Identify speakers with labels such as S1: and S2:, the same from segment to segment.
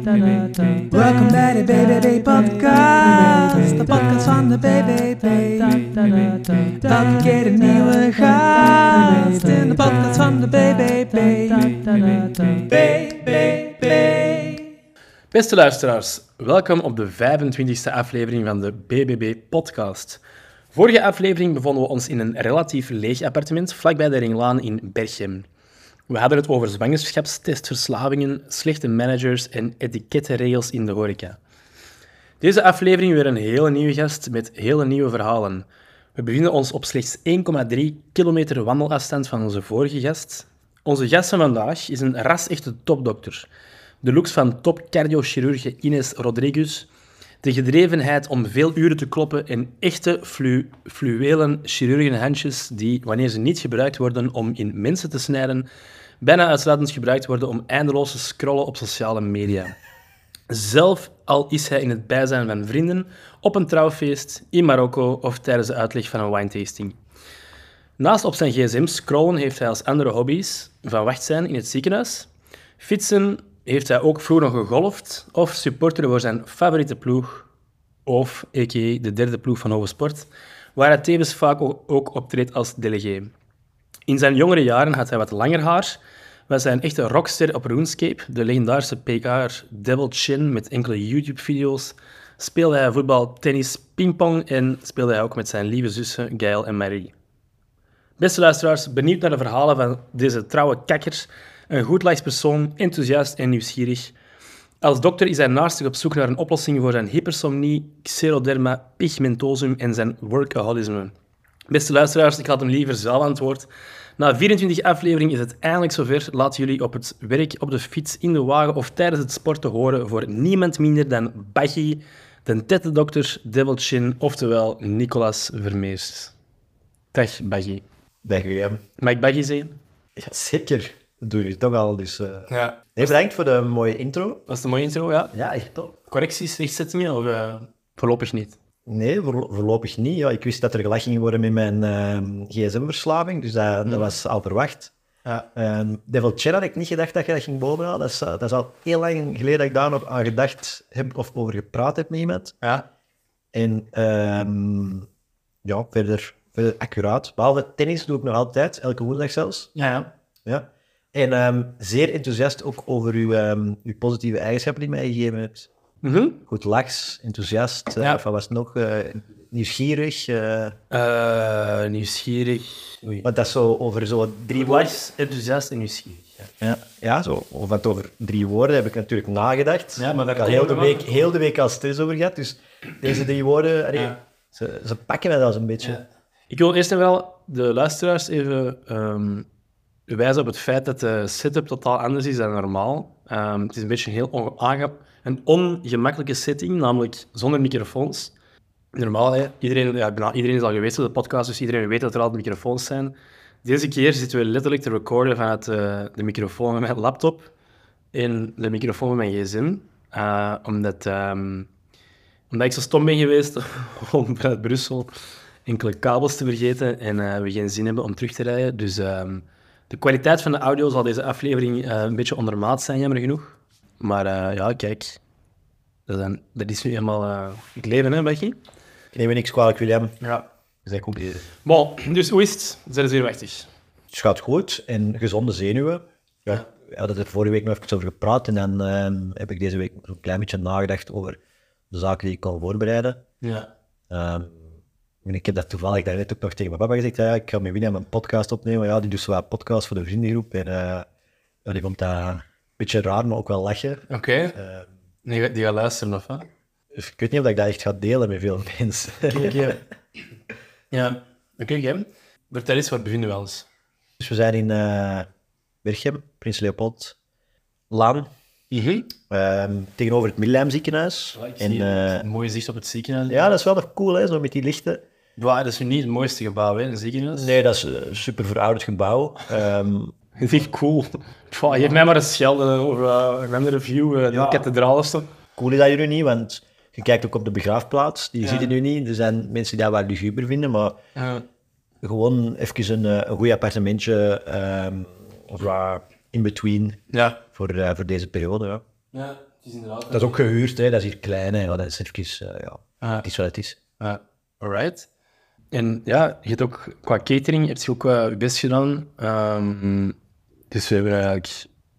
S1: Welkom bij de BBB Podcast, de podcast van de BBB. Elke keer een nieuwe gast in de podcast van de BBB. BBB.
S2: Beste luisteraars, welkom op de 25e aflevering van de BBB Podcast. Vorige aflevering bevonden we ons in een relatief leeg appartement vlakbij de Ringlaan in Berchem. We hadden het over zwangerschapstestverslavingen, slechte managers en etikettenregels in de horeca. Deze aflevering weer een hele nieuwe gast met hele nieuwe verhalen. We bevinden ons op slechts 1,3 kilometer wandelafstand van onze vorige gast. Onze gast van vandaag is een ras-echte topdokter. De looks van topcardiochirurge Ines Rodriguez, de gedrevenheid om veel uren te kloppen en echte flu fluwelen chirurgenhandjes die, wanneer ze niet gebruikt worden om in mensen te snijden, bijna uitsluitend gebruikt worden om eindeloos te scrollen op sociale media. Zelf al is hij in het bijzijn van vrienden, op een trouwfeest, in Marokko of tijdens de uitleg van een winetasting. Naast op zijn gsm scrollen heeft hij als andere hobby's van wacht zijn in het ziekenhuis. Fietsen heeft hij ook vroeger nog gegolfd of supporteren voor zijn favoriete ploeg, of a.k.a. de derde ploeg van Hoge Sport, waar hij tevens vaak o- ook optreedt als delegé. In zijn jongere jaren had hij wat langer haar, was hij een echte rockster op RuneScape, de legendarische PK'er Devil Chin met enkele YouTube-video's, speelde hij voetbal, tennis, pingpong en speelde hij ook met zijn lieve zussen Gail en Marie. Beste luisteraars, benieuwd naar de verhalen van deze trouwe kakker, een goedlijkspersoon, enthousiast en nieuwsgierig. Als dokter is hij naastig op zoek naar een oplossing voor zijn hypersomnie, xeroderma, pigmentosum en zijn workaholisme. Beste luisteraars, ik had hem liever zelf antwoord. Na 24 afleveringen is het eindelijk zover. Laat jullie op het werk, op de fiets, in de wagen of tijdens het sporten horen voor niemand minder dan Baggy, de tette dokter, Devil Chin, oftewel Nicolas Vermeers. Dag Baggy.
S3: Dag Graham.
S2: Mag ik Baggy zeggen?
S3: Ja, zeker. Dat doe je toch al, dus... eh.
S2: Ja.
S3: Nee, bedankt voor de mooie intro.
S2: Dat is een mooie intro, ja.
S3: Ja, echt top.
S2: Correcties, rechtzettingen of eh, voorlopig niet?
S3: Nee, voor- voorlopig niet. Ja, ik wist dat er gelachen ging worden met mijn ehm, gsm-verslaving, dus dat, dat was al verwacht.
S2: Ja.
S3: Ehm Devil Chair had ik niet gedacht dat je dat ging bovenhalen. Dat is, eh, dat is al heel lang geleden dat ik daar nog aan gedacht heb of over gepraat heb met iemand.
S2: Ja.
S3: En ehm, ja, verder, verder accuraat. Behalve tennis doe ik nog altijd, elke woensdag zelfs.
S2: Ja, ja.
S3: Ja. En ehm, zeer enthousiast ook over uw, ehm, uw positieve eigenschappen die mij gegeven hebt.
S2: Mhm.
S3: Goed laks, enthousiast, eh,
S2: Ja.
S3: van was het nog eh, nieuwsgierig. eh,
S2: Eh, nieuwsgierig. Oei.
S3: want dat is zo over zo drie woorden.
S2: Lars, enthousiast en nieuwsgierig. Ja.
S3: Ja, ja zo, of het over drie woorden heb ik natuurlijk nagedacht.
S2: Ja, maar dat
S3: ik had
S2: komt
S3: heel de,
S2: er wel.
S3: week, heel de week al stress over gehad. Dus deze drie woorden, allee,
S2: Ja.
S3: ze, ze pakken mij dat een beetje.
S2: Ik wil eerst en wel de luisteraars even ehm, wijzen op het feit dat de setup totaal anders is dan normaal. Ehm, het is een beetje een heel onge- een ongemakkelijke setting, namelijk zonder microfoons. Normaal, hè, iedereen, ja, bijna iedereen is al geweest op de podcast, dus iedereen weet dat er altijd microfoons zijn. Deze keer zitten we letterlijk te recorden vanuit eh, de microfoon van mijn laptop en de microfoon van mijn gsm. Eh, omdat, ehm, omdat ik zo stom ben geweest om vanuit Brussel enkele kabels te vergeten en eh, we geen zin hebben om terug te rijden. Dus ehm, de kwaliteit van de audio zal deze aflevering eh, een beetje ondermaat zijn, jammer genoeg. Maar eh, ja, kijk, dat, is een- dat is nu eenmaal eh, het leven, hè, Becky?
S3: Ik neem me niks kwalijk, William.
S2: Ja.
S3: Dus dat komt-
S2: Bon, dus hoe is het? Zijn ze zenuwachtig?
S3: het gaat goed en gezonde zenuwen. Ja, we hadden er vorige week nog even over gepraat en dan ehm, heb ik deze week een klein beetje nagedacht over de zaken die ik kon voorbereiden.
S2: Ja.
S3: Ehm, en ik heb dat toevallig daarnet ook nog tegen mijn papa gezegd. Ja, ik ga met William een podcast opnemen. Ja, die doet zo'n podcast voor de vriendengroep. En eh, ja, die vond dat een beetje raar, maar ook wel lachen.
S2: Oké. Eh, Die, ga- die gaat luisteren, of wat?
S3: Dus ik weet niet of ik dat echt ga delen met veel mensen.
S2: Ja. Oké, Gem. Vertel eens, waar bevinden we ons?
S3: dus we zijn in eh Berchem, Prins Leopold, Laan,
S2: Mhm.
S3: ehm, tegenover het Middelheim ziekenhuis. en, eh,
S2: mooie zicht op Ah, het ziekenhuis.
S3: Ja, dat is wel nog cool, hè, zo met die lichten.
S2: Waar, dat is nu niet het mooiste gebouw, hè, een ziekenhuis.
S3: Nee, dat is een super verouderd gebouw. Ehm,
S2: Dat is echt cool. Pff, geef mij maar een schelde over eh, een andere view, eh, de kathedraal of zo.
S3: cool is dat jullie niet, want je kijkt ook op de begraafplaats. Die ziet het nu niet. Er zijn mensen die dat wel luguber vinden, maar
S2: Ja.
S3: gewoon even een, eh, een goed appartementje ehm, waar in between
S2: Ja.
S3: voor, eh, voor deze periode. Ja.
S2: Ja, het is inderdaad...
S3: Dat is ook gehuurd, hè. dat is hier klein. Hè. Ja, dat is even, eh, ja.
S2: Ah.
S3: Het is wat het is.
S2: Ja, alright. En ja, je hebt ook qua catering heb je ook wel je best gedaan. Ehm, dus we hebben eigenlijk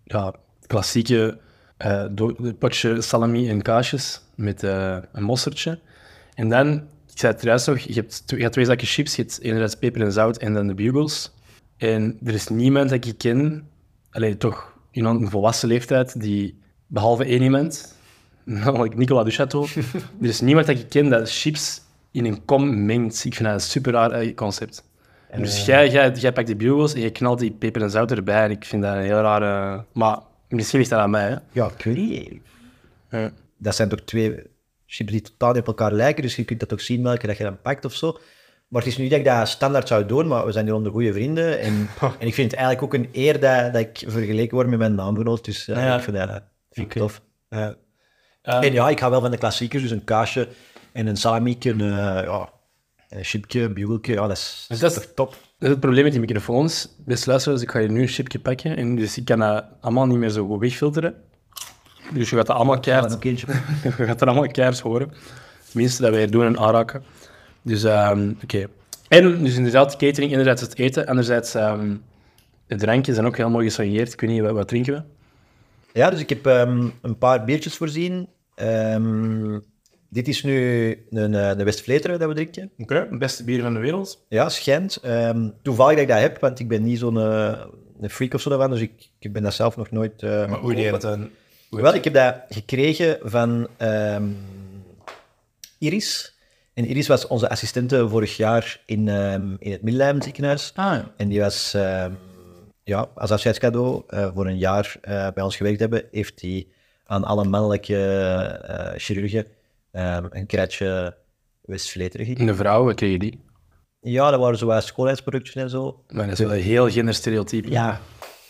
S2: ja, klassieke eh, do- potje salami en kaasjes met eh, een mosterdje. En dan, ik zei het juist nog, je hebt, tw- je had twee zakken chips, je hebt enerzijds peper en zout en dan de bugles. En er is niemand dat ik ken, alleen toch in een volwassen leeftijd, die behalve één iemand, namelijk Nou, Nicolas Duchateau. er is niemand dat ik ken dat chips in een kom mengt. Ik vind dat een super raar eh, concept. En dus jij, jij, jij pakt die bugels en je knalt die peper en zout erbij. En ik vind dat een heel rare... Maar misschien ligt dat aan mij,
S3: Ja, ik weet niet.
S2: hè. Ja.
S3: dat zijn toch twee chips die totaal niet op elkaar lijken, dus je kunt dat ook zien welke dat je dan pakt of zo. Maar het is niet dat ik dat standaard zou doen, maar we zijn hier onder goede vrienden. En, en ik vind het eigenlijk ook een eer dat, dat ik vergeleken word met mijn naamgenoot. Dus eh,
S2: Nou ja.
S3: ik vind dat, dat vind ik
S2: Oké. Ehm.
S3: tof. Ja. en ja, ik ga wel van de klassiekers, dus een kaasje en een salamietje, een, eh, ja, en een chipje, een bugeltje. Ja, dat is,
S2: Dus dat is-
S3: toch top.
S2: Dat is het probleem met die microfoons. Best luisteraars, ik ga je nu een chipje pakken. En dus ik kan dat allemaal niet meer zo goed wegfilteren. Dus je gaat dat allemaal
S3: En
S2: keihard
S3: een kindje.
S2: Je gaat er allemaal keihard horen. Tenminste, dat wij hier doen en aanraken. Dus, ehm, oké. En, dus inderdaad, de catering, enerzijds het eten, anderzijds ehm, de drankjes zijn ook heel mooi gesoigneerd. Ik weet niet, wat, wat drinken we?
S3: Ja, dus ik heb ehm, een paar biertjes voorzien. Ehm, dit is nu een, eh, een Westvleteren dat we drinken.
S2: Oké. Beste bier van de wereld.
S3: Ja, schijnt. Ehm, toevallig dat ik dat heb, want ik ben niet zo'n eh, een freak of zo daarvan, dus ik, ik ben dat zelf nog nooit... eh,
S2: dan?
S3: Wel, ik heb dat gekregen van ehm, Iris. En Iris was onze assistente vorig jaar in, ehm, in het Middelheim ziekenhuis.
S2: Ah, ja.
S3: En die was ehm, ja, als afscheidscadeau eh, voor een jaar eh, bij ons gewerkt hebben, heeft hij aan alle mannelijke eh, chirurgen ehm, een kratje Westvleteren gekregen.
S2: En de vrouwen kregen die.
S3: Ja, dat waren zo wat schoonheidsproducten en zo.
S2: Maar dat is wel een heel genderstereotype.
S3: Ja.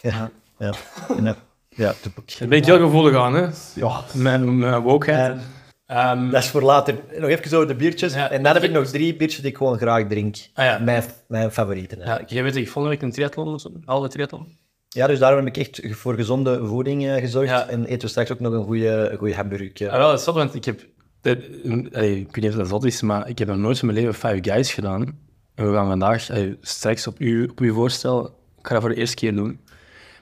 S3: Ja. Ja. En, eh, ja, te-
S2: Daar ben ik heel gevoelig aan, hè.
S3: ja.
S2: Mijn, mijn wokeheid. Ehm,
S3: Dat is voor later. Nog even zo de biertjes.
S2: Ja.
S3: En dan heb ik nog drie biertjes die ik gewoon graag drink.
S2: Ah, ja.
S3: mijn, mijn favorieten. hè. Ja.
S2: ja, jij weet dat ik volgende week een triathlon doe, zo'n halve triathlon.
S3: dus daarom heb ik echt voor gezonde voeding eh, gezorgd.
S2: Ja.
S3: En eten we straks ook nog een goede goede hamburger.
S2: Ah, wel, dat is zot, want ik heb... eh, allee, ik weet niet of dat zot is, maar ik heb nog nooit in mijn leven Five Guys gedaan. En we gaan vandaag, allee, straks op uw, op uw voorstel, ik ga dat voor de eerste keer doen.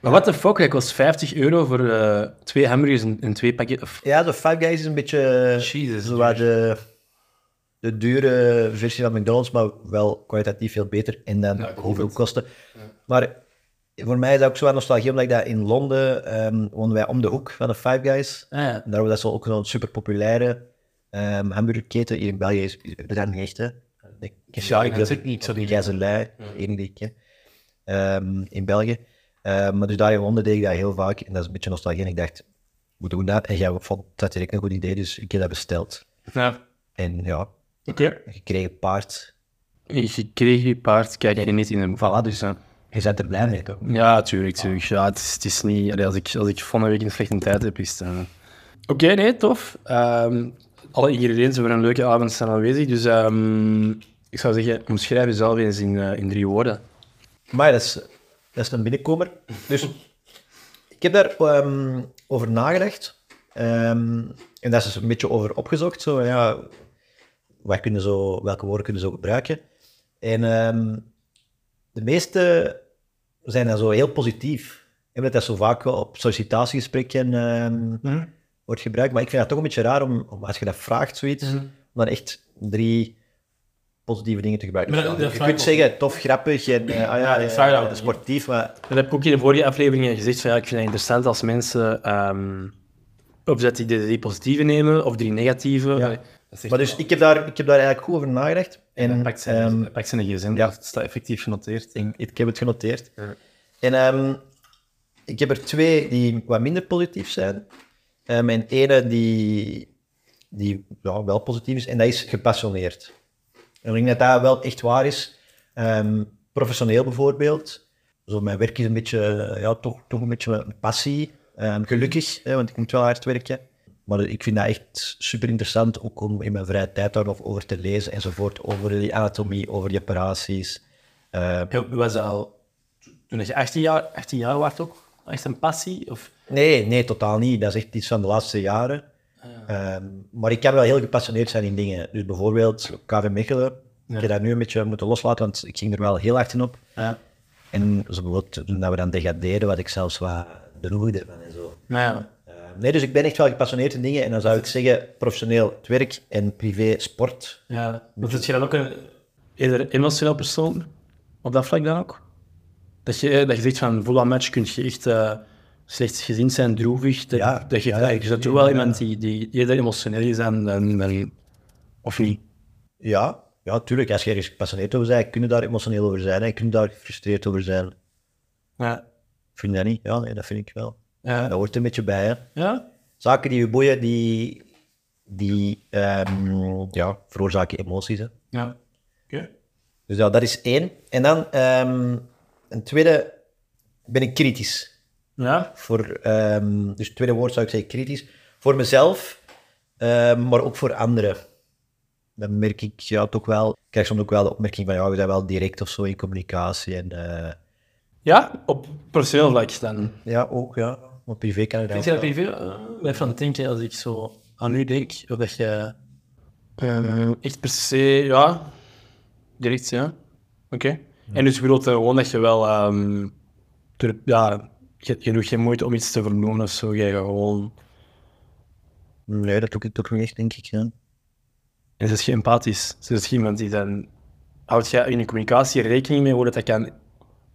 S2: Maar what the fuck, dat kost 50 euro voor eh, twee hamburgers en, en twee pakketten. of-
S3: Ja, zo Five Guys is een beetje
S2: Jezus,
S3: zo waar de, de dure versie van McDonald's, maar wel kwalitatief veel beter en dan heel veel kosten. Maar voor mij is dat ook zo'n nostalgie, omdat ik dat in Londen ehm woonden wij om de hoek van de Five Guys.
S2: Ah, ja.
S3: En daarom dat ze ook zo'n super populaire hamburgerketen hier in België is. is- Dat zijn niet echt, hè? Ik, ja, ik
S2: dat
S3: weet
S2: zit niet, zo die-
S3: Gijzelij, de enige die ik ken, ehm, in België. Ehm, maar dus daar in Londen deed ik dat heel vaak. En dat is een beetje nostalgie. En ik dacht, we doen dat. En jij vond dat direct een goed idee, dus ik heb dat besteld.
S2: Nou,
S3: En ja,
S2: oké.
S3: gekregen paard.
S2: Je kreeg je paard, kijk je niet in de... Voilà, dus... eh,
S3: Je bent er blij mee. toch?
S2: Ja, tuurlijk, tuurlijk. Ja, het is, het is niet... allee, als, ik, als ik volgende week een slechte tijd heb, is het... eh. Oké, nee, tof. Ehm, alle ingrediënten voor een leuke avond zijn aanwezig. Dus ehm, ik zou zeggen, omschrijf jezelf eens in, eh, in drie woorden.
S3: Maar dat is, dat is een binnenkomer. Dus ik heb daar ehm, over nagedacht. Ehm, en daar is dus een beetje over opgezocht. Zo, ja, wat kunnen zo, welke woorden kunnen ze gebruiken? En ehm, de meeste zijn dan zo heel positief. En dat dat zo vaak wel op sollicitatiegesprekken ehm, wordt gebruikt. Maar ik vind dat toch een beetje raar om, om als je dat vraagt, zoiets, om dan echt drie positieve dingen te gebruiken.
S2: Maar dat- dat
S3: je
S2: vraag ik
S3: kunt
S2: ook.
S3: zeggen, tof, grappig en eh, ah ja,
S2: dat
S3: eh,
S2: vraag ik ook niet.
S3: sportief, maar
S2: Dat heb ik ook in de vorige aflevering gezegd. Van, ja, ik vind het interessant als mensen... ehm of dat die de drie positieve nemen, of drie negatieve. Allee, dat is echt-
S3: Maar dus ik heb, daar, ik heb daar eigenlijk goed over nagedacht. En
S2: Pakt zijn, dus
S3: ehm,
S2: pakt zijn gezin.
S3: ja.
S2: Dat staat effectief genoteerd.
S3: ik, ik heb het genoteerd.
S2: Ja.
S3: En ehm, ik heb er twee die wat minder positief zijn. Ehm, en ene die, die ja, wel positief is, en dat is gepassioneerd. En ik denk dat dat wel echt waar is. Ehm, professioneel bijvoorbeeld. Zo, mijn werk is een beetje, ja, toch, toch een beetje een passie. Ehm, gelukkig, hè, want ik moet wel hard werken. Maar ik vind dat echt super interessant, ook om in mijn vrije tijd daarover over te lezen enzovoort. Over die anatomie, over die operaties. Eh,
S2: Ja, Was dat al... Toen je 18 jaar, 18 jaar was ook? Echt een passie? Of...
S3: nee, nee, totaal niet. Dat is echt iets van de laatste jaren. Ehm, maar ik kan wel heel gepassioneerd zijn in dingen. Dus bijvoorbeeld KV Mechelen. Ik heb dat nu een beetje moeten loslaten, want ik ging er wel heel hard in op.
S2: Ja.
S3: En zo bijvoorbeeld toen we dan degraderen, wat ik zelfs wat benoemde ervan en zo.
S2: Nou ja.
S3: Eh, nee, dus ik ben echt wel gepassioneerd in dingen. En dan zou ik zeggen, professioneel het werk en privé sport.
S2: Ja, want dat je dan ook een eerder emotioneel persoon op dat vlak dan ook? Dat je, eh, dat je zegt van voetbal match kun je echt eh slechts gezien zijn, droevig. Dat,
S3: Ja,
S2: dat je
S3: ja,
S2: eigenlijk is dat toch wel iemand die, die eerder emotioneel is dan, dan, dan- of niet?
S3: Ja, ja, tuurlijk. Als je ergens gepassioneerd over bent, kun je daar emotioneel over zijn. En kun je daar gefrustreerd over zijn.
S2: Ja.
S3: Vind je dat niet? Ja, nee, dat vind ik wel. Dat
S2: Ja.
S3: hoort een beetje bij, hè.
S2: Ja?
S3: Zaken die je boeien, die, die ehm, ja, veroorzaken emoties, hè.
S2: Ja. Oké.
S3: Dus ja, dat is één. En dan ehm, een tweede, ben ik kritisch.
S2: Ja?
S3: Voor, ehm, dus het tweede woord zou ik zeggen kritisch. Voor mezelf, ehm, maar ook voor anderen. Dan merk ik ja, toch wel, ik krijg soms ook wel de opmerking van ja, we zijn wel direct of zo in communicatie. En, eh,
S2: Ja, op professioneel vlak dan.
S3: ja, ook ja. Maar privé kan het
S2: Ik
S3: ook
S2: zeg
S3: wel.
S2: dat privé, eh, ben van het denken als ik zo aan u denk, of dat je eh, echt per se, ja, direct, ja. Oké. En dus je bedoelt eh, gewoon dat je wel, ehm, ter- ja, je, je doet geen moeite om iets te vernoemen of zo, je gaat gewoon,
S3: Nee, dat doe ik toch niet echt, denk ik. Ja.
S2: en ze is geen empathisch, ze is iemand die dan, houdt jij in je communicatie rekening mee hoe dat, dat kan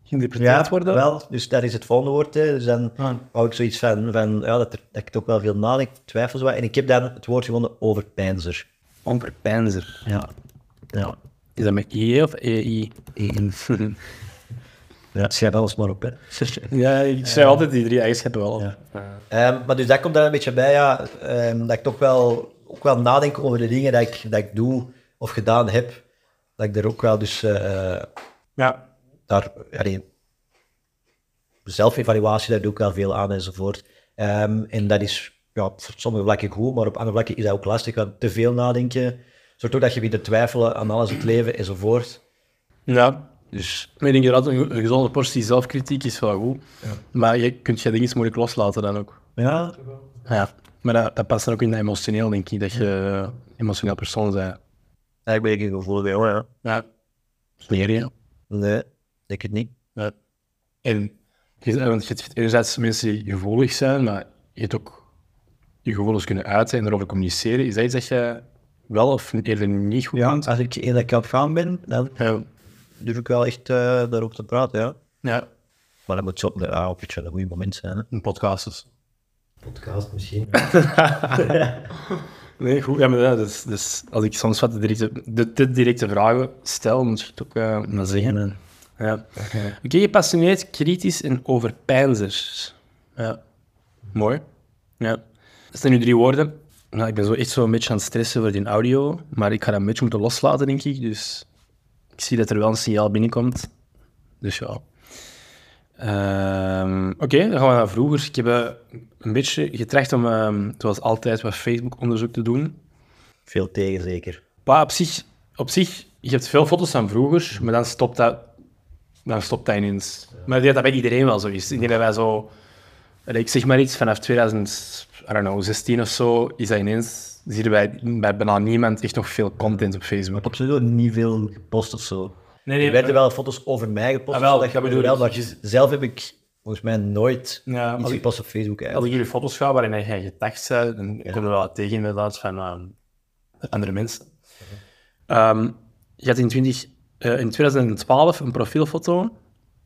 S2: geïnterpreteerd worden?
S3: Wel, dus dat is het volgende woord. Hè. Dus dan
S2: Ah.
S3: hou ik zoiets van, van ja, dat, er, dat ik toch wel veel nadenk, twijfels wat. En ik heb dan het woord gevonden overpeinzer.
S2: Onverpijnzer.
S3: Ja. Ja.
S2: Is dat met I of EI?
S3: ja. Schrijf alles maar op, hè.
S2: ja, ik schrijf altijd die drie eigenschappen wel op.
S3: Ja. Ehm, maar dus dat komt daar een beetje bij, ja, ehm, dat ik toch wel, ook wel nadenk over de dingen dat ik, dat ik doe of gedaan heb. Dat ik er ook wel dus eh,
S2: ja.
S3: daar, allee, zelfevaluatie, daar doe ik wel veel aan enzovoort. Ehm, en dat is ja, op sommige vlakken goed, maar op andere vlakken is dat ook lastig, want te veel nadenken zorgt ook dat je weer te twijfelen aan alles in het leven enzovoort.
S2: Ja,
S3: Dus
S2: maar ik denk dat een, een gezonde portie zelfkritiek is wel goed. Maar je kunt je dingen moeilijk loslaten dan ook.
S3: ja,
S2: Ja. Maar dat, dat past dan ook in dat emotioneel, denk ik, dat je eh, emotioneel persoon bent.
S3: daar ben ik een gevoel bij hoor. ja.
S2: Ja. Leer je.
S3: Nee, denk het niet.
S2: Ja. En je, zegt- want je hebt enerzijds mensen die gevoelig zijn, maar je hebt ook je gevoelens kunnen uiten en erover communiceren. Is dat iets dat je wel of eerder niet goed kunt?
S3: als ik in dat kamp gaan ben, dan
S2: Ja.
S3: durf ik wel echt eh, daarop te praten, ja.
S2: ja.
S3: Maar dat moet zo op, de, ah, op een goede moment zijn. Hè.
S2: Een podcast dus.
S3: Podcast misschien.
S2: Nee, goed. Ja, maar ja, dus, dus als ik soms wat de directe, de, de directe vragen stel, moet je het ook eh, maar zeggen. En, ja. Oké, gepassioneerd, kritisch en overpeinzer. Ja. Mooi. Ja. Dat zijn nu drie woorden. Nou, ik ben zo echt zo een beetje aan het stressen voor die audio, maar ik ga dat een beetje moeten loslaten, denk ik. Dus ik zie dat er wel een signaal binnenkomt. Dus ja. Ehm, Oké, dan gaan we naar vroeger. Ik heb eh, een beetje getracht om, ehm, zoals altijd, wat Facebook-onderzoek te doen.
S3: Veel tegen zeker.
S2: Maar op zich, op zich, je hebt veel foto's van vroeger, maar dan stopt dat, dan stopt dat ineens. Maar ik denk dat dat bij iedereen wel zo is. Ik denk dat wij zo, allee, ik zeg maar iets, vanaf 2016 of zo, is dat ineens, zien wij bij bijna niemand echt nog veel content op Facebook.
S3: Op sowieso niet veel gepost of zo.
S2: Nee, nee,
S3: er werden wel foto's over mij gepost.
S2: Ah, wel,
S3: dat
S2: dat
S3: je
S2: bedoel
S3: wel,
S2: ik.
S3: maar zelf heb ik volgens mij nooit
S2: Ja,
S3: iets
S2: als ik-
S3: gepost op Facebook.
S2: Als
S3: Eigenlijk.
S2: ik jullie foto's ga waarin jij getagd bent, dan kom je wel wat tegen inderdaad van ehm, andere mensen. Ehm, je had in, 20, eh, in 2012 een profielfoto.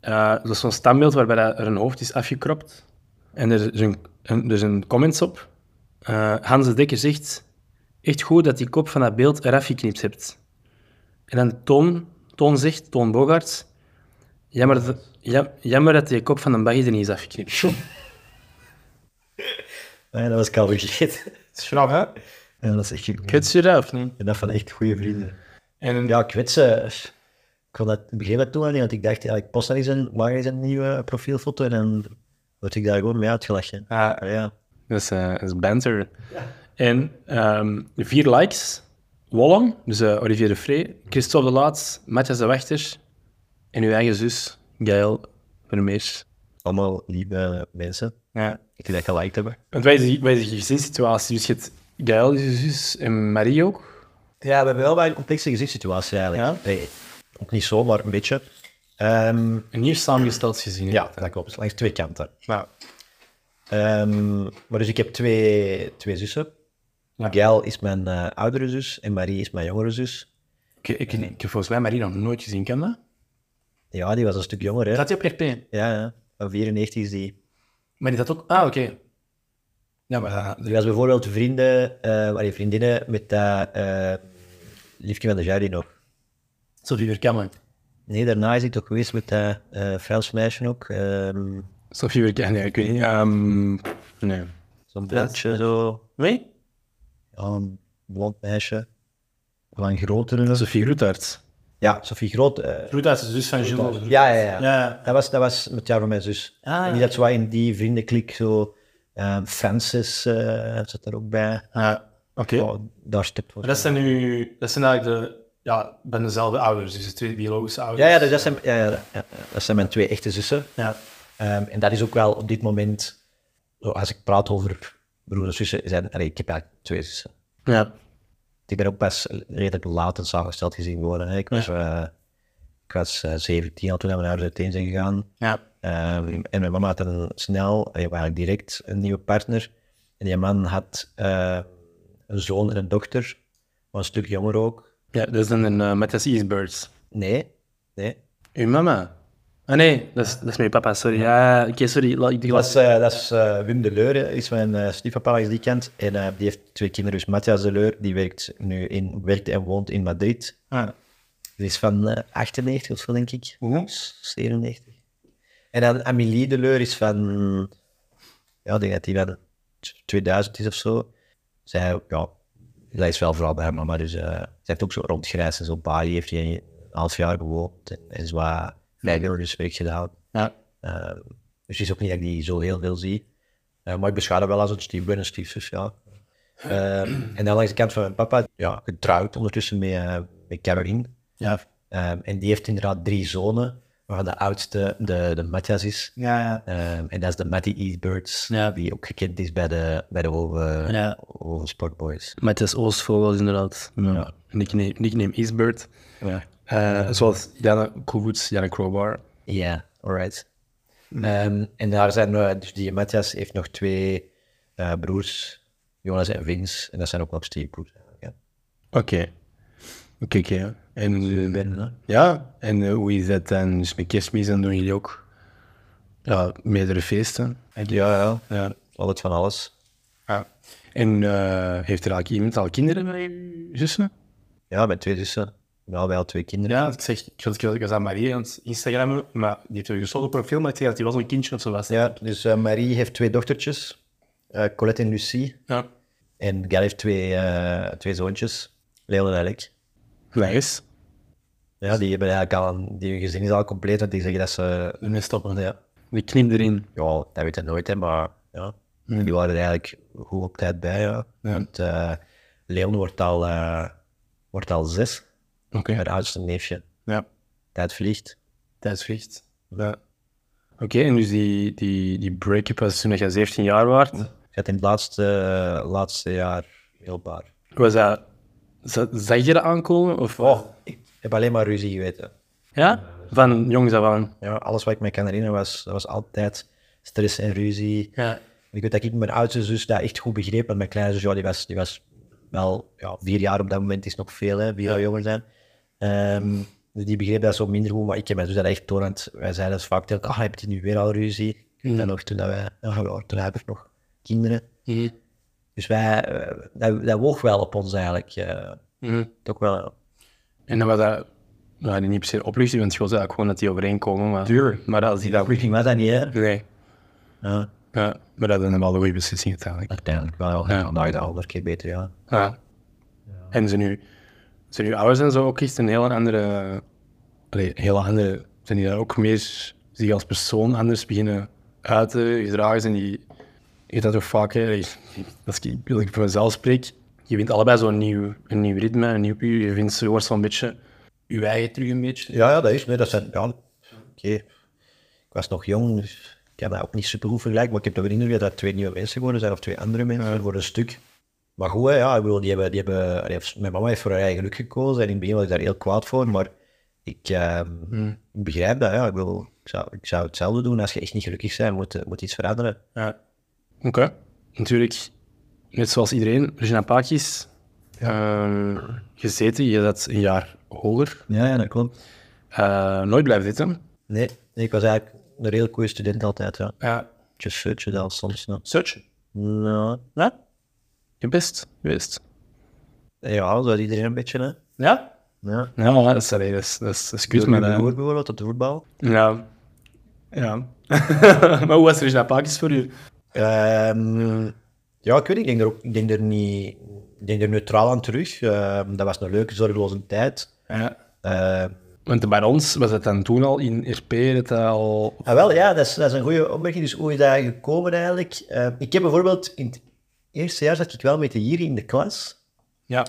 S2: eh, dat is zo'n standbeeld waarbij dat er een hoofd is afgekropt. En er is een, een- er is een comments op. Eh, Hans de Dekker zegt... Echt goed dat die kop van dat beeld eraf geknipt hebt. En dan Toon, Toon zegt, Toon Bogaerts... Jammer, dat- jam- jammer dat die kop van een bagger er niet is afgeknipt.
S3: Nee, dat was ik al vergeten.
S2: Schrap, hè?
S3: Ja, dat is echt goed.
S2: Kut je dat of niet?
S3: En dat van echt goede vrienden.
S2: En, ja.
S3: Ja, kwetsen. Ik kon dat, ik begreep dat toen al niet, want ik dacht, ja, ik post daar eens een, waar is een nieuwe profielfoto en dan word ik daar gewoon mee uitgelachen.
S2: Ah.
S3: ja.
S2: Dat is, eh, dat is banter. En ehm, vier likes. Wollong, dus eh, Olivier de Frey, Christophe de Laat, Matthias de Wachter en uw eigen zus, Gaël Vermeers.
S3: Allemaal lieve mensen
S2: Ja.
S3: die dat geliked hebben.
S2: Want wij zijn wij zijn in geen situatie, dus je hebt Gaël, je zus en Marie ook.
S3: Ja, we hebben wel een complexe gezichtssituatie eigenlijk. Nee, ook niet zo, maar een beetje. Ehm,
S2: En hier samengesteld gezien. hè?
S3: ja, dat klopt. Langs twee kanten.
S2: Nou,
S3: Ehm, maar dus ik heb twee, twee zussen.
S2: Ja.
S3: Gail is mijn eh, oudere zus en Marie is mijn jongere zus.
S2: ik, ik, ik heb volgens mij Marie nog nooit gezien, ken dat?
S3: Ja, die was een stuk jonger, hè?
S2: Zat die op RP?
S3: Ja, ja. Van 94 is die.
S2: Maar die dat ook... Ah, oké. Ja, maar... eh,
S3: Die was bijvoorbeeld vrienden, eh allee, vriendinnen met dat eh, Liefje van de Jardin ook.
S2: Sophie Verkammen.
S3: Nee, daarna is ik toch geweest met dat eh Frans meisje ook. ehm,
S2: Sophie Verkammen, nee, ik weet niet. ehm, nee.
S3: Zo'n blondje, zo.
S2: Wie?
S3: Ja, een blond meisje. Van grotere.
S2: Sophie Roetaerts.
S3: Ja, Sophie Groot. eh,
S2: Roetaerts is de zus van Gilles.
S3: ja, ja, ja.
S2: Ja.
S3: Dat was, dat was het jaar van mijn zus.
S2: Ah,
S3: en
S2: ja.
S3: die zat zo in die vriendenklik, zo. ehm Francis eh, zat daar ook bij.
S2: Ja, Ah, oké.
S3: Oh, daar stipt voor.
S2: Maar Dat zijn nu... Dat zijn eigenlijk de... Ja, ik ben dezelfde ouders, dus de twee biologische ouders.
S3: Ja, ja, dus dat, zijn, ja, ja, ja, dat zijn mijn twee echte zussen.
S2: Ja.
S3: Ehm, en dat is ook wel op dit moment, zo, als ik praat over broers en zussen, zijn, allee, ik heb eigenlijk twee zussen.
S2: Ja.
S3: Ik ben ook pas redelijk laat en samengesteld gezien worden. Hè. Ik was, eh, ik was eh, 17 al toen mijn ouders uiteen zijn gegaan.
S2: Ja.
S3: Ehm, en mijn mama had dan snel, eh, eigenlijk direct, een nieuwe partner. En die man had eh, een zoon en een dochter, maar een stuk jonger ook.
S2: Ja, dat is een uh, Matthias Eastbirds.
S3: Nee, nee.
S2: Uw mama? Ah nee, dat is, dat is mijn papa, sorry. Ja, oké, sorry. La, ik, die
S3: Dat is, eh, dat is eh, Wim de Leur, hè. is mijn eh stiefpapa, is die kent. En eh, die heeft twee kinderen, dus Matthias de Leur, die werkt nu in, werkt en woont in Madrid.
S2: Ah.
S3: Die is van eh, 98 of zo, denk ik. 97. En dan Amélie de Leur is van, ja, ik denk dat die van 2000 is of zo. Zij, ja, zij is wel vooral bij haar mama, dus eh, zij heeft ook zo rondgereisd en zo. Bali heeft hij een half jaar gewoond en, en is wat vrijwilligerswerk gedaan.
S2: Ja.
S3: Eh, dus het is ook niet dat ik die zo heel veel zie. Eh, maar ik beschouw dat wel als een stiefbroer en een stiefzus, ja. Eh, en dan langs de kant van mijn papa, ja, getrouwd ondertussen met, eh, met Caroline.
S2: Ja.
S3: Ehm, en die heeft inderdaad drie zonen, waarvan de oudste de, de Matthias is.
S2: Ja, ja.
S3: Ehm, en dat is de Matty Eastbirds,
S2: Ja.
S3: die ook gekend is bij de, bij de Hoge,
S2: Ja.
S3: Hoge Sportboys.
S2: Matthias Oostvogels, inderdaad. Ja. Nickname, nickname Eastbird.
S3: Ja,
S2: Eh, zoals Jana Koolwoods, Jana Crowbar.
S3: alright. Ehm, en daar zijn, eh, dus die Matthias heeft nog twee eh, broers, Jonas en Vince, en dat zijn ook nog stiefbroers. eigenlijk, Ja.
S2: Oké. Oké, oké. En, eh,
S3: binnen,
S2: ja, en eh, hoe is dat dan? Dus met kerstmis dan doen jullie ook ja, meerdere feesten.
S3: Ja, ja,
S2: Ja.
S3: altijd van alles.
S2: ja. En eh, heeft er eigenlijk iemand al kinderen bij je zussen?
S3: Ja, met twee zussen. Nou, wij al twee kinderen.
S2: Ja, ik zeg, ik was, ik was- ik was aan Marie aan het Instagrammen, maar die heeft een gesloten profiel, maar ik zeg dat hij was een kindje of zo was.
S3: Ja, dus eh, Marie heeft twee dochtertjes, eh, Colette en Lucie.
S2: ja.
S3: En Gail heeft twee, eh, twee zoontjes, Leon en Alec.
S2: Nice.
S3: Ja, die hebben eigenlijk al een, die hun gezin is al compleet, want die zeggen dat ze...
S2: Ermee stoppen.
S3: Ja,
S2: De knip erin.
S3: ja dat weet je nooit, hè, maar ja, die waren er eigenlijk goed op tijd bij. Ja. Want eh, Leon wordt al, eh, wordt al zes,
S2: Oké.
S3: haar oudste neefje.
S2: Ja.
S3: Tijd vliegt.
S2: Tijdsvliegt. Ja. Oké, en dus die, die, die break-up was toen dat jij 17 jaar was.
S3: Ik had in het laatste, eh, laatste jaar heel paar.
S2: Was dat... za- Zag je dat aankomen? Of,
S3: Oh, ik heb alleen maar ruzie geweten.
S2: Ja? Van jongs af aan.
S3: Ja, alles wat ik me kan herinneren was, was altijd stress en ruzie.
S2: Ja.
S3: Ik weet dat ik mijn oudste zus dat echt goed begreep, want mijn kleine zus, ja, die was, die was wel ja, vier jaar op dat moment, is nog veel, hè, vier jaar jonger zijn. Ehm, dus die begreep dat zo minder goed, maar ik heb mijn zus dat echt toon. Wij zeiden dus vaak tegen elkaar, ah, heb je nu weer al ruzie? En nog toen dat wij, ja, ja, toen heb ik nog kinderen. Dus wij, eh, dat, dat woog wel op ons eigenlijk. eh Toch wel, ja.
S2: En dan was dat... Nou, niet per se opluchting, want je was eigenlijk gewoon dat die overeenkomen. Maar, Tuurlijk. Maar als die dat...
S3: Opluchting was dat niet, hè?
S2: Nee.
S3: Ja,
S2: Ja. Maar dat is een wel de goede beslissing uiteindelijk.
S3: uiteindelijk wel.
S2: Ja.
S3: Ja. Vandaag dat al een keer beter, ja.
S2: Ja. En zijn nu, zijn nu ouders en zo ook echt een heel andere. Allee, heel andere. Zijn die daar ook meer zich als persoon anders beginnen uiten, gedragen? Zijn die je dat toch vaak, hè? als ik, als ik voor mezelf spreek, je wint allebei zo'n nieuw, een nieuw ritme, een nieuw uur. Je vindt, je wordt zo'n beetje je eigen terug een beetje.
S3: Ja, ja, dat is. Nee, dat zijn, ja, oké. Ik was nog jong, dus ik kan dat ook niet super goed vergelijken. Maar ik heb toch de indruk dat dat twee nieuwe mensen geworden zijn, of twee andere mensen voor een stuk. Maar goed, hè, ja, ik bedoel, die hebben, die hebben, die heeft- mijn mama heeft voor haar eigen geluk gekozen. En in het begin was ik daar heel kwaad voor, maar ik, ehm, ik begrijp dat. Ja. Ik, bedoel, ik, zou, ik zou hetzelfde doen als je echt niet gelukkig bent, moet, eh, moet iets veranderen.
S2: Ja. Oké. Natuurlijk, net zoals iedereen, Regina Paakjes ehm, gezeten. Je zat een jaar hoger.
S3: Ja, ja, dat klopt.
S2: Eh, nooit blijven zitten.
S3: Nee, nee, ik was eigenlijk een heel goede student altijd. Ja.
S2: Ja.
S3: Just searchen dan soms. Ja.
S2: Searchen.
S3: Nou,
S2: Ja? Je best geweest.
S3: ja, dat iedereen een beetje. Hè.
S2: Ja?
S3: Ja.
S2: Ja, maar dat is, allee, dat is, dat is excuus me.
S3: Mijn
S2: hè.
S3: broer bijvoorbeeld op de voetbal.
S2: Ja. Ja. maar hoe was Regina Paakjes voor u?
S3: Ehm, ja, ik weet niet, ik denk er, ook, ik denk er niet... Ik denk er neutraal aan terug. Ehm, dat was een leuke, zorgeloze tijd.
S2: Ja.
S3: Eh,
S2: Want bij ons was het dan toen al in RP, dat dat al...
S3: ah, wel, ja, dat is, dat is een goede opmerking. Dus hoe is dat gekomen eigenlijk? Ehm, ik heb bijvoorbeeld... In het eerste jaar zat ik wel met de Jiri in de klas.
S2: Ja.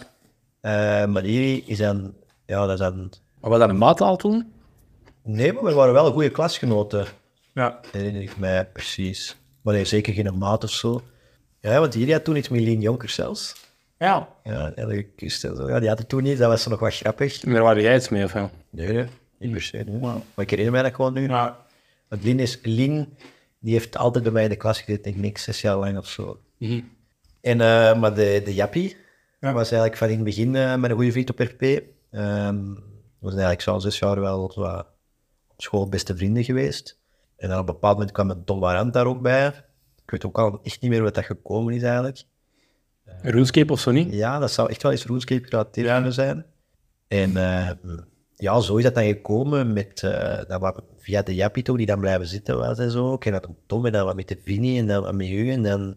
S3: Eh, maar de Jiri is dan... Ja, dat is dan...
S2: Maar was dat een maataal toen?
S3: Nee, maar we waren wel goede klasgenoten.
S2: Ja.
S3: Herinner ik mij, precies. Maar nee, zeker geen maat of zo. Ja, want Jiri had toen iets met Lien Jonker zelfs.
S2: Ja.
S3: Ja, elke kust en zo. Ja, die had het toen niet, dat was nog wat grappig.
S2: En daar waren jij iets mee, of wel?
S3: Nee, nee, niet per se. nee. Maar ik herinner mij dat gewoon nu.
S2: Ja.
S3: Want Lien is Lien, die heeft altijd bij mij in de klas gezeten, denk ik, zes jaar lang of zo. En, eh, maar de, de Jappie
S2: Mhm. Ja.
S3: was eigenlijk van in het begin eh, mijn goede vriend op RP. Ehm, we zijn eigenlijk zo'n zes jaar wel zo wat op school beste vrienden geweest. En dan op een bepaald moment kwam het Don Warant daar ook bij. Ik weet ook al echt niet meer wat dat gekomen is eigenlijk.
S2: RuneScape of zo niet?
S3: Ja, dat zou echt wel eens RuneScape gerelateerd kunnen zijn. En eh, ja, zo is dat dan gekomen met, eh, dat was via de Japito die dan blijven zitten was en zo. Ik en dan Tom en dan wat met de Vinnie en dan wat met u. En dan,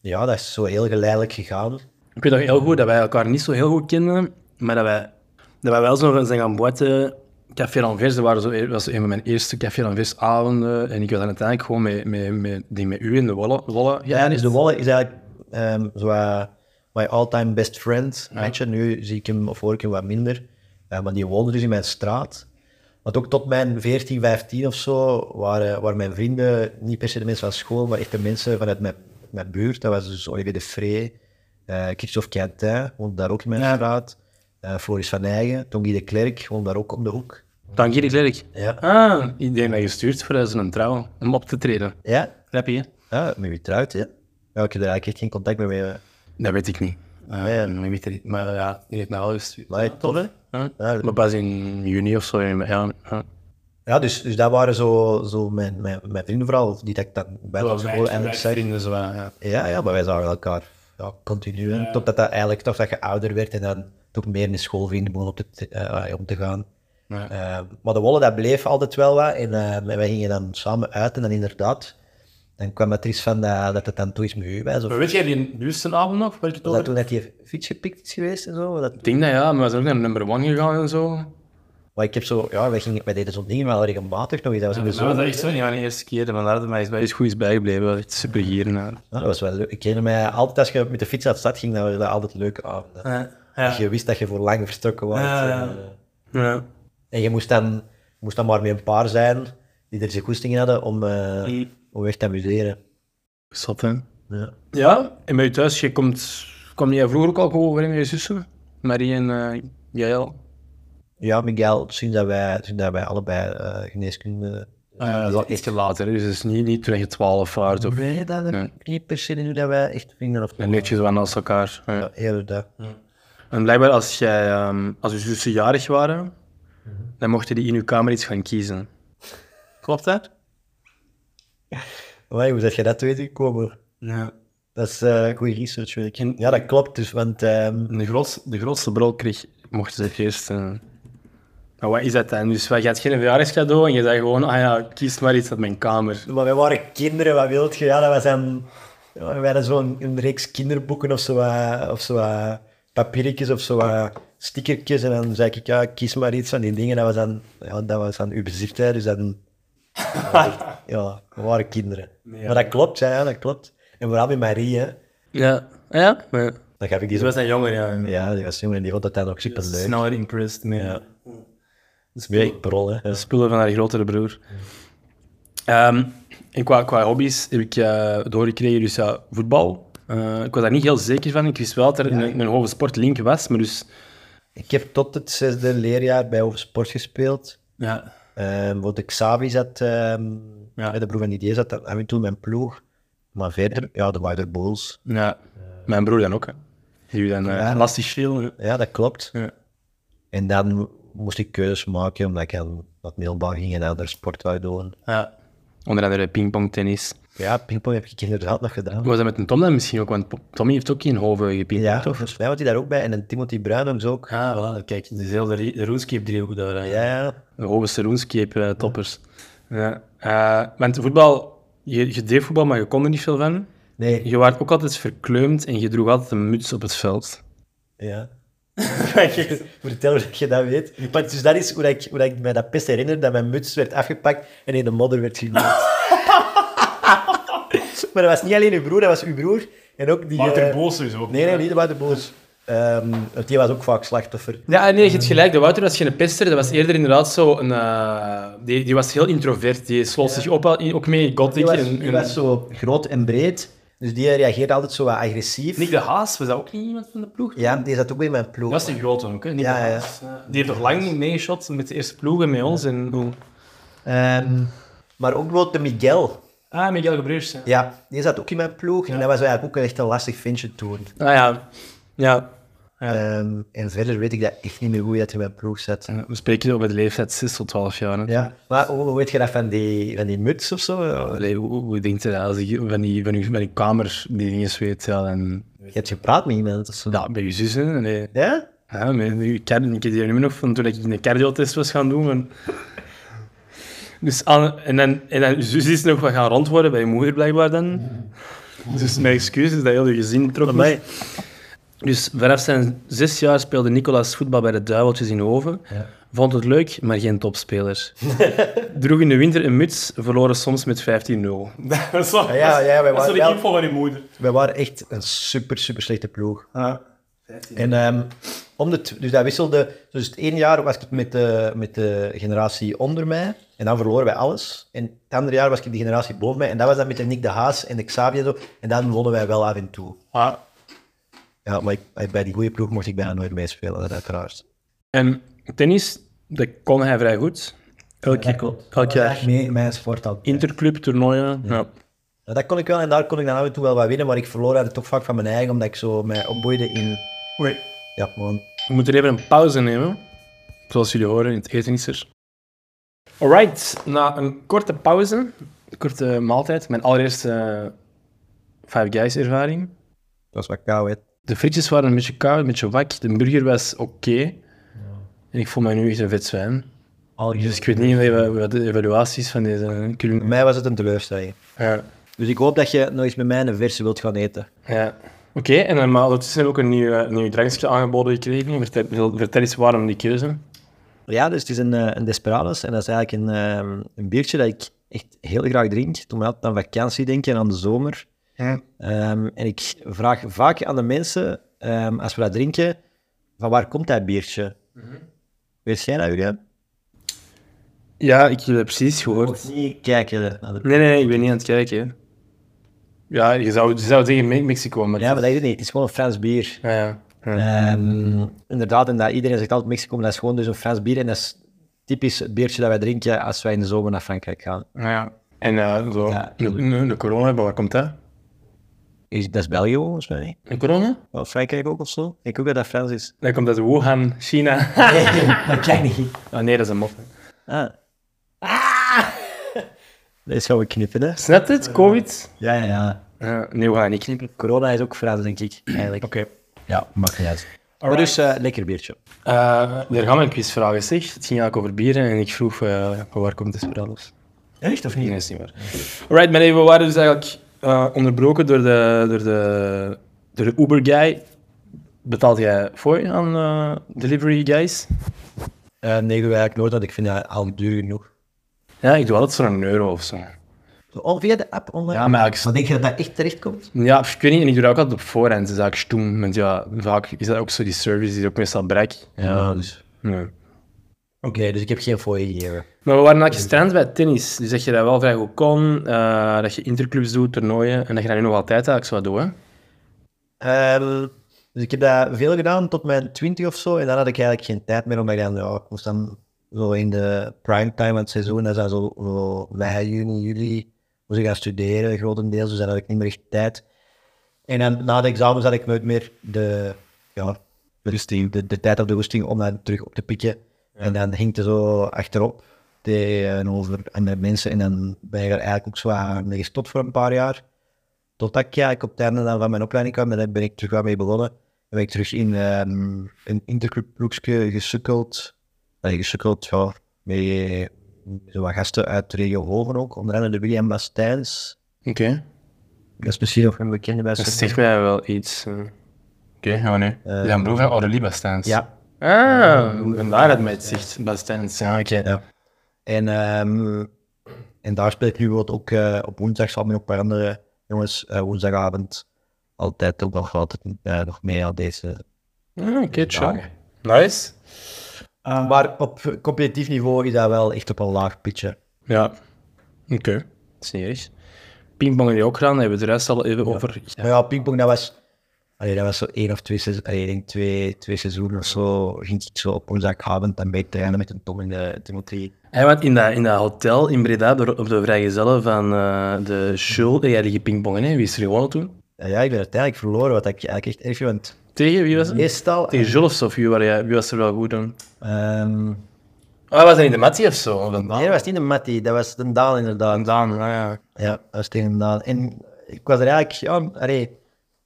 S3: ja, dat is zo heel geleidelijk gegaan.
S2: Ik weet nog heel goed dat wij elkaar niet zo heel goed kenden, maar dat wij, dat wij wel zo zijn gaan boeten. Café Anvers, dat waren zo, dat was een van mijn eerste Café Anvers avonden. En ik was dan uiteindelijk gewoon met, met, met, die met u in de wollen. wollen
S3: Ja, dus de Wolle is eigenlijk ehm zo wat my all-time best friend. Weet je, nu zie ik hem of hoor ik hem wat minder. Eh, maar die woonde dus in mijn straat. Want ook tot mijn 14, 15 of zo waren, waren mijn vrienden niet per se de mensen van school, maar echt de mensen vanuit mijn, mijn buurt. Dat was dus Olivier de Frey, eh Christophe Quintin woonde daar ook in mijn straat. eh, Floris van Eigen, Tongi de Klerk woonde daar ook om de hoek.
S2: Dank jullie, Klerk.
S3: Ja.
S2: Ah, ik denk dat je stuurt voor eh, zijn trouw, om op te treden.
S3: Ja,
S2: Rappie, hè?
S3: ja met wie trouwt, ja. Ja, ik heb daar eigenlijk echt geen contact meer mee. eh.
S2: Dat weet ik niet. Eh,
S3: Nee.
S2: ik weet het niet. Maar ja, die heeft mij wel gestuurd.
S3: Maar ja, tof, hè?
S2: Huh?
S3: Ja,
S2: Maar pas in juni of zo. in- Ja, ja.
S3: Ja, dus, dus dat waren zo, zo mijn, mijn, mijn vrienden vooral, die dat ik dan bij de school eigenlijk zei.
S2: vrienden, zo, ja.
S3: Ja, ja, maar wij zagen elkaar ja, continu. hè. Totdat dat eigenlijk, toch dat je ouder werd en dan toch meer in de schoolvrienden begon op te, eh, om te gaan.
S2: Ja.
S3: Eh, maar de Wolle, dat bleef altijd wel wat. En eh, en wij gingen dan samen uit en dan inderdaad, dan kwam het er iets van dat, dat het dan toch iets met u was. Of
S2: Maar weet jij die nieuwste avond nog? Waar je het
S3: dat
S2: over?
S3: toen dat die fiets gepikt is geweest en zo. Dat,
S2: Ik denk dat ja, maar we zijn ook naar nummer 1 gegaan en zo.
S3: maar ik heb zo, ja, wij, gingen, wij deden zo'n dingen wel regelmatig nog eens. Dat was, in de
S2: Ja, maar
S3: zomer.
S2: dat is zo niet mijn eerste keer, maar dat mij is mij is goed is bijgebleven. Dat is echt super hier naar.
S3: Ja, dat was wel leuk. Ik herinner mij altijd, als je met de fiets naar de stad ging, dan waren dat altijd leuke avonden.
S2: ja.
S3: Je wist dat je voor lang vertrokken was. eh,
S2: ja. Ja.
S3: En je moest dan, moest dan maar met een paar zijn die er zijn goesting in hadden om, eh,
S2: Mm.
S3: om echt te amuseren.
S2: Zot, hè?
S3: Ja.
S2: Ja, en bij je thuis, je komt, kwam jij vroeger ook al gewoon overeen met je zussen? Marie en eh, jij al?
S3: ja, Miguel, sinds dat wij, sinds dat wij allebei eh, geneeskunde...
S2: Ah dat is al ietsje later, hè, dus het is niet, niet toen je 12 was. Of...
S3: Nee, dat heb ik niet per se in hoe dat wij echt vrienden of...
S2: Dan leef je zo aan als elkaar. ja.
S3: Ja, heel dat.
S2: En blijkbaar, als, jij, ehm, als je zussen jarig waren, dan mochten die in je kamer iets gaan kiezen. Klopt dat?
S3: Amai, hoe zet je dat te weten gekomen?
S2: Ja.
S3: Dat is eh goede researchwerk. Ja, dat klopt dus, want... ehm,
S2: De, grootste de grootste brol kreeg, mochten ze eerst. eh. Maar wat is dat dan? Dus je had geen verjaardagscadeau en je zei gewoon, ah ja, kies maar iets uit mijn kamer.
S3: Maar wij waren kinderen, wat wilt je? Ja, dat was dan... ja, wij hadden zo'n een reeks kinderboeken of zo, wat- of zo wat papiertjes of zo wat stickertjes. En dan zei ik, ja, kies maar iets van die dingen. Dat was dan, ja, dat was dan uw bezichtheid, dus dat... ja, we waren kinderen. Maar dat klopt, ja, ja, dat klopt. En vooral bij Marie, hè.
S2: Ja, Ah ja, maar...
S3: Dan gaf ik die
S4: Dus
S3: zo...
S4: was zijn jonger, ja.
S3: Ja, die was jongen en die vond dat dan ook superleuk.
S4: Sneller impressed mee.
S3: Ja. Ja, ik brol, hè. Ja.
S2: spullen van haar grotere broer. Ehm, en qua, qua hobby's heb ik eh doorgekregen, dus ja, voetbal. Eh, ik was daar niet heel zeker van. Ik wist wel dat er een, een hoofdsport link was, maar dus...
S3: Ik heb tot het zesde leerjaar bij Oversport gespeeld.
S2: Ja,
S3: Ehm want de Xavi zat, ehm,
S2: Ja.
S3: de broer van Didier zat, daar- en we toen mijn ploeg. Maar verder, ja, de Wilder Bulls.
S2: ja. mijn broer dan ook, hè. Die dan eh
S3: Ja.
S2: elastisch schil. hè.
S3: Ja, dat klopt.
S2: Ja.
S3: En dan moest ik keuzes maken, omdat ik aan dat middelbaar ging en andere sport wou doen.
S2: Ja. Onder andere pingpong, tennis.
S3: Ja, pingpong heb ik inderdaad nog gedaan.
S2: Was dat met een Tom dan misschien ook? Want Po- Tommy heeft ook in Hoven gepingpongd,
S3: Ja,
S2: toch?
S3: volgens mij was hij daar ook bij. En een Timothy Bruinums ook.
S4: Ah, voilà, kijk, dus heel de, de RuneScape driehoek daar. hè.
S3: Ja, ja.
S2: De Hovense RuneScape eh, toppers. Ja. Eh, want voetbal... Je, je deed voetbal, maar je kon er niet veel van.
S3: Nee,
S2: Je werd ook altijd verkleumd en je droeg altijd een muts op het veld.
S3: ja. Ik Vertel hoe dat je dat weet. Maar dus dat is hoe, dat ik, hoe dat ik mij dat best herinner, dat mijn muts werd afgepakt en in de modder werd gegooid. maar dat was niet alleen uw broer, dat was uw broer en ook die... eh,
S4: sowieso.
S3: Nee, nee, niet Wouter Boos. Ehm, want die was ook vaak slachtoffer.
S2: Ja, nee, je hebt gelijk. De Wouter was geen pester. Dat was eerder inderdaad zo een... eh, die, die was heel introvert. Die sloot zich op, ook mee in
S3: Die
S2: gothic.
S3: was,
S2: en-
S3: die
S2: en-
S3: was zo groot en breed, dus die reageerde altijd zo wat agressief.
S2: Nick de Haas, was dat ook niet iemand van de ploeg?
S3: Ja, die zat ook bij mijn ploeg.
S2: Dat was een grote ook, hè? Nick
S3: Ja,
S2: de
S3: ja.
S2: Haas. eh, Die heeft toch lang niet meegeshopt met de eerste ploegen met ons? En...
S3: Ehm, maar ook bijvoorbeeld de Miguel.
S2: Ah, Miguel Gebreers. Ja.
S3: Ja, die zat ook in mijn ploeg en dat was eigenlijk ook echt een lastig ventje toen.
S2: Ah ja. Ja.
S3: Ehm, en verder weet ik dat echt niet meer hoe je dat in mijn ploeg zet.
S2: Eh, We spreken over de leeftijd 6 tot 12 jaar. Hè?
S3: Ja. Maar hoe hoe weet je dat van die, van die muts of zo?
S2: Allee, hoe, hoe denkt je dat? Als je van die, van die, van die kamer die dingen weet, ja, dan...
S3: Je hebt gepraat met iemand of zo.
S2: Ja, bij je zus, hè? Allee.
S3: Ja?
S2: Ja, maar ik ken ik heb die nummer nog van toen ik een cardiotest was gaan doen. En... Dus aan- en dan, en dan, zus is nog wat gaan rond worden bij je moeder blijkbaar dan. Dus mijn excuus is dat heel je gezin trok mij. Dus vanaf zijn zes jaar speelde Nicolas voetbal bij de Duiveltjes in Hoven. Vond het leuk, maar geen topspeler. Droeg in de winter een muts, verloren soms met 15-0.
S4: dat is wel-
S3: Ah, Ja, ja, wij
S4: dat
S3: waren
S4: is wel de
S3: wel-
S4: info van je moeder.
S3: Wij waren echt een super, super slechte ploeg. En ehm, om de, tw- dus dat wisselde. Dus het ene jaar was ik met de, met de generatie onder mij. En dan verloren wij alles. En het andere jaar was ik de generatie boven mij. En dat was dan met de Nick de Haas en de Xavi en zo. En dan wonnen wij wel af en toe.
S4: Ah,
S3: Ja, maar ik- bij die goede ploeg mocht ik bijna nooit meespelen, dat uiteraard.
S2: En tennis, dat kon hij vrij goed. Elk, elk jaar.
S3: Mee, mijn sport al.
S2: Interclub, toernooien. ja.
S3: Ja, dat kon ik wel en daar kon ik dan af en toe wel wat winnen, maar ik verloor eigenlijk toch vaak van mijn eigen, omdat ik zo mij opboeide in...
S4: oei.
S3: Ja, gewoon...
S2: We moeten even een pauze nemen. Zoals jullie horen, het eten is er. Alright, na een korte pauze, een korte maaltijd, mijn allereerste eh, Five Guys ervaring.
S3: Dat was wat kou, hè.
S2: De frietjes waren een beetje koud, een beetje wak. De burger was oké. En ik voel mij nu echt een vet zwijn. Dus ik weet niet wat- wat de evaluaties van deze
S3: Voor
S2: culinaire...
S3: mij was het een teleurstelling.
S2: Ja,
S3: Dus ik hoop dat je nog eens met mij een verse wilt gaan eten.
S2: ja. Oké, en dan, maar ondertussen hebben we ook een nieuw, eh, nieuw drankje aangeboden gekregen. Vertel, vertel- vertel eens waarom die keuze.
S3: Ja, dus het is een, eh, een Desperados en dat is eigenlijk een, ehm, een biertje dat ik echt heel graag drink. Toen we altijd aan vakantie denken en aan de zomer. Ehm, en ik vraag vaak aan de mensen, ehm, als we dat drinken, van waar komt dat biertje?
S2: Mhm.
S3: Weet jij dat, Julian?
S2: Ja, ik heb dat precies gehoord.
S3: Nee, kijk eh, naar de...
S2: Nee, nee, nee, ik ben niet aan het kijken. Ja, je zou, je zou tegen Me- Mexico, maar...
S3: Ja, maar dat is het niet. Het is gewoon een Frans bier.
S2: Ja, ja. Ja.
S3: Ehm, inderdaad, en dat iedereen zegt altijd Mexico, maar dat is gewoon dus een Frans bier. En dat is typisch het biertje dat wij drinken als wij in de zomer naar Frankrijk gaan.
S2: Ja, ja. En eh, zo,
S3: Ja.
S2: de, de- de corona, maar waar komt dat?
S3: Is, dat is België volgens mij.
S2: De corona?
S3: Wel, Frankrijk ook of zo. Ik denk ook dat dat Frans is.
S2: Dat komt uit Wuhan, China.
S3: dat kan niet.
S2: Ah, nee, dat is een mop.
S3: Ah. Dat gaan we knippen, hè?
S2: Snapt het? Covid?
S3: Ja, ja, ja.
S2: Ja, nee, we gaan niet knippen.
S3: Corona is ook Frans, denk ik, eigenlijk.
S2: Oké.
S3: Ja, maakt niet uit. Maar dus, eh, lekker biertje.
S2: Eh, er gaan mijn quizvragen, zeg. Het ging eigenlijk over bieren en ik vroeg eh, van waar komt Desperados?
S3: Echt of
S2: Nee, dat is niet waar. Alright, maar nee, we waren dus eigenlijk eh, onderbroken door de, door de, door de Uber-guy. Betaalt jij voor aan eh, delivery guys?
S3: Eh, nee, doe eigenlijk nooit, want ik vind dat al duur genoeg.
S2: Ja, ik doe altijd zo'n euro of zo.
S3: Zo, al via de app online.
S2: Ja, maar ik,
S3: Dan denk je dat dat echt terechtkomt?
S2: ja, pff, ik weet niet, en ik doe dat ook altijd op voorhand. Dus ik stoem, want ja, vaak is dat ook zo die service die ook meestal brek.
S3: Ja, dus...
S2: Nee.
S3: Oké, dus ik heb geen fooi gegeven.
S2: Maar we waren eigenlijk gestrand bij tennis. Dus dat je dat wel vrij goed kon, eh, dat je interclubs doet, toernooien, en dat je dat nu nog altijd eigenlijk zo doet, hè.
S3: Ehm, dus ik heb dat veel gedaan tot mijn 20 of zo. En dan had ik eigenlijk geen tijd meer om ik dan, ja, ik moest dan zo in de primetime van het seizoen, dat is dan zo, zo mei, juni, juli, moest ik gaan studeren grotendeels. Dus dan had ik niet meer echt tijd. En dan na de examens had ik nooit meer de, ja, de,
S5: Rusting.
S3: de, de tijd op de roesting om dat terug op te pikken. En dan hinkte zo achterop tegenover andere mensen. En dan ben ik er eigenlijk ook zwaar mee gestopt voor een paar jaar. Totdat ik eigenlijk op het einde dan van mijn opleiding kwam, en daar ben ik terug wel mee begonnen. Dan ben ik terug in ehm, een interclubploegje gesukkeld. Allee, gesukkeld, ja, met zo wat gasten uit de regio Hoven ook. Onder andere de William Bastijns.
S2: Oké.
S3: Dat is misschien nog een bekende bij
S2: Dat
S3: Sukkel.
S2: zegt mij wel iets. eh. Oké, gaan we nu.
S3: Eh,
S2: Jan Broer van Aurelie Bastijns.
S3: Ja,
S2: Ah, vandaar dat mij het zegt, Bastijns. Ja, Ah, oké.
S3: Ja. En, ehm, en daar speel ik nu wat ook eh, op woensdag samen met een paar andere jongens. eh, woensdagavond altijd ook nog, altijd, eh, nog mee aan deze.
S2: Ah, oké, ciao. Nice.
S3: Ah, Maar op competitief niveau is dat wel echt op een laag pitje.
S2: Ja, oké. Dat is niet erg. Pingpong heb je ook gedaan, daar hebben we de rest al even over. Ja.
S3: Maar ja, pingpong, dat was, allee, dat was zo één of twee, seizoen, allee, ik denk twee, twee seizoenen of zo. Ging ik zo op woensdagavond dan mee trainen met een Tom en de Timothy.
S2: Hey, want in dat, in dat hotel in Breda, door- op de vrijgezellen van eh, de Schul, jij die gepingpongen, hè? wie is er gewonnen toen?
S3: Eh, ja, ik ben uiteindelijk verloren, wat ik eigenlijk echt erg vind. want
S2: Tegen wie was het?
S3: Meestal...
S2: Tegen Jules of zo, of wie, waren jij- wie was er wel goed aan?
S3: ehm,
S2: Ah, was dat niet de Mattie of zo? Of een Daan?
S3: nee, dat was niet de Matty, dat was de Daan inderdaad.
S2: Een Daan, ah, ja.
S3: Ja, dat was tegen inderdaad. En ik was er eigenlijk, ja, allee,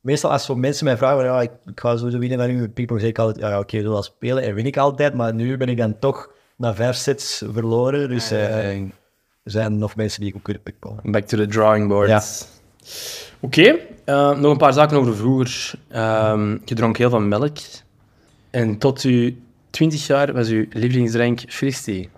S3: meestal als zo mensen mij vragen, van, ja, ik, ik ga sowieso winnen van u, met pingpong, zeg ik altijd, ja, ja, oké, we wel spelen en win ik altijd, maar nu ben ik dan toch na vijf sets verloren, dus eh, er zijn nog mensen die goed kunnen pingpongen.
S2: Back to the drawing board.
S3: Ja.
S2: Oké, eh, nog een paar zaken over vroeger. Ehm, je dronk heel veel melk. En tot je 20 jaar was je lievelingsdrank fristie.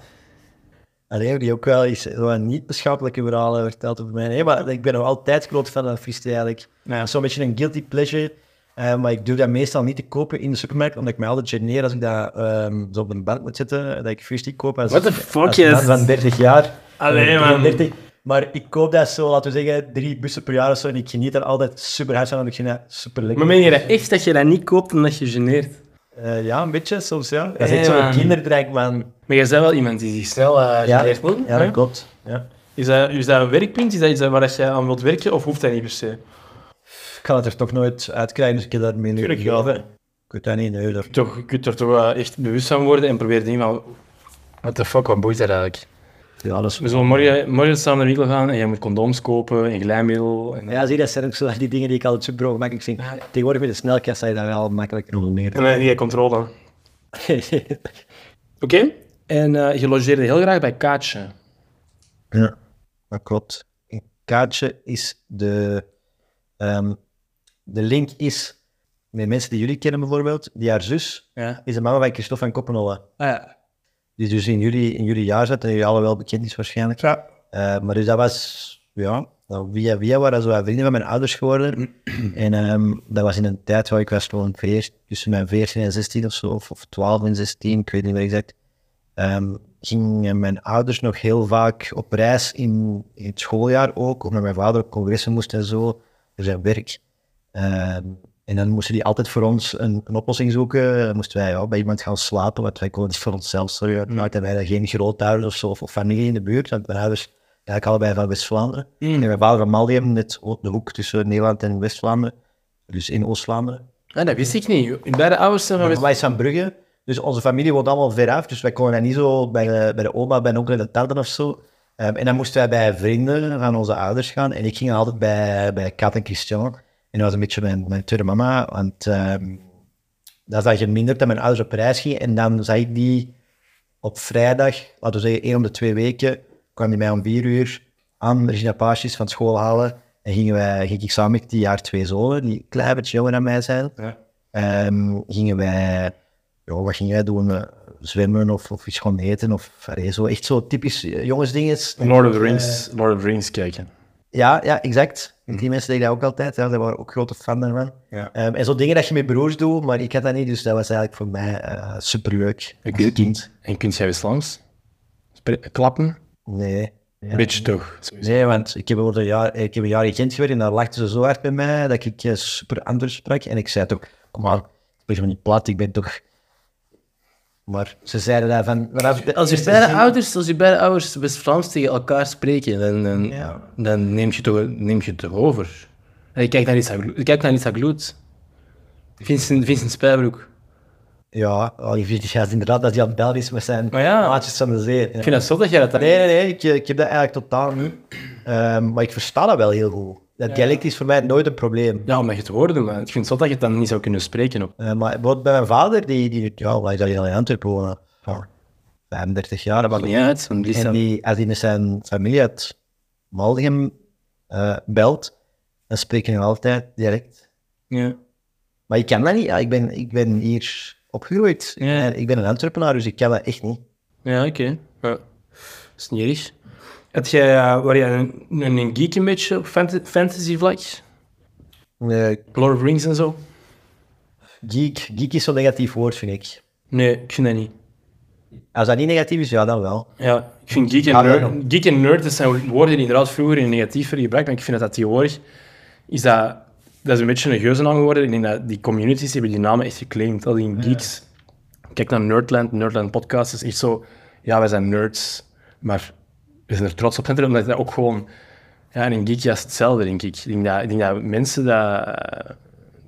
S3: Allee, heb die ook wel eens zo wat niet beschappelijke verhalen verteld over mij. Nee, maar ik ben nog altijd groot fan van freestyle eigenlijk.
S2: Ja.
S3: Zo'n beetje een guilty pleasure. eh, maar ik doe dat meestal niet te kopen in de supermarkt, omdat ik mij altijd geneer als ik dat ehm, zo op een bank moet zitten, dat ik freestyle koop. als-
S2: What the fuck,
S3: als man
S2: yes.
S3: van 30 jaar.
S2: Allee,
S3: eh,
S2: man.
S3: 33. Maar ik koop dat zo, laten we zeggen, drie bussen per jaar of zo. En ik geniet er altijd super hard van, en ik vind dat super lekker.
S2: Maar meen je dat echt dat je dat niet koopt omdat je geneert?
S3: Eh, ja, een beetje soms, ja. Dat is
S2: Hey,
S3: echt zo'n
S2: man.
S3: kinderdrank, man.
S2: Maar jij bent wel iemand die zich snel eh
S3: Ja,
S2: geneert. moet,
S3: ja,
S2: hè?
S3: dat klopt. Ja.
S2: Is, dat, is dat een werkpunt? Is dat iets waar dat jij aan wilt werken of hoeft dat niet per se?
S3: Ik kan het er toch nooit uitkrijgen, dus ik heb daar mee nu
S2: Tuurlijk, ja.
S3: gegeven. Ik weet dat niet, nee, dat-
S2: Toch, je kunt er toch wel echt bewust van worden en probeer dingen van... What the fuck, wat boeit dat eigenlijk?
S3: Ja, dat is...
S2: We zullen morgen, morgen samen naar de winkel gaan en jij moet condooms kopen en glijmiddel. En...
S3: Ja, zie, dat zijn ook zo die dingen die ik altijd super makkelijk vind. Tegenwoordig met de snelkast zou je dat wel makkelijker doen leren.
S2: En dan heb je controle. Oké. En eh, je logeerde heel graag bij Kaatje.
S3: ja, dat klopt. Een kaartje is de... ehm, de link is met mensen die jullie kennen bijvoorbeeld, die haar zus
S2: Ja.
S3: is de mama van Christophe van Koppenholle.
S2: Ah, ja.
S3: Die dus in jullie, in jullie jaar zat en jullie alle wel bekend is waarschijnlijk.
S2: Ja.
S3: Eh, maar dus dat was, ja, nou, via via waren zo wat vrienden van mijn ouders geworden. en ehm, dat was in een tijd waar ik was gewoon veer, tussen mijn 14 en 16 of zo, of, of 12 en 16, ik weet niet meer exact. Ehm, gingen mijn ouders nog heel vaak op reis in, in het schooljaar ook, omdat mijn vader op congressen moest en zo, voor zijn werk. Ehm, en dan moesten die altijd voor ons een, een oplossing zoeken. Dan moesten wij ja, bij iemand gaan slapen, want wij konden het voor onszelf zorgen. Nou, hadden wij dan geen grootouders of zo, of, of familie in de buurt, want mijn ouders eigenlijk allebei van West-Vlaanderen. En mijn vader van Malium, net op de hoek tussen Nederland en West-Vlaanderen, dus in Oost-Vlaanderen.
S2: Ah, dat wist ik niet. Bij de ouders zijn van...
S3: Maar Wij zijn Brugge, dus onze familie woont allemaal veraf, dus wij konden dat niet zo bij de, bij de oma, bij de onkel en de tante of zo. Ehm, en dan moesten wij bij vrienden van onze ouders gaan. En ik ging altijd bij, bij Kat en Christian. En dat was een beetje mijn, mijn tweede mama, want ehm, dat zag je minder dat mijn ouders op reis gingen. En dan zag ik die op vrijdag, laten we zeggen één om de twee weken, kwam die mij om vier uur aan Regina Paasjes van school halen. En gingen wij, ging ik samen met die jaar twee zonen, die een klein beetje jonger dan mij zijn, ehm, gingen wij, ja, wat gingen wij doen? Eh, Zwemmen of, of iets gaan eten of allee, zo, echt zo typisch eh, jongensdinges.
S2: Lord of the Rings, Lord of the Rings kijken.
S3: Ja, ja, exact.
S2: Hm.
S3: Die mensen deden dat ook altijd. Ja, ze waren ook grote fan daarvan.
S4: Ja.
S3: Ehm, en zo'n dingen dat je met broers doet, maar ik had dat niet, dus dat was eigenlijk voor mij eh superleuk.
S2: Oké.
S3: Als kind.
S2: En kunt jij eens langs? Spre- Klappen?
S3: Nee. Ja.
S2: Beetje toch? sowieso.
S3: Nee, want ik heb, ooit een jaar, ik heb een jaar in Gent gewerkt en daar lachten ze zo hard bij mij dat ik eh, super anders sprak. En ik zei toch, kom aan, ik ben van niet plat, ik ben toch... Maar ze zeiden daar van... vanaf de-
S2: Als je beide ouders, als je beide ouders West-Vlaams tegen elkaar spreken, dan, dan,
S3: Ja.
S2: dan neem je toch, neem je toch over. En ik kijk naar Lisa, Glo- ik kijk naar Lisa Gloed. Vincent, Vincent Spijbroek.
S3: Ja, oh, die vindt ja, inderdaad dat hij aan het bellen is met zijn
S2: Maar Oh ja.
S3: maatjes van de zee. Ja.
S2: Ik vind dat zo dat jij dat dan-
S3: Nee, nee, nee, ik, ik heb dat eigenlijk totaal niet. Ehm, maar ik versta dat wel heel goed. Dat dialect is voor mij nooit een probleem.
S2: Ja, omdat je het hoorde, maar ik vind het zo dat je het dan niet zou kunnen spreken op.
S3: Eh, maar bijvoorbeeld bij mijn vader, die, die ja, hij zou hier al in Antwerpen wonen. Ja, 35 jaar, dat maakt
S2: Niet uit, want Lisa...
S3: En die, als hij met zijn familie uit Maldegem eh, belt, dan spreken we altijd direct.
S2: Ja.
S3: Maar ik kan dat niet. Ja, ik, ben, ik ben hier opgegroeid.
S2: Ja.
S3: En ik ben een Antwerpenaar, dus ik kan dat echt niet.
S2: Ja, oké. Ja. is niet erg. Had jij, eh, waar jij een, een, een geek een beetje op fanta- fantasy vlak?
S3: Eh,
S2: Lord of Rings en zo?
S3: geek, geek is zo'n negatief woord, vind ik.
S2: Nee, ik vind dat niet.
S3: Als dat niet negatief is, ja, dan wel.
S2: Ja, ik vind geek en,
S3: Ja,
S2: nerd,
S3: daarom.
S2: geek en nerd, dat zijn woorden die inderdaad vroeger in negatiever gebruikt, maar ik vind dat dat tegenwoordig is dat, dat is een beetje een geuzennaam geworden. Ik denk dat die communities hebben die namen echt geclaimd, al die geeks. Kijk naar Nerdland, Nerdland podcast is echt zo, ja, wij zijn nerds, maar we zijn er trots op, omdat dat ook gewoon, ja, en een geek ja, is hetzelfde, denk ik. Ik denk dat, ik denk dat mensen dat, eh,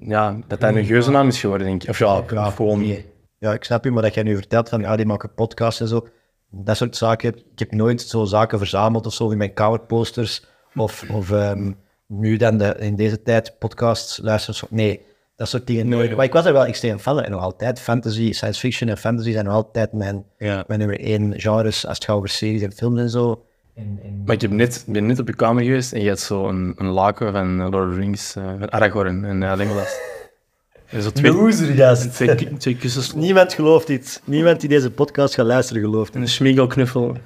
S2: ja, dat dat een geuzennaam is geworden, denk ik. Of ja, of gewoon...
S3: Ja, ik snap je, maar dat jij nu vertelt van, ja, die maken podcasts en zo. Dat soort zaken. Ik heb nooit zo zaken verzameld of zo in mijn coverposters. Of, of ehm, nu dan de, in deze tijd podcasts luisteren. zo- Nee, dat soort dingen nooit. Maar ik was er wel extreem fan van. En nog altijd fantasy, science fiction en fantasy zijn nog altijd mijn,
S2: Ja.
S3: mijn nummer één genres. Als het gaat over series en films en zo.
S2: Maar ik heb net, ben net op je kamer geweest en je had zo een, een laken van eh, Lord of the Rings, eh, van Aragorn en uh, Legolas. En zo twee,
S3: Loser, gast.
S2: twee, ki- twee kussens en
S3: Niemand gelooft dit. Niemand die deze podcast gaat luisteren gelooft dit.
S2: een schmiegelknuffel.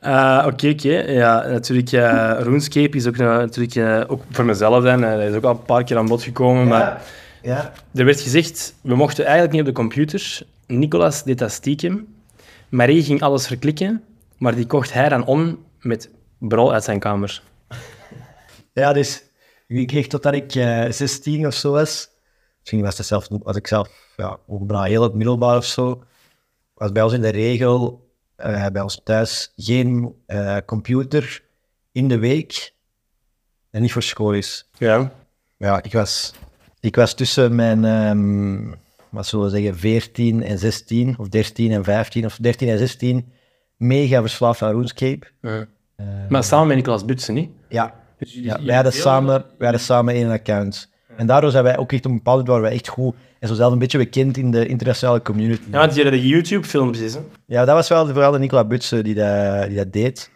S2: Eh, Oké, oké. Ja, natuurlijk, eh, RuneScape is ook, een- natuurlijk eh, ook voor mezelf dan. eh, dat is ook al een paar keer aan bod gekomen, maar...
S3: Ja.
S2: Er werd gezegd, we mochten eigenlijk niet op de computer. Nicolas deed dat stiekem. Marie ging alles verklikken, maar die kocht hij dan om met brol uit zijn kamer.
S3: Ja, dus ik kreeg totdat ik eh 16 of zo was. Misschien was het zelf, was ik zelf ja, ook bijna heel het middelbaar of zo. Was bij ons in de regel, eh, bij ons thuis, geen eh, computer in de week en niet voor school is.
S2: Ja.
S3: Ja, ik was, ik was tussen mijn, ehm, wat zullen we zeggen, 14 en 16, of 13 en 15, of 13 en 16, mega verslaafd aan RuneScape.
S2: Maar samen met Nicolas Butsen, niet?
S3: Ja.
S2: Dus
S3: ja wij, hadden samen, wij hadden samen één account. En daardoor zijn wij ook echt op een bepaald moment waren wij echt goed en zo zelf een beetje bekend in de internationale community.
S2: Ja, want die hadden de YouTube-filmpjes, hè?
S3: Ja, dat was wel vooral de Nicola Butsen die dat, die dat deed.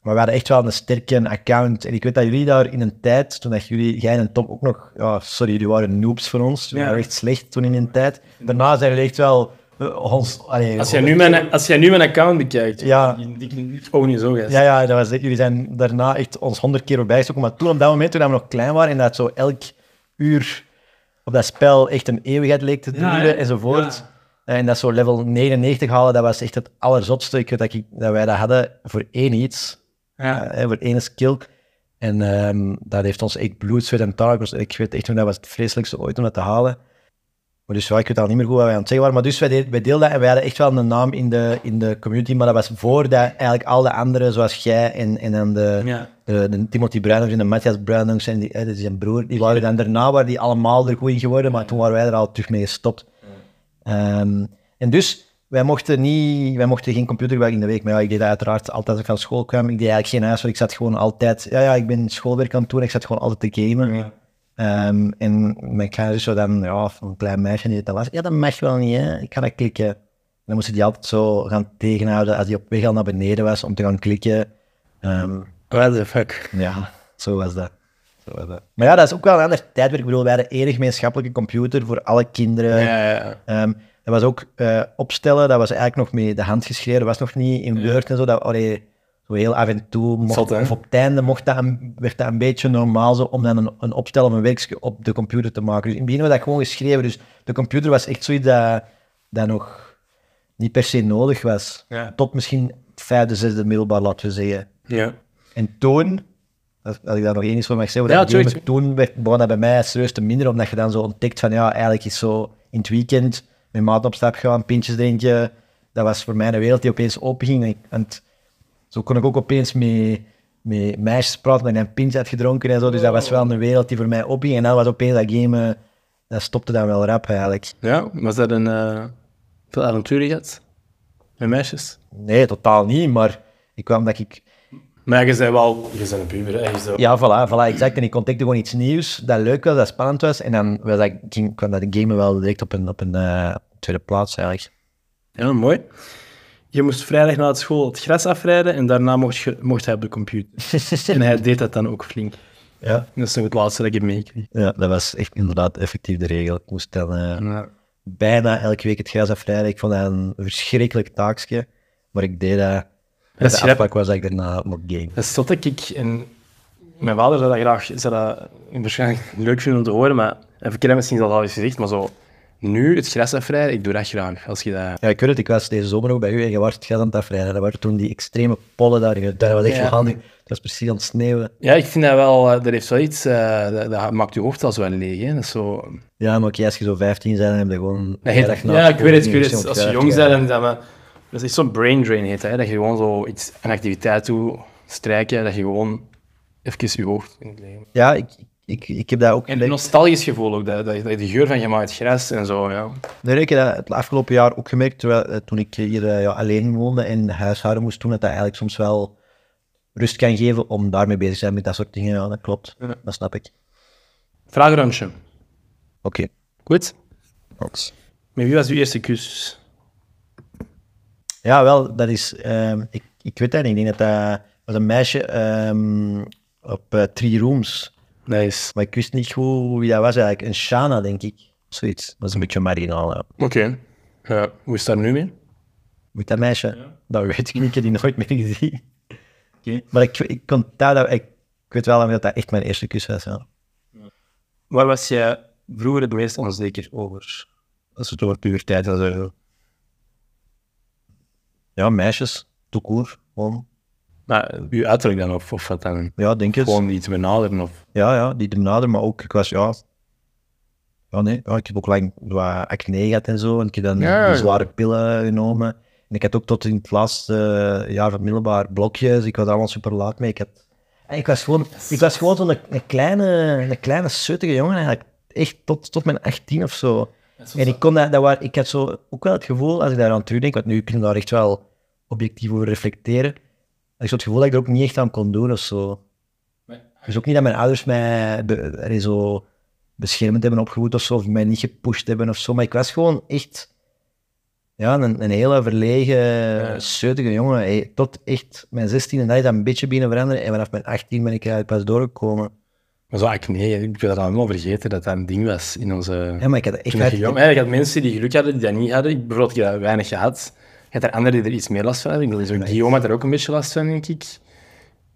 S3: Maar we hadden echt wel een sterke account. En ik weet dat jullie daar in een tijd, toen dat jullie, jij en Tom ook nog, ja, sorry, jullie waren noobs voor ons. We
S2: Ja.
S3: waren echt slecht toen in een tijd. Daarna zijn jullie echt wel eh, ons. allee,
S2: Als jij, nu mijn, als jij nu mijn account bekijkt,
S3: Ja.
S2: die- die- die- ook niet zo, gast.
S3: Ja, ja dat was, het. jullie zijn daarna echt ons honderd keer voorbij gestoken. Maar toen, op dat moment, toen we nog klein waren en dat zo elk uur op dat spel echt een eeuwigheid leek te duren
S2: hè?
S3: enzovoort. Eh, En dat zo level 99 halen, dat was echt het allerzotste. Ik weet dat, ik, dat wij dat hadden voor één iets,
S2: Ja.
S3: Eh, hè, voor één skill. En ehm, dat heeft ons echt bloed, zweet en taal gekost. Ik weet echt toen dat was het vreselijkste ooit om dat te halen. Maar dus ja, ik weet al niet meer goed wat wij aan het zeggen waren. Maar dus wij, de- wij deelden dat en wij hadden echt wel een naam in de, in de community. Maar dat was voordat eigenlijk al de anderen, zoals jij en, en dan de,
S2: Ja.
S3: de, Eh, de Timothy Bruinungs en de Matthias Bruinungs en die, eh, dat is zijn broer, die waren dan daarna waren die allemaal er goed in geworden. Maar toen waren wij er al terug mee gestopt. Ehm, en dus, wij mochten, niet, wij mochten geen computer gebruiken in de week. Maar ja, ik deed dat uiteraard altijd als ik van school kwam. Ik deed eigenlijk geen huiswerk. Ik zat gewoon altijd... Ja, ja, ik ben schoolwerk aan het doen. Ik zat gewoon altijd te gamen. Ehm, en mijn kleine zus zou dan, ja, een klein meisje die het dan was, ja, dat mag wel niet, hè. ik kan dat klikken. En dan moest ze die altijd zo gaan tegenhouden als die op weg al naar beneden was om te gaan klikken. Ehm,
S2: What the fuck?
S3: ja, zo was dat. Zo was dat. Maar ja, dat is ook wel een ander tijdperk. Ik bedoel, wij hadden één gemeenschappelijke computer voor alle kinderen.
S2: Ja, ja.
S3: Ehm, dat was ook eh, opstellen, dat was eigenlijk nog mee de hand geschreven, dat was nog niet in Word en zo. Dat, allee, Zo heel af en toe, mocht-
S4: Zot, hè?
S3: of op het einde mocht dat een- werd dat een beetje normaal zo, om dan een, een opstel of een werkje op de computer te maken. Dus in het begin was dat gewoon geschreven. Dus de computer was echt zoiets dat, dat nog niet per se nodig was.
S4: Ja.
S3: Tot misschien vijfde, zesde middelbaar, laten we zeggen.
S2: Ja.
S3: En toen, als, als ik daar nog één iets van mag zeggen,
S2: Ja,
S3: ja,
S2: tuurlijk,
S3: toen werd, begon dat bij mij serieus te minder, omdat je dan zo ontdekt van, ja, eigenlijk is zo in het weekend met maat op stap gaan, pintjes drinken, dat was voor mij een wereld die opeens openging. En, ik- en het- zo kon ik ook opeens met, met meisjes praten, dat ik een pintje had gedronken en zo, dus dat was wel een wereld die voor mij opging. En dan was opeens dat gamen, dat stopte dan wel rap eigenlijk.
S2: Ja, was dat een... eh, veel avonturen gehad? Met meisjes?
S3: Nee, totaal niet, maar ik kwam dat ik...
S4: Maar je bent wel... Je bent een puber, hè. Je bent-
S3: Ja, voilà, voilà, exact. En ik ontdekte gewoon iets nieuws dat leuk was, dat spannend was. En dan was dat, ging, kwam dat gamen wel direct op een, op een eh, tweede plaats eigenlijk.
S2: Ja, mooi. Je moest vrijdag na het school het gras afrijden en daarna mocht, je, mocht hij op de computer. en hij deed dat dan ook flink.
S3: Ja.
S2: En dat is nog het laatste dat ik heb meegekregen.
S3: ja, dat was echt inderdaad effectief de regel. Ik moest dan eh,
S2: Ja.
S3: bijna elke week het gras afrijden. Ik vond dat een verschrikkelijk taakje, maar ik deed dat.
S2: is
S3: Dat de
S2: grap-
S3: afspraak was dat ik daarna mocht gamen.
S2: Dat is zot dat ik... En mijn vader zou dat graag zou dat waarschijnlijk leuk vinden om te horen, maar... En ik heb misschien al eens gezegd, maar zo... Nu, het gras afrijden, ik doe dat graag. Als je dat...
S3: Ja, ik weet het. Ik was deze zomer ook bij u en je was het gras aan het afrijden. Dat waren toen die extreme pollen daar. Dat was echt
S2: Ja.
S3: zo handig. Het was precies aan het sneeuwen.
S2: Ja, ik vind dat wel... eh, Dat heeft wel iets... eh, dat, dat maakt je hoofd als wel leeg, hè. Dat is zo...
S3: Ja, maar oké, als je zo 15 bent, dan heb je gewoon...
S2: Dat heet-
S3: vrijdag na
S2: ja, ik
S3: school
S2: weet het, ik
S3: niet
S2: weet
S3: meer
S2: het. Als je
S3: zo'n
S2: jong
S3: gras, ja.
S2: bent, dan dat, maar, dat is echt zo'n brain drain heet, hè, dat je gewoon zo iets, een activiteit doet, strijken, dat je gewoon even je hoofd in het leven.
S3: Ja, ik, ik, ik heb dat ook
S2: En een
S3: gemerkt.
S2: nostalgisch gevoel ook, dat, dat, je- dat je de geur van gemaaid gras en zo, ja.
S3: Nee, ik heb dat het afgelopen jaar ook gemerkt, terwijl, eh, toen ik hier eh, ja, alleen woonde en huishouden moest doen, dat dat eigenlijk soms wel rust kan geven om daarmee bezig te zijn met dat soort dingen. Ja, dat klopt. Dat snap ik.
S2: Vraagrandje.
S3: Oké.
S2: Goed? Met wie was uw eerste kus?
S3: Ja, wel, dat is... ehm, ik, ik weet dat niet. Ik denk dat dat was een meisje ehm, op eh, Three Rooms.
S2: Nice.
S3: Maar ik wist niet goed wie dat was eigenlijk. Een Shana, denk ik. Zoiets. Dat is een beetje marginaal, ja.
S2: Oké. Ja, hoe is het daar nu mee?
S3: Moet dat meisje? Dat weet ik niet, ik heb die nooit meer gezien. Maar ik, ik, kon daar, dat- ik, ik weet wel dat dat echt mijn eerste kus was. Ja.
S2: Waar was je vroeger het meest onzeker over?
S3: Als het over puberteit en zo. Ja, meisjes, tout court, gewoon.
S2: Maar eh, uw uiterlijk dan, of, of wat dan?
S3: Ja, denk het.
S2: Gewoon iets benaderen, of...
S3: Ja, ja, die de nader, maar ook, ik was, ja... Ja, nee, ja, ik heb ook lang wat acne gehad en zo, en ik heb dan
S2: Ja, ja.
S3: die zware pillen genomen. En ik had ook tot in het laatste eh, jaar van middelbaar blokjes, ik was daar allemaal super laat mee. Ik, had, en ik was gewoon, ik was gewoon zo'n een kleine, een kleine suttige jongen eigenlijk, echt tot, tot mijn 18 of zo. En ik, kon dat, dat waar, ik had zo ook wel het gevoel, als ik daar aan terugdenk, want nu kun je daar echt wel objectief over reflecteren, had ik zo het gevoel dat ik er ook niet echt aan kon doen of zo. Dus ook niet dat mijn ouders mij be- allee, zo beschermend hebben opgevoed of zo, of mij niet gepusht hebben of zo, maar ik was gewoon echt ja, een, een hele verlegen, zeutige jongen. Hey, tot echt mijn 16 en dat is dat een beetje beginnen veranderen en vanaf mijn 18 ben ik er eigenlijk pas doorgekomen.
S2: Maar zo acne, ik wil dat allemaal vergeten, dat dat een ding was in onze...
S3: Ja, maar ik had echt...
S2: Toen
S3: uit-
S2: werd je jong. Hè, je had mensen die geluk hadden, die dat niet hadden. Ik bijvoorbeeld, ik heb dat weinig gehad. Je had er anderen die er iets meer last van hadden. Ik bedoel, zo'n Guillaume had er ook een beetje last van, denk ik.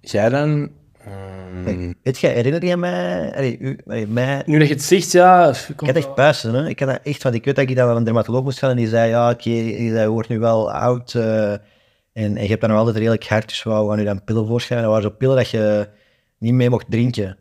S2: Jij dan? Ehm,
S3: Weet je, herinner je mij... Allee, u, allee, mij
S2: nu dat je het zegt, ja...
S3: ik
S2: komt
S3: had echt
S2: wel.
S3: puisten, hè. Ik, had dat echt, want ik weet dat ik dan naar een dermatoloog moest gaan en die zei, ja, oké, je wordt nu wel oud eh, en, en je hebt dan nog altijd redelijk hard, dus wou gaan nu dan pillen voorschrijven. Dat waren zo pillen dat je niet mee mocht drinken.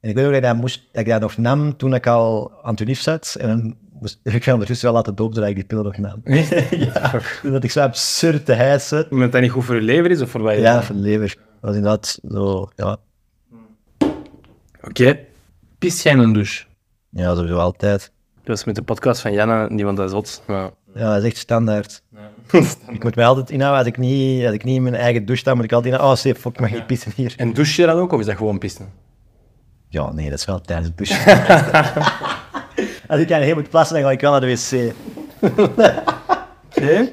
S3: En ik weet ook dat ik dat, moest, dat, ik dat nog nam toen ik al aan het unief zat. En dan moest ik ga ondertussen wel laten dopen dat ik die pillen nog nam.
S2: ja.
S3: Dat ik zo absurd te hijsen.
S2: Omdat dat niet goed voor je lever is, of voor wat je...
S3: Ja, van de lever. Dat was inderdaad zo, ja.
S2: Oké. Pist jij in een douche?
S3: Ja, sowieso altijd.
S2: Dat was met de podcast van Janna, niemand dat zot. Maar...
S3: Ja, dat is echt standaard. ik moet mij altijd inhouden, als ik niet, als ik niet in mijn eigen douche sta, moet ik altijd inhouden, oh zeep, fuck, ik mag niet pissen hier.
S2: En douche je dan ook, of is dat gewoon pissen?
S3: Ja, nee, dat is wel tijdens het douchen. als ik aan heel moet plassen, dan ga ik wel naar de wc.
S2: Oké.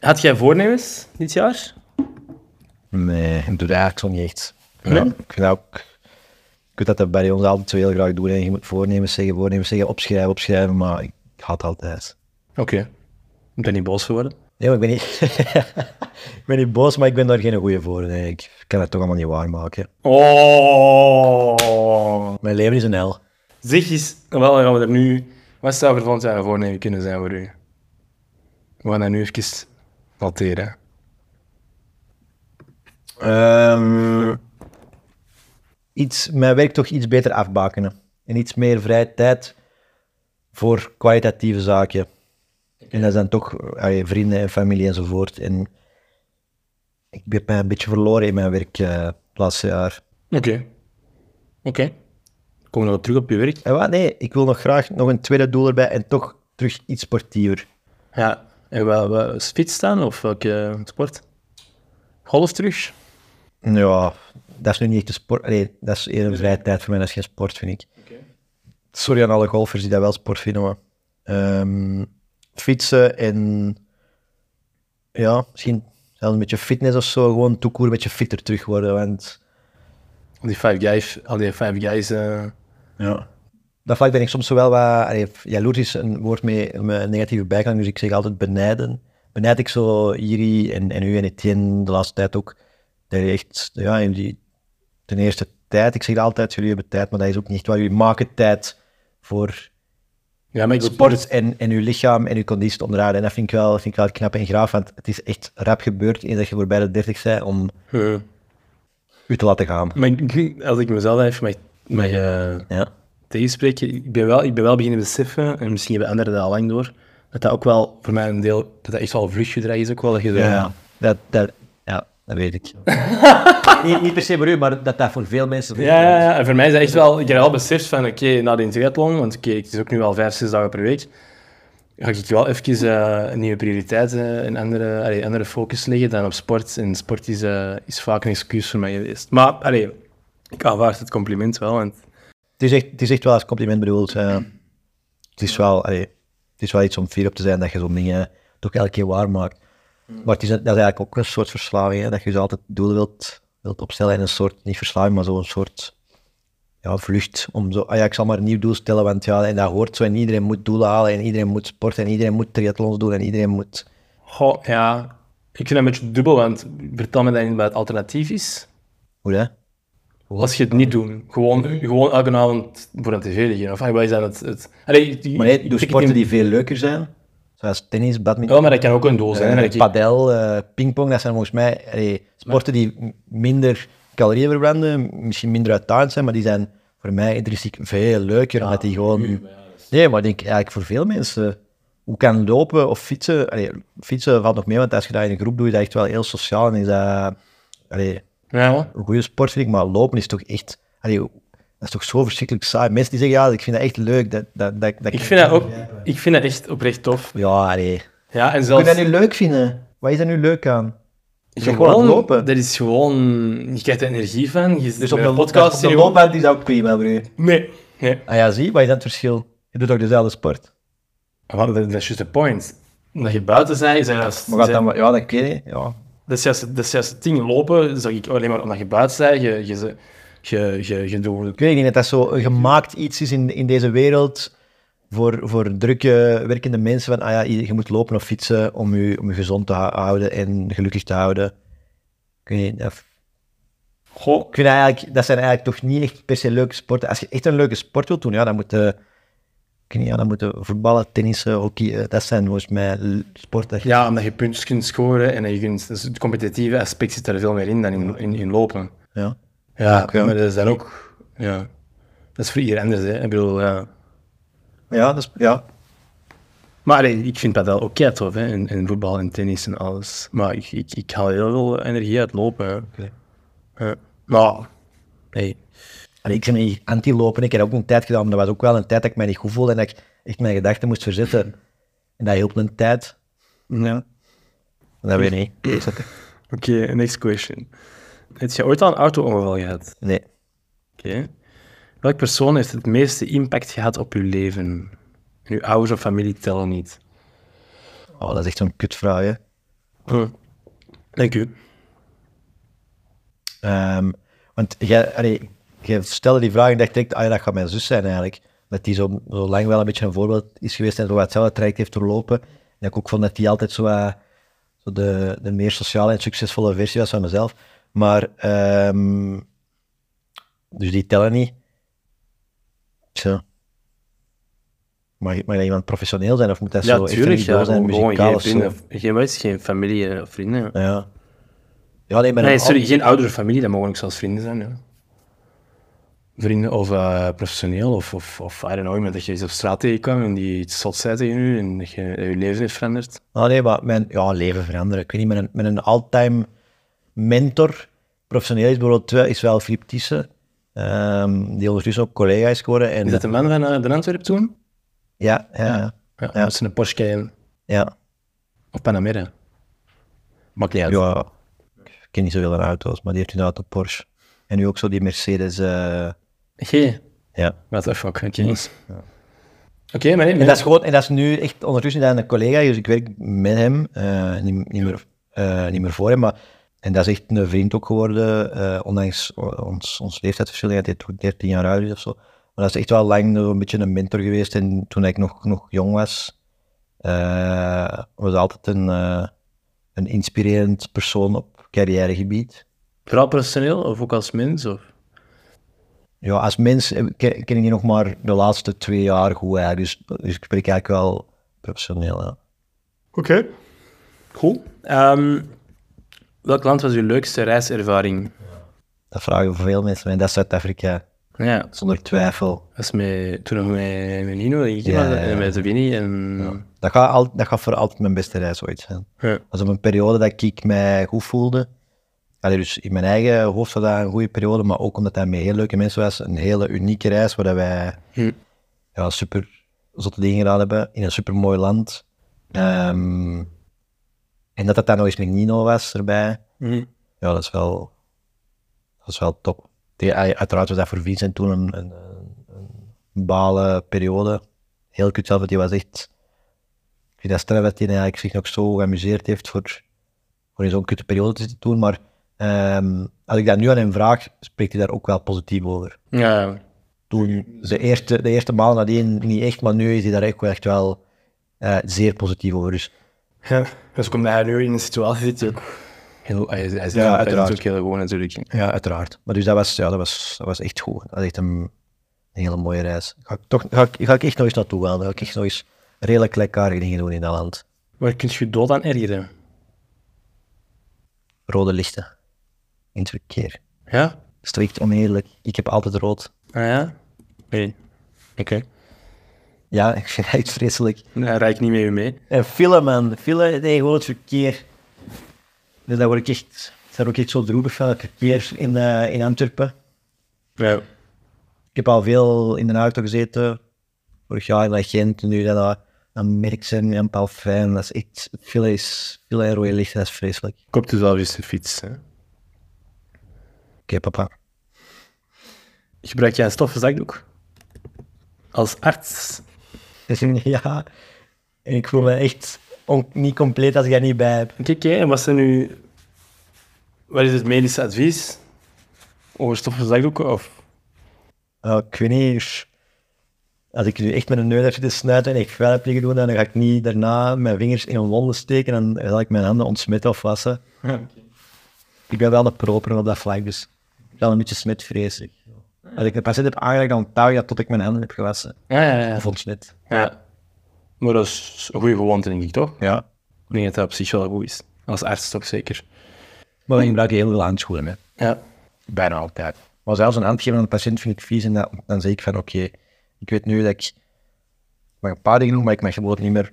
S2: Had jij voornemens dit jaar?
S3: Nee, ik doe dat eigenlijk zo niet echt. Ja, ik vind dat ook... Ik weet dat dat bij ons altijd zo heel graag doen. En je moet voornemens zeggen, voornemens zeggen, opschrijven, opschrijven, maar ik haat altijd.
S2: Oké. Moet daar niet boos voor worden?
S3: Nee, maar ik ben niet, ik ben niet boos, maar ik ben daar geen goede voor. Nee, ik kan dat toch allemaal niet waarmaken.
S2: Oh.
S3: Mijn leven is een hel.
S2: Zeg eens, wel gaan we er nu... Wat zou er volgend jaar een voornemen kunnen zijn voor u? We gaan dat nu even noteren.
S3: Ehm, iets, mijn werk toch iets beter afbakenen. En iets meer vrije tijd voor kwalitatieve zaken. En dat zijn toch eh, allee, vrienden en familie enzovoort. En ik heb mij een beetje verloren in mijn werk eh, het laatste jaar.
S2: Oké. Oké. Kom nog op terug op je werk.
S3: En wat? Nee, ik wil nog graag nog een tweede doel erbij en toch terug iets sportiever.
S2: Ja. En wel, wel fiets staan of welke sport? Golf terug?
S3: Ja, dat is nu niet echt een sport. Nee, dat is eerder een vrije tijd voor mij, dat is geen sport, vind ik. Sorry aan alle golfers die dat wel sport vinden, maar... ehm, fietsen en... Ja, misschien zelfs een beetje fitness of zo. Gewoon toekoer een beetje fitter terug worden, want...
S2: Al die Five Guys... Al die Five Guys... eh,
S3: Ja. Dat vlak ben ik soms wel wat... Allee, jaloers is een woord met met een negatieve bijklank, dus ik zeg altijd benijden. Benijd ik zo Iri en, en u en Etienne de laatste tijd ook. Dat je echt, ja, jullie... Ten eerste tijd, ik zeg altijd, jullie hebben tijd, maar dat is ook niet waar. Jullie maken tijd voor
S2: Ja, maar ik wil-
S3: sport en, en uw lichaam en uw conditie te onderhouden. En dat vind ik wel, vind ik wel knap en graaf, want het is echt rap gebeurd in dat je voorbij de 30 bent om
S2: Eh,
S3: u te laten gaan.
S2: maar ik- als ik mezelf even mag, mag eh,
S3: Ja.
S2: tegenspreken, ik ben, wel, ik ben wel beginnen beseffen, en misschien hebben anderen dat al lang door, dat dat ook wel voor mij een deel, dat dat echt wel vluchtgedrag is ook wel. Dat je zo-
S3: Ja, dat, dat, ja, dat weet ik. niet, niet per se voor u, maar dat dat voor veel mensen...
S2: Ja, ja, ja. En voor mij is dat echt wel... Ik heb al beseft van, oké, na de triathlon, want oké, het is ook nu al vijf, zes dagen per week, ga ik wel even eh, nieuwe prioriteiten en andere, allee, andere focus leggen dan op sport. En sport is, eh, is vaak een excuus voor mij geweest. Maar, allee, ik aanvaard het compliment wel, want...
S3: Het, is echt, het is echt wel als compliment bedoeld. eh. het, is wel, allee, het is wel iets om fier op te zijn dat je zo'n dingen toch elke keer waarmaakt.
S2: Mm.
S3: Maar het is, dat is eigenlijk ook een soort verslaving, hè, dat je dus altijd doelen wilt, wilt opstellen en een soort, niet verslaving, maar zo'n soort ja, vlucht. Om zo, ah ja, ik zal maar een nieuw doel stellen, want ja, en dat hoort zo en iedereen moet doelen halen en iedereen moet sporten en iedereen moet triathlons doen en iedereen moet...
S2: Goh, ja... Ik vind dat een beetje dubbel, want vertel me dan wat het alternatief is.
S3: Hoe hè?
S2: Als je het niet doet, gewoon,
S3: Mhm.
S2: gewoon elke avond voor een tv liggen. Of ah, wat is dan het... het... Allee,
S3: Maar nee, doe sporten die veel leuker zijn, zoals tennis, badminton,
S2: Ja, maar Oh, dat kan ook een doel zijn. hè, dat je-
S3: padel, eh, pingpong, dat zijn volgens mij allee, sporten die m- minder calorieën verbranden, misschien minder uitdagend zijn, maar die zijn voor mij intrinsiek veel
S2: Ah,
S3: leuker, omdat die gewoon... Nee, maar ik denk eigenlijk voor veel mensen, hoe kan lopen of fietsen... allee, fietsen valt nog mee, want als je dat in een groep doet, is dat echt wel heel sociaal en is dat... allee,
S2: Ja, hoor.
S3: een goede sport vind ik, maar lopen is toch echt... allee, dat is toch zo verschrikkelijk saai. Mensen die zeggen, ja, ik vind dat echt leuk, dat... dat, dat, dat
S2: Ik vind dat ook, ik vind dat echt oprecht tof.
S3: Ja, allee...
S2: Ja, en
S3: Kun je
S2: zelfs
S3: dat nu leuk vinden? Wat is dat nu leuk aan?
S2: gewoon,
S3: gewoon aan het lopen?
S2: Dat is gewoon, je krijgt er energie van. Je,
S3: Dus op
S2: bij
S3: de,
S2: podcast
S3: podcast
S2: zie
S3: op de
S2: je gewoon-
S3: loopband is dat ook prima, bro.
S2: Nee, nee.
S3: Ah ja, zie, wat is dat verschil? Je doet ook dezelfde sport.
S2: Maar dat dat is juist de point. Dat je buiten zijn, zijn dat,
S3: Maar gaat
S2: zijn-
S3: dan, wel- ja, dat kun je. Ja.
S2: dat, is juist, dat is juist het ding. Lopen, zeg ik alleen maar omdat je buiten zijn, je, je, je, je, je, je doet-
S3: Ik weet niet, dat dat zo een gemaakt iets is in, in deze wereld voor, voor drukke, werkende mensen. Van, ah ja, je je moet lopen of fietsen om je, om je gezond te hou- houden en gelukkig te houden. Ik weet niet, dat-
S2: Goh,
S3: ik vind eigenlijk, dat zijn eigenlijk toch niet echt per se leuke sporten. Als je echt een leuke sport wilt doen, ja, dan moeten, ik weet niet, ja, dan moeten voetballen, tennissen, hockey, eh, dat zijn volgens mij l- sporten. dat je-
S2: ja, omdat je puntjes kunt scoren en je kunt, dus het competitieve aspect zit er veel meer in dan in, in, in lopen.
S3: Ja.
S2: Ja,
S3: Oké.
S2: maar dat is dan ook, ja, dat is voor iedereen anders. Hè. Ik bedoel, ja.
S3: Ja, dat is, ja.
S2: Maar allee, ik vind padel ook kei tof, hè. En, en voetbal en tennis en alles. Maar ik, ik, ik haal heel veel energie uit lopen. hè. Eh, nou, Ja. maar, nee.
S3: Allee, ik ben niet anti-lopen. Ik heb dat ook een tijd gedaan, maar dat was ook wel een tijd dat ik mij niet goed voelde en dat ik echt mijn gedachten moest verzetten. En dat hielp een tijd.
S2: Ja.
S3: Dat weet ik niet.
S2: Oké, next question. Heb je ooit al een auto-ongeval gehad?
S3: Nee.
S2: Oké. Welk persoon heeft het meeste impact gehad op je leven? En uw ouders of familie tellen niet.
S3: Oh, dat is echt zo'n kutvraag, hè. Hm.
S2: Dank u.
S3: Ehm, want jij, allee, jij stelde die vraag en dacht direct, ah ja, dat gaat mijn zus zijn eigenlijk. Dat die zo, zo lang wel een beetje een voorbeeld is geweest en zo wat hetzelfde traject heeft doorlopen. En dat ik ook vond dat die altijd zo wat de, de meer sociale en succesvolle versie was van mezelf. Maar, ehm, dus die tellen niet. Zo. Mag, mag dat iemand professioneel zijn of moet dat zo
S2: Ja,
S3: echt
S2: tuurlijk.
S3: een
S2: Ja,
S3: idool zijn,
S2: gewoon gewoon
S3: muzikaal
S2: geen
S3: of zo?
S2: vrienden. Geen, wat is het? geen familie of vrienden.
S3: Ja. Ja, nee, maar
S2: Nee,
S3: een
S2: sorry, geen oudere familie, dat mogen ook zelfs vrienden zijn. Ja. Vrienden of eh, professioneel, of, of, of I don't know, iemand dat je eens op straat tegenkwam en die iets zot zei tegen u en dat je, dat je leven heeft veranderd.
S3: Ah, nee, maar mijn ja, leven veranderen. Ik weet niet, mijn, mijn all-time mentor, professioneel is bijvoorbeeld wel- is wel Filip Thyssen, ehm, die ondertussen ook collega is geworden. En,
S2: Is dat de man van eh, de Antwerp toen?
S3: ja, ja, ja,
S2: Ja, dat is een Porsche Cayenne
S3: ja.
S2: of Panamera. Maakt niet uit.
S3: Ja, ik ken niet zoveel aan auto's, maar die heeft inderdaad een Porsche. En nu ook zo die Mercedes, eh,
S2: G.
S3: ja.
S2: What the fuck, oké. Oké, maar nee,
S3: En dat is gewoon, en dat is nu echt ondertussen is dat een collega, dus ik werk met hem, eh, niet, niet, meer, eh, niet meer voor hem, maar en dat is echt een vriend ook geworden, eh, ondanks o- ons, ons leeftijdsverschil, hij deed ook 13 jaar ouder is of zo. Maar dat is echt wel lang eh, een beetje een mentor geweest en toen ik nog, nog jong was, eh, was hij altijd een, eh, een inspirerend persoon op carrièregebied.
S2: vooral professioneel of ook als mens? Of?
S3: Ja, als mens eh, ken, ken ik die nog maar de laatste twee jaar goed eigenlijk. Dus, dus ik spreek eigenlijk wel professioneel. Ja.
S2: Oké. Cool. Ehm, welk land was uw leukste reiservaring?
S3: Dat vragen veel mensen. En dat is Zuid-Afrika,
S2: Ja,
S3: zonder twijfel.
S2: Dat is met, toen nog met, met Nino, denk ik,
S3: Ja,
S2: maar,
S3: ja, ja.
S2: en met Winnie. En,
S3: Dat gaat, al, dat gaat voor altijd mijn beste reis ooit zijn.
S2: Ja.
S3: Dat is op een periode dat ik mij goed voelde. Allee, dus in mijn eigen hoofd was dat een goede periode, maar ook omdat dat met heel leuke mensen was. Een hele unieke reis waar dat wij
S2: Hm.
S3: ja, super zotte dingen gedaan hebben in een super mooi land. Ehm, en dat dat dan nog eens met Nino was erbij.
S2: Mm.
S3: Ja, dat is wel, dat is wel top. Die, ui- uiteraard was dat voor Vincent toen een, een, een- een balen periode. Heel kut zelf, want die was echt... Ik vind dat straf dat hij eigenlijk zich nog zo geamuseerd heeft voor, voor in zo'n kutte periode te doen. Maar ehm, als ik dat nu aan hem vraag, spreekt hij daar ook wel positief over.
S2: Ja,
S3: Toen de eerste, de eerste maal nadien niet echt, maar nu is hij daar echt wel, echt wel eh, zeer positief over. Dus
S4: Ja,
S2: Dus
S4: dat is ook omdat hij nu in een situatie zit. ook.
S2: heel, hij, hij,
S3: Ja,
S2: ja,
S3: uiteraard.
S2: natuurlijk heel gewoon natuurlijk.
S3: Ja, uiteraard. Maar dus dat was, ja, dat was, dat was echt goed. Dat was echt een, een hele mooie reis. Ga ik, toch, ga, ik, ga ik echt nog eens naartoe gaan. Dan ga ik echt nog eens redelijk lekkerige dingen doen in dat land.
S2: Waar kun je dood aan ergeren?
S3: Rode lichten. In het verkeer.
S2: Ja?
S3: Strikt oneerlijk. Ik heb altijd rood.
S2: Ah ja? Nee. Oké.
S3: Ja, ik vind het vreselijk.
S2: Daar rijd ik niet met u mee.
S3: En file, man. File, nee, gewoon het verkeer. Dus daar word ik echt, daar word ik echt zo droevig van, het verkeer in, eh, in Antwerpen.
S2: Ja.
S3: Ik heb al veel in de auto gezeten. Vorig jaar in Gent, nu dan aan Merksen en Palfijn. Dat is echt veel, is, veel en rode licht, dat is vreselijk.
S2: Koopt u zelf dus eens een fiets. Hè?
S3: Oké, papa.
S2: Gebruik jij een stoffen zakdoek? Als arts?
S3: Dus ja, en ik voel me echt on- niet compleet als ik daar niet bij heb.
S2: Oké, oké. en wat zijn nu... Wat is het medische advies? Over stoffen zakdoeken? Of...
S3: Ja, Eh, ik weet niet, als ik nu echt met een neus heb zitten snuiten en ik vuil heb liggen doen, dan ga ik niet daarna mijn vingers in een wonden steken en dan zal ik mijn handen ontsmetten of wassen. Ik ben wel een proper op dat vlak, dus wel een beetje smetvrees. Als ik de patiënt heb aangeraakt, dan touw ik dat tot ik mijn handen heb gewassen.
S2: Ja, ja, ja.
S3: Of ontsmet.
S2: ja. Maar dat is een goede gewoonte, denk ik, toch?
S3: Ja.
S2: Ik denk dat dat op zich wel goed is. Als arts toch zeker.
S3: Maar we gebruiken heel veel handschoenen, hè.
S2: Ja.
S3: Bijna altijd. Maar zelfs een handgeven aan een patiënt vind ik vies en dat- dan zeg ik van oké, ik weet nu dat ik ik mag een paar dingen doen, maar ik mag gewoon niet meer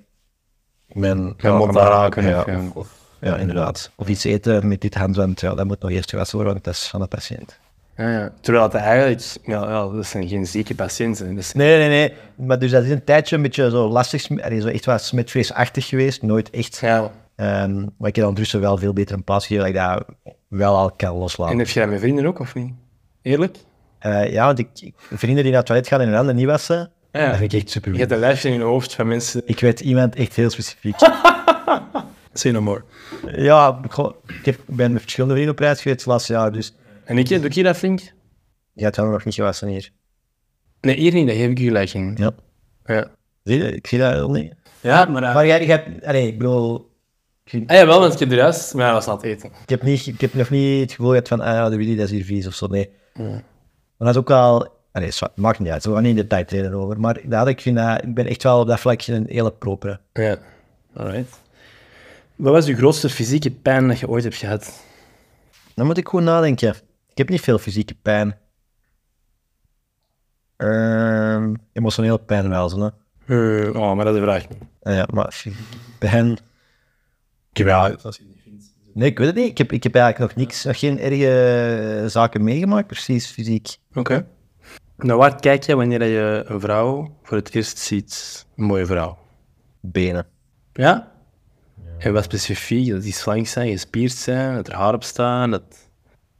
S3: mijn ja,
S2: mond
S3: maar-
S2: aanraken,
S3: Ja,
S2: of-
S3: of- of- ja, inderdaad. Of iets eten met dit handwand, ja, dat moet nog eerst gewassen worden, want dat is van de patiënt.
S2: Ja, ja. Terwijl dat eigenlijk, ja, ja, dat zijn geen zieke patiënten. Dat is-
S3: Nee, nee, nee. Maar dus dat is een tijdje een beetje zo lastig, sm- allee, zo echt wat smetvreesachtig geweest, nooit echt.
S2: Ja.
S3: Ehm, maar ik heb ondertussen wel veel beter een pas gegeven, dat ik dat wel al kan loslaten.
S2: En heb je dat met vrienden ook, of niet? Eerlijk?
S3: Eh, ja, want ik, ik- vrienden die naar het toilet gaan en hun handen niet wassen,
S2: Ja.
S3: dat vind ik echt super
S2: Je hebt een lijstje in je hoofd van mensen.
S3: Ik weet iemand echt heel specifiek.
S2: Say no more.
S3: ja, goh, ik heb- ik ben met verschillende vrienden op reis geweest het laatste jaar, dus
S2: En ik, doe ik hier dat flink?
S3: je hebt wel nog niet gewassen hier.
S2: Nee, hier niet, daar geef ik je gelijk in.
S3: Ja.
S2: Ja,
S3: Zie je, ik zie dat wel niet.
S2: ja maar... eh,
S3: Maar jij, jij hebt, allee, ik bedoel, Ik,
S2: Ah, jawel, want ik heb er juist... Maar hij was aan het eten.
S3: ik heb niet, ik heb nog niet het gevoel gehad van, ah ja, de Willy, dat is hier vies of zo, nee. Maar dat is ook al... ah, Nee, zwart, maakt niet uit, we gaan niet in de tijd reden over. Maar dat, ik, vind, dat- ik ben echt wel op dat vlak een hele propere.
S2: Ja. Alright. Wat was je grootste fysieke pijn dat je ooit hebt gehad?
S3: Dan moet ik goed nadenken. Ik heb niet veel fysieke pijn. Ehm emotioneel pijn wel, zo, hè.
S2: Eh, oh, maar dat is de vraag.
S3: Ah Ja, maar fysieke pijn... Ik heb wel- Nee, ik weet het niet. Ik heb, ik heb eigenlijk nog niks, nog geen erge eh, zaken meegemaakt, precies, fysiek.
S2: Oké. Naar waar kijk je wanneer dat je een vrouw voor het eerst ziet? Een mooie vrouw.
S3: Benen.
S2: Ja? En wat specifiek? Dat die slank zijn, gespierd zijn, dat er haar op staan, dat,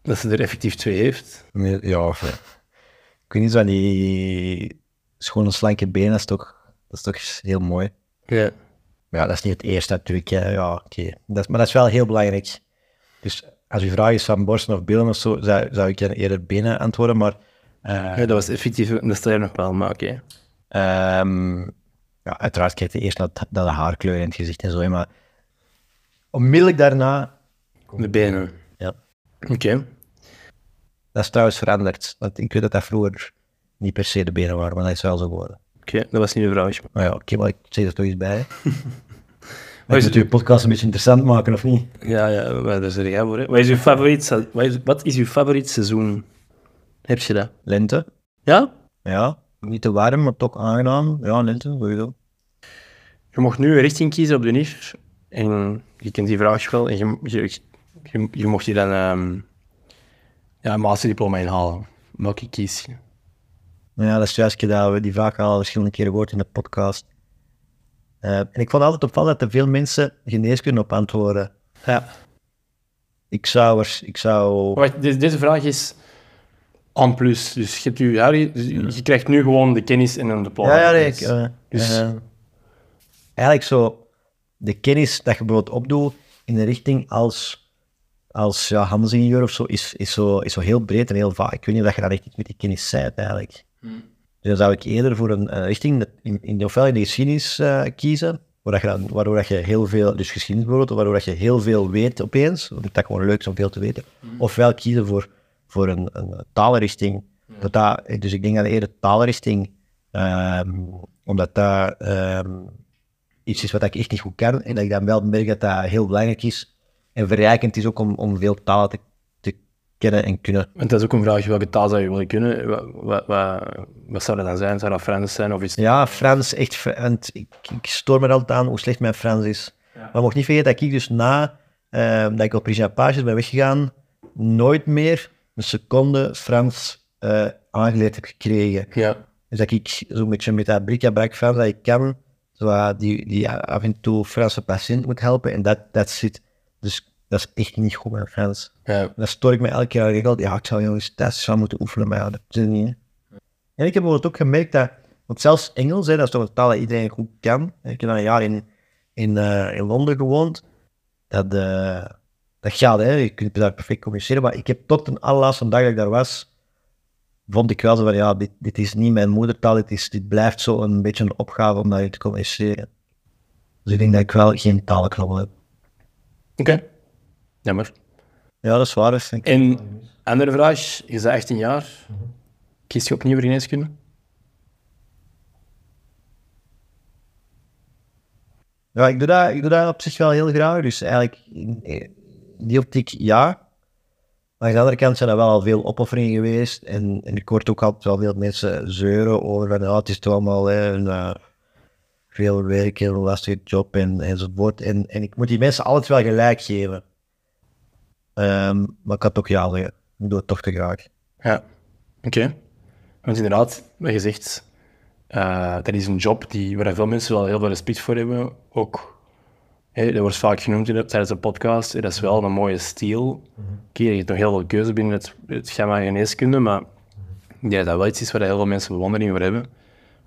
S2: dat ze er effectief twee heeft.
S3: Nee, Ja, of, eh, ik weet niet, zo van die schone slanke benen, dat is toch, dat is toch heel mooi.
S2: Ja.
S3: Maar ja, dat is niet het eerste natuurlijk, hè. ja, oké. Dat is- Maar dat is wel heel belangrijk. Dus als je vraag is van borsten of billen of zo, zou, zou ik dan eerder benen antwoorden, maar eh,
S2: Ja, dat was effectief, dat sta je nog wel, maar oké.
S3: ehm, ja, uiteraard kijk je eerst naar, het- naar de haarkleur in het gezicht en zo, hè, maar onmiddellijk daarna,
S2: De benen.
S3: ja,
S2: Oké.
S3: dat is trouwens veranderd. Want ik weet dat dat vroeger niet per se de benen waren, maar dat is wel zo geworden.
S2: Oké, dat was niet de vraag.
S3: Maar ja, oké, maar ik zeg er toch iets bij. hè. Ik
S2: Wat is,
S3: moet je podcast een beetje interessant maken, of niet?
S2: ja, ja, maar daar zeg jij voor. hè. Wat is, uw favoriet, se- wat, is, wat is uw favoriet seizoen? Heb je dat?
S3: Lente.
S2: Ja?
S3: Ja, niet te warm, maar toch aangenaam. Ja, lente, sowieso.
S2: Je mocht nu een richting kiezen op de NIF. En je kent die vraag wel. En je, je, je, je mocht je dan ehm, ja, een masterdiploma inhalen. Welke kies je?
S3: Nou ja, dat is juist dat we die vaak al verschillende keren gehoord in de podcast. Eh, en ik vond altijd opvallend dat er veel mensen geneeskunde op antwoorden.
S2: Ja.
S3: Ik zou er, ik zou...
S2: Wacht, de- deze vraag is aan plus. Dus je, hebt uw jaar- dus je- je krijgt nu gewoon de kennis en een diploma.
S3: Ja, ja, nee, ik,
S2: Dus-
S3: eh,
S2: dus-
S3: eh, eigenlijk zo de kennis dat je bijvoorbeeld opdoet in de richting als, als ja, handelsingenieur of zo is, is zo, is zo heel breed en heel vaak. Ik weet niet of je daar echt iets met die kennis zijt eigenlijk. Dus dan zou ik eerder voor een eh, richting dat in, in, ofwel in de geschiedenis eh, kiezen, waar dat je dan- waardoor dat je heel veel, dus geschiedenis bijvoorbeeld, waardoor dat je heel veel weet opeens, omdat dat gewoon leuk is om veel te weten. Ofwel kiezen voor, voor een, een talenrichting. Dat dat, dus ik denk dat eerder talenrichting, ehm, omdat dat ehm, iets is wat ik echt niet goed kan en dat ik dan wel merk dat dat heel belangrijk is en verrijkend is ook om, om veel talen te, te kennen en kunnen.
S2: Want dat is ook een vraag, welke taal zou je willen kunnen? Wat, wat, wat, wat zou dat dan zijn? Zou dat Frans zijn of iets?
S3: Ja, Frans, echt. Fr- Want ik, ik stoor me er altijd aan hoe slecht mijn Frans is. Maar mocht niet vergeten dat ik dus na ehm, dat ik op Richard Pages ben weggegaan, nooit meer een seconde Frans eh, aangeleerd heb gekregen.
S2: Ja.
S3: Dus dat ik zo'n beetje met dat brik Frans dat ik kan, zo, eh, die, die af en toe Franse patiënt moet helpen. En dat dat zit. Dus dat is echt niet goed mijn Frans.
S2: ja.
S3: Dan stoor ik me elke keer aan. Ik denk, ja, ik zou jongens dat zou moeten oefenen, maar ja, dat is het niet. hè. En ik heb bijvoorbeeld ook gemerkt dat, want zelfs Engels, hè, dat is toch een taal dat iedereen goed kan. Ik heb dan een jaar in, in, eh, in Londen gewoond. Dat, eh, dat gaat, hè. je kunt daar perfect communiceren. Maar ik heb tot de allerlaatste dag dat ik daar was, vond ik wel zo van, ja, dit, dit is niet mijn moedertaal, dit, is, dit blijft zo een beetje een opgave om daarin te communiceren. Dus ik denk dat ik wel geen talenknobbel heb.
S2: Oké. Jammer.
S3: Ja, dat is waar. Dus ik-
S2: En andere vraag, je bent 18 jaar. Kies je opnieuw voor geneeskunde?
S3: Ja, ik doe, dat, ik doe dat op zich wel heel graag. Dus eigenlijk, in in die optiek ja. Maar aan de andere kant zijn er wel al veel opofferingen geweest. En, en ik hoor ook altijd wel veel mensen zeuren over van, ja, het is toch allemaal hè, een, eh, veel werk, heel lastige job en, enzovoort. En, en ik moet die mensen altijd wel gelijk geven. Ehm, maar ik had toch ja zeggen. Ik doe het toch te graag.
S2: Ja, oké. Want inderdaad, wat je zegt, eh, dat is een job die, waar veel mensen wel heel veel respect voor hebben. Ook, hè, dat wordt vaak genoemd in de- tijdens de podcast, hè, dat is wel een mooie stijl. Oké, je hebt nog heel veel keuze binnen het, het gamma geneeskunde, maar ik denk dat dat wel iets is waar heel veel mensen bewondering voor hebben.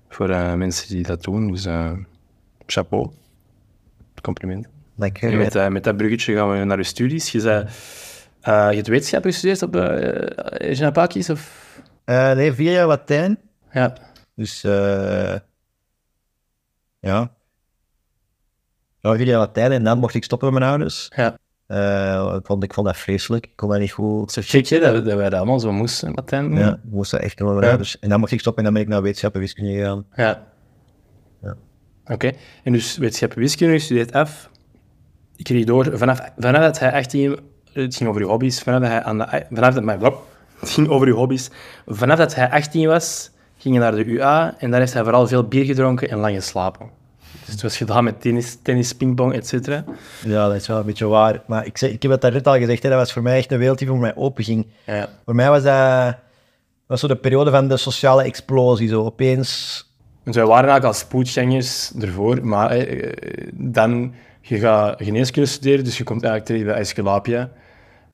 S2: Voor eh, mensen die dat doen, dus eh, chapeau. Compliment.
S3: Dank
S2: En
S3: je.
S2: met, eh, met dat bruggetje gaan we naar je studies. Je, zei, eh, je hebt wetenschap gestudeerd op uh, Pakis of...
S3: Eh, nee, vier jaar Latijn.
S2: Ja,
S3: Dus eh, ja. ja, jullie Latijn en dan mocht ik stoppen met mijn ouders.
S2: Ja.
S3: Eh, ik, vond, ik vond dat vreselijk. Ik kon dat niet goed.
S2: Het is zo gek, hè, dat, dat wij dat allemaal zo moesten, Latijn. doen.
S3: Ja, ik moest dat echt doen met mijn
S2: Ja.
S3: ouders. En dan mocht ik stoppen en dan ben ik naar wetenschap en wiskunde gegaan.
S2: Ja.
S3: Ja.
S2: Oké, en dus wetenschap wiskunde, je studeert af. Ik kreeg door, vanaf, vanaf dat hij 18... Het ging over je hobby's. Vanaf dat hij aan de... Vanaf dat, maar, blop, het ging over je hobby's. Vanaf dat hij 18 was, ging hij naar de UA. En daar heeft hij vooral veel bier gedronken en lang geslapen. Dus het was gedaan met tennis, tennis pingpong, et cetera.
S3: Ja, dat is wel een beetje waar. Maar ik, zeg, ik heb dat daarnet al gezegd, hè, dat was voor mij echt een wereld die voor mij openging.
S2: Ja, ja.
S3: Voor mij was dat was zo de periode van de sociale explosie. Zo opeens
S2: Dus wij waren eigenlijk als spoedgangers ervoor, maar eh, eh, dan, je gaat geneeskunde studeren, dus je komt eigenlijk terecht bij Escalapia.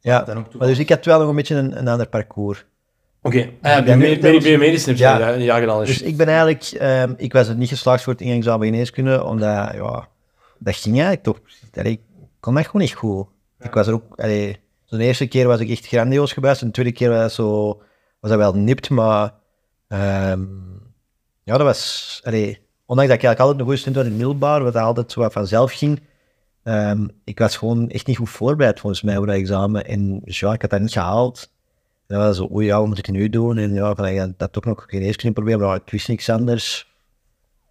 S3: Ja,
S2: dan ook toe-
S3: maar dus ik had wel nog een beetje een, een ander parcours.
S2: Oké, eh, okay.
S3: ben-
S2: biomedische
S3: ben-
S2: heb je
S3: Ja.
S2: gedaan, ja, gedaan.
S3: Dus ik ben eigenlijk, ehm, ik was er niet geslaagd voor het ingangsexamen geneeskunde, omdat, ja, dat ging eigenlijk toch, allee, ik kon dat gewoon niet goed. Ik was er ook, allee, zo'n eerste keer was ik echt grandioos geweest, en de tweede keer was dat zo, was dat wel nipt, maar, ehm, ja, dat was, allee, ondanks dat ik eigenlijk altijd een goede student was in het middelbaar, wat altijd zo wat vanzelf ging, ehm, ik was gewoon echt niet goed voorbereid volgens mij voor dat examen, en dus ja, ik had dat niet gehaald. En dan was het zo, oei, ja, wat moet ik nu doen? En ja, van, ja, dat toch nog geen eens kunnen proberen, maar ja, ik wist niks anders.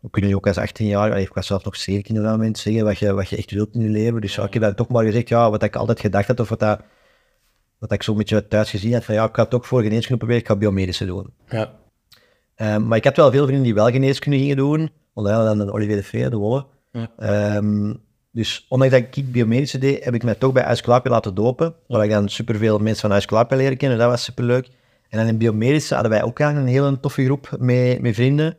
S3: We kunnen je ook als 18 jaar, allee, ik was zelf nog zeker in dat moment, zeggen wat je, wat je echt wilt in je leven. Dus ja, ik heb dan toch maar gezegd, ja, wat ik altijd gedacht had, of wat, dat, wat ik zo'n beetje thuis gezien had, van ja, ik ga het ook voor geneeskunde proberen, ik ga biomedische doen.
S2: Ja.
S3: Ehm, maar ik had wel veel vrienden die wel geneeskunde gingen doen. Onder andere dan de Olivier de Vee, de Wolle.
S2: Ja.
S3: Ehm, dus ondanks dat ik biomedische deed, heb ik mij toch bij Uitsklapje laten dopen. Waar ik dan superveel mensen van Uitsklapje leren kennen. Dat was superleuk. En dan in biomedische hadden wij ook eigenlijk een hele toffe groep met, met vrienden.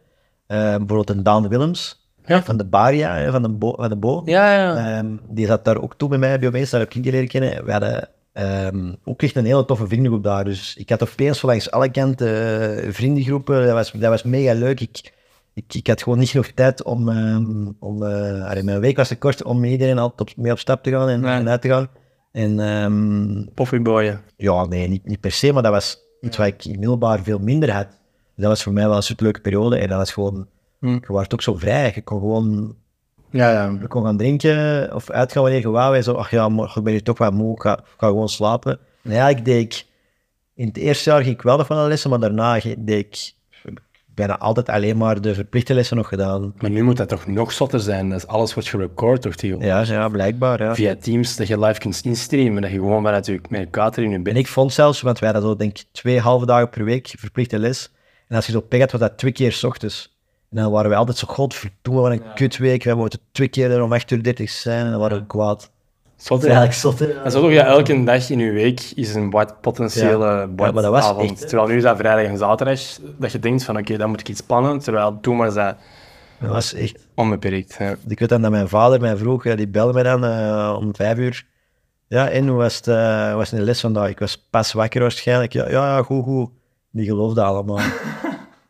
S3: Ehm, bijvoorbeeld een Daan Willems
S2: Ja.
S3: van de Baria, hè, van de Bo. Van de Bo.
S2: Ja, ja.
S3: Ehm, die zat daar ook toe bij mij, bij opeens, daar heb ik die leren kennen. We hadden ehm, ook echt een hele toffe vriendengroep daar. Dus ik had opeens van langs alle kanten eh, vriendengroepen. Dat was, dat was mega leuk. Ik, ik, ik had gewoon niet genoeg tijd om... ehm, om eh, allee, mijn week was te kort om met iedereen altijd op, mee op stap te gaan en,
S2: Nee.
S3: en uit te gaan. En ehm,
S2: Poffyboyen.
S3: ja, nee, niet, niet per se, maar dat was iets wat ik in middelbaar veel minder had. Dus dat was voor mij wel een superleuke periode. En dat was gewoon...
S2: Hm.
S3: Je was ook zo vrij. Je kon gewoon
S2: Ja, ja.
S3: ik kon gaan drinken of uitgaan wanneer je wou. En zo, ach ja, morgen ben je toch wel moe, ik ga, ik ga gewoon slapen. En eigenlijk deed ik... In het eerste jaar ging ik wel nog van de lessen, maar daarna ge- deed ik bijna altijd alleen maar de verplichte lessen nog gedaan.
S2: Maar nu moet dat toch nog zotter zijn, dat alles wordt gerecord, toch, Theo?
S3: Ja, ja blijkbaar, ja.
S2: Via Teams, dat je live kunt instreamen, dat je gewoon vanuit je, met je kater in je bed...
S3: En ik vond zelfs, want wij hadden zo denk ik twee halve dagen per week verplichte les. En als je zo pech had, was dat twee keer 's ochtends. En dan waren we altijd zo, godverdomme, wat een kutweek. We moeten twee keer er om 8.30 zijn en dan waren we kwaad. Dat
S2: Zotter,
S3: is
S2: ja.
S3: eigenlijk zot, hè.
S2: En zo toch, ja, elke dag in je week is een wat potentiële
S3: Ja.
S2: wat
S3: Ja, maar dat was
S2: avond.
S3: echt, hè.
S2: terwijl nu is dat vrijdag en zaterdag, dat je denkt van, oké, dan moet ik iets plannen, terwijl toen was dat
S3: Dat was echt...
S2: onbeperkt. Ja.
S3: Ik weet dan dat mijn vader mij vroeg, eh, die belde mij dan eh, om vijf uur. Ja, en hoe was het, eh, hoe was de les vandaag? Ik was pas wakker waarschijnlijk. Ja, ja, ja, goed, goed. Die geloofde allemaal.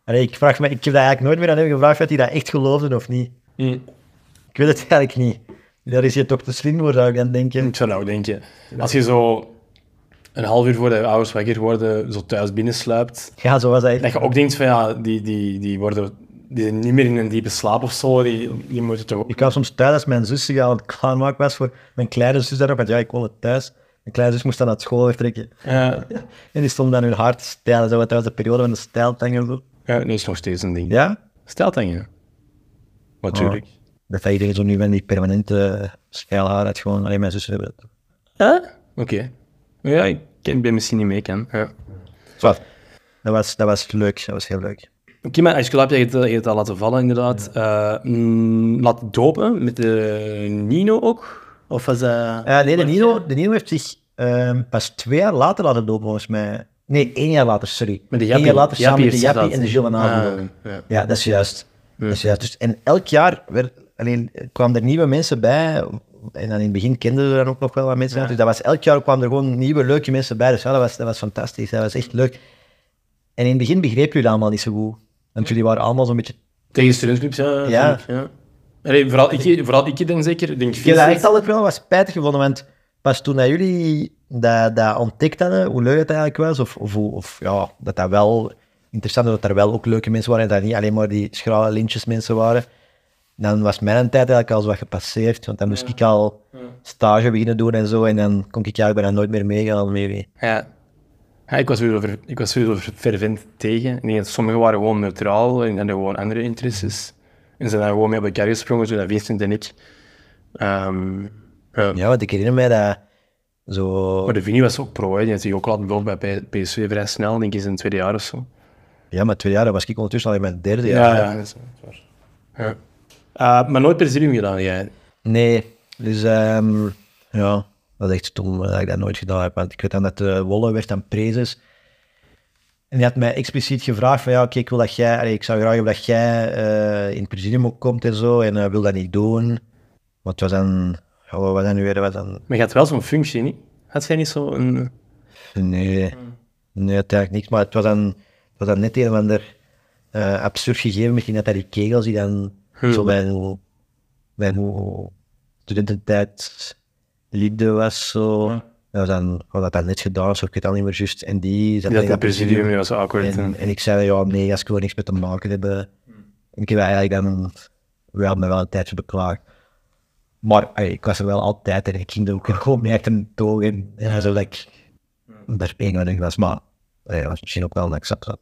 S3: Allee, ik, vraag me, ik heb dat eigenlijk nooit meer aan hem gevraagd of hij dat echt geloofde of niet.
S2: Hm.
S3: Ik weet het eigenlijk niet. Daar is je toch te slim voor, zou ik dan denken.
S2: Ik zou nou denken, als je zo een half uur voordat je ouders wakker worden, zo thuis binnensluipt,
S3: Ja, zo was dat.
S2: dat
S3: echt.
S2: je ook denkt van ja, die, die, die worden die zijn niet meer in een diepe slaap of zo, die, die moeten toch...
S3: Ik kwam soms thuis als mijn zus zich aan het klaarmaken was voor mijn kleine zus daarop. Want ja, ik woonde thuis. Mijn kleine zus moest dan naar school vertrekken.
S2: Ja,
S3: En die stond dan hun haar te stijlen. Zo, want dat was de periode van de stijltanger.
S2: ja, nee, is nog steeds een ding.
S3: Ja?
S2: Steltangen. Natuurlijk.
S3: Dat dat iedereen zo nu van die permanente schijlhaar had, gewoon alleen mijn zussen hebben dat.
S2: Oké. Ja, ik ken, ben misschien niet mee kan. Ja.
S3: Zwart. Dat was, dat was leuk, dat was heel leuk.
S2: Oké, maar als je hebt je het, je hebt het al laten vallen, inderdaad. Eh, mm, laten dopen met de Nino ook? Of was dat...
S3: Eh, nee, de Nino, de Nino heeft zich ehm, pas twee jaar later laten dopen, volgens mij. Nee, één jaar later, sorry.
S2: Met de
S3: Eén
S2: Jappie.
S3: jaar later samen met de
S2: heeft
S3: Jappie
S2: dat.
S3: en de Gilles van Ameldonk.
S2: Ah, ja.
S3: Ja, dat is juist. Dat is juist. Dus, en elk jaar werd, alleen, kwamen er nieuwe mensen bij. En dan in het begin kenden we dan ook nog wel wat mensen. uit. Dus dat was, elk jaar kwamen er gewoon nieuwe leuke mensen bij. Dus ja, dat was, dat was fantastisch. Dat was echt leuk. En in het begin begreep jullie allemaal niet zo goed. Want jullie waren allemaal zo'n beetje...
S2: Tegen studentenclubs, ja.
S3: Ja.
S2: vind ik, ja. Allee, vooral, ik, vooral ik dan zeker. Ik
S3: Ik
S2: Denk
S3: heb dat
S2: Vincent.
S3: echt altijd wel wat spijtig gevonden. Want pas toen dat jullie dat, dat ontdekt hadden, hoe leuk het eigenlijk was. Of, of, hoe- of ja, dat dat wel interessant was. Dat er wel ook leuke mensen waren. En dat niet alleen maar die schrale lintjes mensen waren. dan was mijn tijd eigenlijk al zo wat gepasseerd, want dan moest ik al stage beginnen doen en zo, en dan kon ik eigenlijk bijna nooit meer meegaan. Mee.
S6: Ja.
S2: Ja, ik was sowieso ver- ik was sowieso fervent tegen. Ik denk dat sommigen waren gewoon neutraal en hadden gewoon andere interesses. En zijn daar gewoon mee op elkaar gesprongen, zo dat Vincent en ik. Ehm, ja.
S3: Ja, want ik herinner mij dat zo...
S2: Maar de Vini was ook pro, hè. die had zich ook laten beloven bij P- PSV vrij snel, denk ik in het tweede jaar of zo.
S3: Ja, maar twee jaar, dat was ik ondertussen al in mijn derde jaar.
S2: Ja, ja, dat is waar. Ja.
S6: Eh, maar nooit presidium gedaan, jij.
S3: Nee, dus ehm, ja, dat is echt stom eh, dat ik dat nooit gedaan heb. Want ik weet dan dat de Wolle werd aan prezes. En die had mij expliciet gevraagd van ja, oké, ik wil dat jij, allee, ik zou graag hebben dat jij eh, in het presidium ook komt en zo. En eh wil dat niet doen. Maar het was dan, ja, wat was dat nu weer? Wat dan?
S2: Maar je had wel zo'n functie, niet? Had zij niet zo'n...
S3: Nee, nee, uiteindelijk niks. Maar het was dan, het was dan net een of ander eh, absurd gegeven. Misschien dat dat die kegels die dan zo bij een, bij een studententijd liefde was. Zo. Dat was dan, had dat dan net gedaan, zo ik weet het al niet meer juist. En die zat
S2: Die
S3: dan
S2: had
S3: in
S2: dat
S3: dat
S2: presidium, die was awkward.
S3: En,
S2: En...
S3: en ik zei, ja, nee, als ik wil niks met te maken hebben. En ik heb eigenlijk dan wel me wel een tijdje beklaagd. Maar ey, ik was er wel altijd en ik ging er ook gewoon mee uit een toog in. En zo dat ik daar eenmalig was, maar ey, dat was misschien ook wel een accept.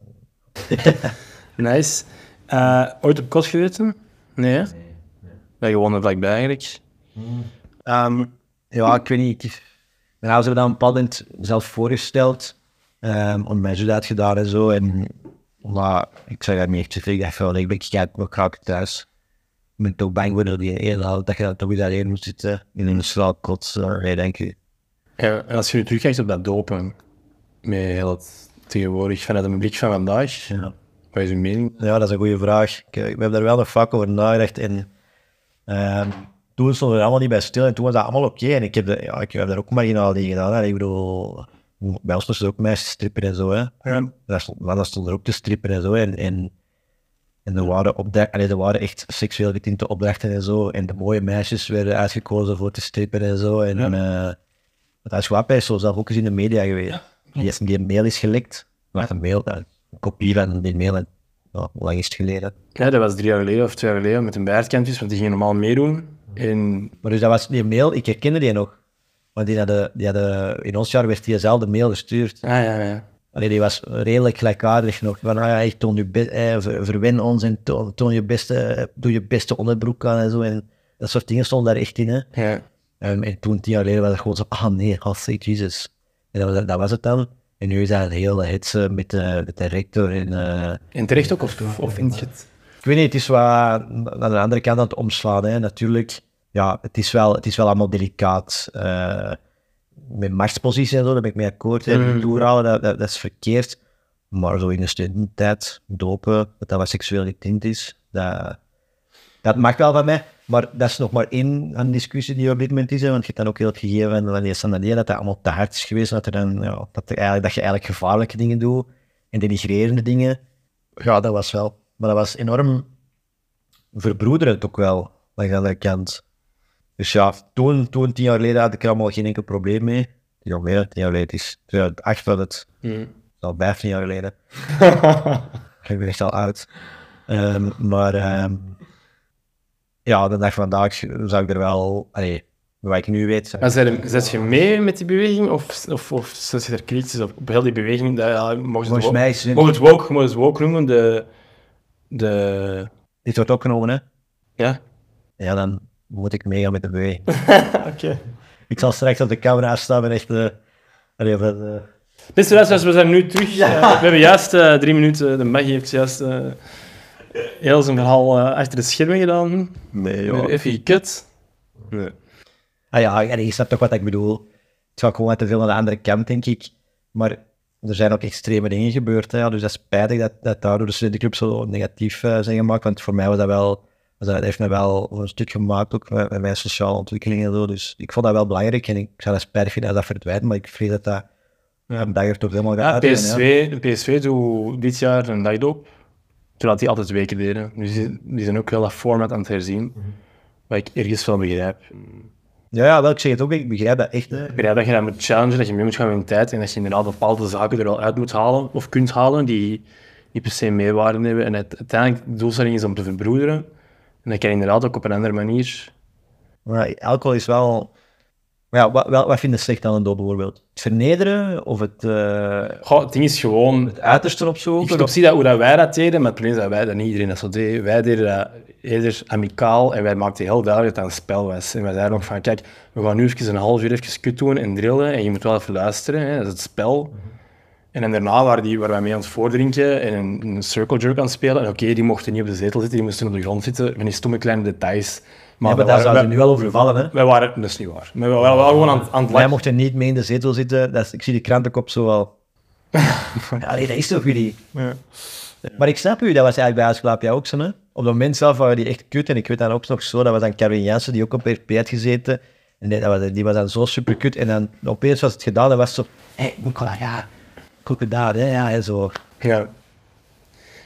S2: Nice. Eh, ooit op kot geweten? Nee, hè? Wij gewonnen vlakbij, eigenlijk. Ehm,
S3: Ja, ik weet niet. ik- Mijn ouders hebben dan een paddend zelf voorgesteld. ehm om mijn zus gedaan en zo. En maar ik zei dat niet echt zoveel. Ik dacht van, ik ben kijk, wat ga ik thuis? Ik ben toch bang voor dat je eerder dat je dan toch weer alleen moet zitten. In een slaapkot. eh, Nee, denk je.
S2: ja, en als je nu terugkijkt op dat dopen, met heel het tegenwoordig vanuit een blik van vandaag,
S3: Ja.
S2: wat is uw mening?
S3: Ja, dat is een goede vraag. Ik, eh, ik heb daar wel nog vaak over nagedacht. En ehm, toen stonden we er allemaal niet bij stil en toen was dat allemaal oké. En ik heb, de- ja, ik heb daar ook marginaal in gedaan. hè. Ik bedoel, bij ons moesten ook meisjes strippen en zo. Hè. Daar stond, mannen stonden er ook te strippen en zo. En, en, en er, waren opdra- allee, er waren echt seksueel getinte opdrachten en zo. En de mooie meisjes werden uitgekozen voor te strippen en zo. En, eh, want als Wapen is zo zelf ook eens in de media geweest. Die, die mail is gelekt. Maar een mail, een kopie van die mail. En, ja, hoe lang is het geleden?
S2: Ja, dat was drie jaar geleden of twee jaar geleden met een baardkantjes, want die ging normaal meedoen. En
S3: Maar dus dat was die mail, ik herkende die nog. Want die hadden, die hadden, in ons jaar werd diezelfde mail gestuurd.
S2: Ah ja, ja.
S3: Allee, die was redelijk gelijkaardig nog. Van, ah ja, hey, toon je best, eh, ver- verwin ons en toon, toon je beste, eh, doe je beste onderbroek aan en zo. En dat soort dingen stond daar echt in. Hè.
S2: ja.
S3: Ehm, en toen, tien jaar geleden, was het gewoon zo, ah nee, hassie, Jesus. En dat was, dat was het dan. En nu is dat een hele hitsen met, eh, met de rector. En, eh,
S2: En terecht ook, of, of vind je het?
S3: ik weet niet, het is wat aan de andere kant aan het omslaan. Hè. Natuurlijk, ja, het is wel, het is wel allemaal delicaat. eh, met machtsposities en zo, daar ben ik mee akkoord. hè. Toeralen, dat, dat, dat is verkeerd. Maar zo in de studententijd, dopen, dat dat wat seksueel getint is, dat, dat mag wel van mij. Maar dat is nog maar één aan de discussie die er op dit moment is. Hè, want je hebt dan ook heel het gegeven van wanneer Sanadier dat dat allemaal te hard is geweest. Dat, er dan, ja, dat, er eigenlijk, dat je eigenlijk gevaarlijke dingen doet en denigrerende dingen. Ja, dat was wel. Maar dat was enorm verbroederend ook wel, langs de andere kant. Dus ja, toen, toen tien jaar geleden had ik er allemaal geen enkel probleem mee. Tien jaar geleden, tien jaar geleden, het is 2008 was het.
S2: Hmm.
S3: Dat is al 15 jaar geleden. ik ben echt al oud. Ehm, maar ehm, ja, de dag vandaag zou ik er wel, allee, wat ik nu weet, zou
S2: Maar zet, zet je mee met die beweging, of, of, of zet je er kritisch op, op heel die beweging? Dat, ja, mogen ze Oh.
S3: Volgens
S2: het wo-
S3: mij is het-
S2: mogen ze het woke, mogen ze het woke noemen, de... de
S3: dit wordt opgenomen, hè?
S2: ja?
S3: Ja, dan moet ik meegaan met de beweging.
S2: Oké.
S3: Ik zal straks op de camera staan en echt. eh allee, dat, eh,
S2: Beste luisteraars, we zijn nu terug. Eh, we hebben juist eh, drie minuten, de Maggie heeft juist eh, heel zijn verhaal eh, achter de schermen gedaan.
S3: nee,
S2: Met Effie Kut. Nee.
S3: Ah ja, en je snapt toch wat ik bedoel. Het gaat gewoon te veel naar de andere kant, denk ik. Maar er zijn ook extreme dingen gebeurd. Hè. Dus dat is spijtig dat, dat daardoor de studentenclubs zo negatief eh, zijn gemaakt. Want voor mij was dat wel... Was dat, dat heeft me wel een stuk gemaakt, ook met, met mijn sociale ontwikkeling en zo. Dus ik vond dat wel belangrijk. En ik zou dat spijtig vinden als dat verdwijnt. Maar ik vrees dat dat... Ja. Dat heeft toch helemaal
S2: Ja,
S3: gaat uitleggen,
S2: PSV, de PSV doet dit jaar een dagdoop. Terwijl die altijd weken deden. Dus die- die zijn ook wel dat format aan het herzien. Wat ik ergens wel begrijp.
S3: Ja, ja, wel, ik zeg het ook. Ik begrijp dat echt. Hè.
S2: Ik begrijp dat je dat moet challengen, dat je mee moet gaan met je tijd. En dat je inderdaad bepaalde zaken er wel uit moet halen. Of kunt halen die niet per se meewaarde hebben. En het, uiteindelijk, de doelstelling is om te verbroederen. En dat kan inderdaad ook op een andere manier.
S3: Maar alcohol is wel... Maar ja, wat, wel, wat vind je slecht aan een dood bijvoorbeeld? Het vernederen of het, eh,
S2: Goh, het ding is gewoon,
S3: het uiterste opzoeken?
S2: Ik snap
S3: of-
S2: zie dat hoe dat wij dat deden, maar het probleem is dat wij dat niet iedereen dat zo deed. Wij deden dat eerder amicaal en wij maakten heel duidelijk dat het een spel was. En wij zeiden ook van, kijk, we gaan nu even een half uur even kut doen en drillen en je moet wel even luisteren, hè, dat is het spel. En dan daarna waren, die, waren wij mee aan het voordrinken en een, een circle jerk aan het spelen. En oké, die mochten niet op de zetel zitten, die moesten op de grond zitten, van die stomme kleine details.
S3: Ja, maar
S2: wij
S3: daar
S2: waren-
S3: zouden
S2: wij-
S3: nu wel over vallen, hè?
S2: Wij waren, dat is niet waar. Maar we waren wel gewoon aan, het- aan het
S3: Wij
S2: lachen.
S3: mochten niet mee in de zetel zitten. Dat is- ik zie de krantenkop zo al. Allee, dat is toch jullie? Maar ik snap u, dat was eigenlijk bij Huisklaapja ook zo, hè? Op dat moment zelf waren die echt kut. En ik weet dan ook nog zo, dat was dan Karin Jansen, die ook op RP had gezeten. En die, dat was, die was dan zo super kut. En dan opeens was het gedaan, dat was zo... Hé, hey, Nicola, ja. Goed daar, hè? Ja, hè, zo.
S2: Ja.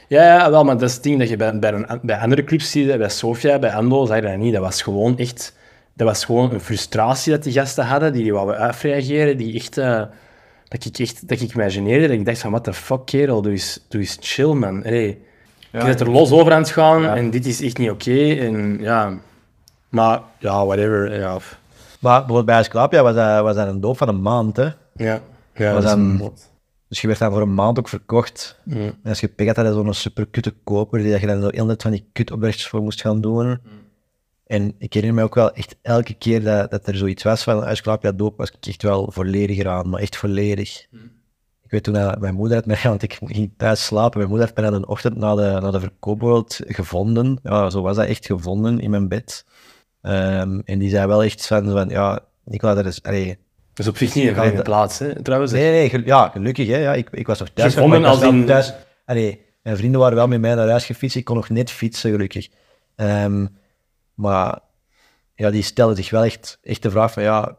S2: Ja, ja, wel, maar dat is het ding dat je bij, bij, een, bij andere clubs ziet, bij Sofia, bij Ando, zag je dat niet. Dat was gewoon echt... Dat was gewoon een frustratie dat die gasten hadden, die die wouden afreageren, die echt... eh, dat ik echt... Dat ik mij geneerde, dat ik dacht van, what the fuck, kerel, doe eens, doe eens chill, man. Allee, je bent er los over aan het gaan en dit is echt niet oké. en ja... Maar, ja, whatever. Ja, of-
S3: Maar bijvoorbeeld bij Huisklaapja was dat, was dat een doop van een maand, hè?
S2: ja,
S3: Was
S2: ja dat is
S3: dat-
S2: een-
S3: Dus je werd dan voor een maand ook verkocht. En als je pech had, had je zo'n superkutte koper, die dat je dan zo heel net van die kutopdrachtjes voor moest gaan doen. En ik herinner me ook wel echt elke keer dat, dat er zoiets was van uitsklaap, ja, doop, was ik echt wel volledig eraan, maar echt volledig. Ik weet toen dat mijn moeder had mij, want ik ging thuis slapen, mijn moeder heeft mij dan een ochtend na de, na de verkoopwereld gevonden. Ja, zo was dat echt gevonden in mijn bed. Ehm, en die zei wel echt van, van ja, Nicola, dat is... Allee,
S2: Dat is op zich niet een vreemde plaats, hè, trouwens.
S3: Nee, nee, gelu- ja, gelukkig. Hè. Ja, ik, ik was nog thuis.
S2: Gevonden
S3: maar ik was
S2: als
S3: wel
S2: in-
S3: thuis. Allee, mijn vrienden waren wel met mij naar huis gefietst. Ik kon nog net fietsen, gelukkig. Ehm, maar ja, die stelden zich wel echt, echt de vraag van, ja,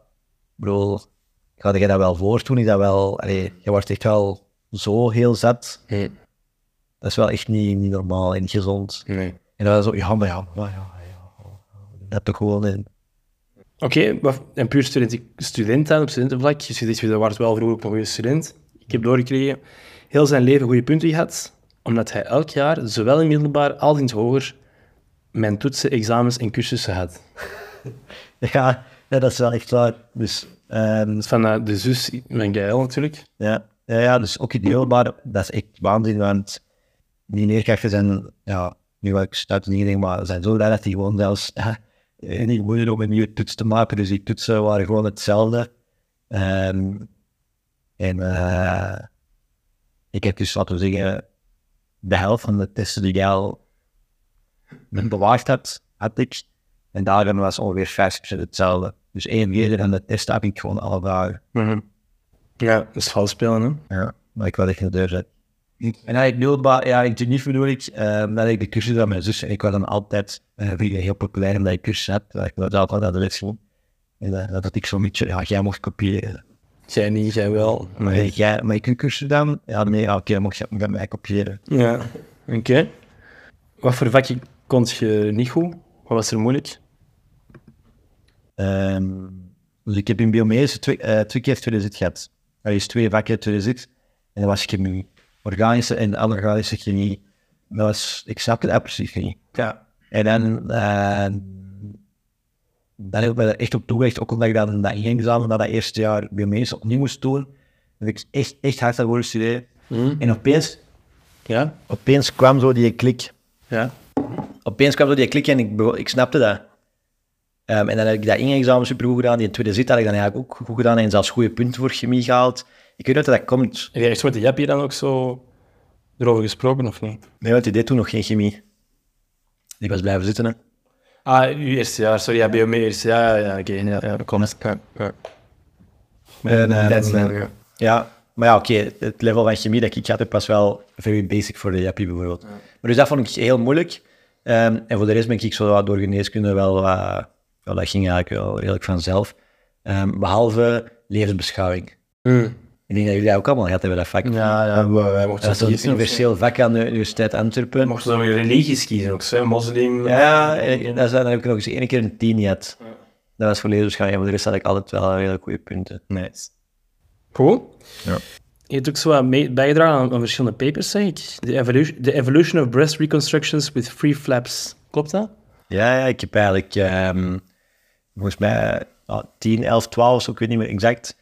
S3: bro, ga jij dat wel voor toen? Is dat wel... Allee, je wordt echt wel zo heel zat.
S2: Nee.
S3: Dat is wel echt niet, niet normaal en niet gezond.
S2: nee.
S3: En dan zo, ja, maar ja, maar ja, ja, dat toch gewoon... En,
S2: Oké, maar- en puur student, student dan, op studentenvlak. Je zegt, dat was wel vroeger ook een goede student. Ik heb doorgekregen, heel zijn leven goede punten gehad, omdat hij elk jaar, zowel in middelbaar als in het hoger, mijn toetsen, examens en cursussen had.
S3: ja, nee, dat is wel echt waar. Dus... ehm,
S2: Dat is van eh, de zus van Gaël natuurlijk.
S3: Ja, ja, ja dus ook in de middelbare, dat is echt waanzin, want die leerkrachten zijn, ja, nu wel ik stuit niet ding, maar zijn zo blij dat die gewoon zelfs ja, niet moeilijk om een nieuwe toets te maken, dus die toetsen waren gewoon hetzelfde. Ehm, en eh, ik heb dus, laten we zeggen, de helft van de testen die ik al bewaard had, had ik. En daarin was ongeveer 50% hetzelfde. Dus één vierde van de testen heb ik gewoon al daar.
S2: Ja, dat is vals spelen, hè?
S3: Ja, maar ik wil echt heel duur zijn. En eigenlijk middelbaar, ja, ik doe niet bedoel ik, ehm, dat ik de cursus aan mijn zus en ik was dan altijd eh, vind ik dat heel populair omdat ik cursus had, dat ik wel zelf altijd aan de les gewoon. En eh, dat had ik zo'n beetje, ja, jij mocht kopiëren.
S2: Jij niet, jij wel.
S3: Maar jij, maar ik een cursus dan? Ja, nee, ja, oké, mocht je met mij kopiëren.
S2: Ja, oké. Wat voor vakje kon je niet goed? Wat was er moeilijk?
S3: Ehm, dus ik heb in biomedische twee, eh, twee keer tweede zit gehad. Er is twee vakken tweede zit. En dat was chemie. Organische en anorganische chemie. Dat was, ik snapte het absoluut niet.
S2: Ja.
S3: En dan, eh dan heb ik me er echt op toegelegd, ook omdat ik dan dat eindexamen na dat eerste jaar bij mensen opnieuw moest doen. Dat ik echt, echt hard aan worden studeren. En opeens,
S2: Ja?
S3: opeens kwam zo die klik.
S2: Ja.
S3: Opeens kwam zo die klik en ik, bego- ik snapte dat. Ehm, en dan heb ik dat eindexamen supergoed gedaan. Die tweede zit had ik dan eigenlijk ook goed gedaan en zelfs goede punten voor chemie gehaald. Ik weet niet of dat komt.
S2: Heb jij echt met de Jappie dan ook zo erover gesproken, of niet?
S3: Nee, want die deed toen nog geen chemie. Die was blijven zitten, hè.
S2: Ah, uw eerste jaar, sorry, ja, BOM eerste jaar, ja, ja, oké, ja, ja, dat komt.
S3: En, eh,
S2: Dat is
S3: dan-
S2: leuk,
S3: Ja, maar ja, oké, het level van chemie dat ik had, heb was wel very basic voor de jappie bijvoorbeeld. Maar dus dat vond ik heel moeilijk. Ehm, en voor de rest ben ik zo wat door geneeskunde wel, wat- wel dat ging eigenlijk wel redelijk vanzelf. Ehm, behalve levensbeschouwing. Ik denk dat jullie dat ook allemaal gehad hebben, dat vak.
S2: Hmm. Ja, ja, wij, wij mochten
S3: dat is een universeel vak aan de Universiteit Antwerpen.
S2: mochten zo religies kiezen ook, hè, moslim.
S3: Ja, en, en dat is- dan heb ik nog eens één keer een tien gehad. Dat was voor levensbeschouwing, maar voor de rest had ik altijd wel redelijk goede punten.
S2: Nice. Cool.
S3: Ja.
S2: Je hebt ook zo wat mee- bijgedragen aan, aan verschillende papers, zeg ik. The evolution, the evolution of breast reconstructions with free flaps. Klopt dat?
S3: Ja, ja, ik heb eigenlijk, ehm, volgens mij, ah, 10, 11, 12, zo, ik weet niet meer exact,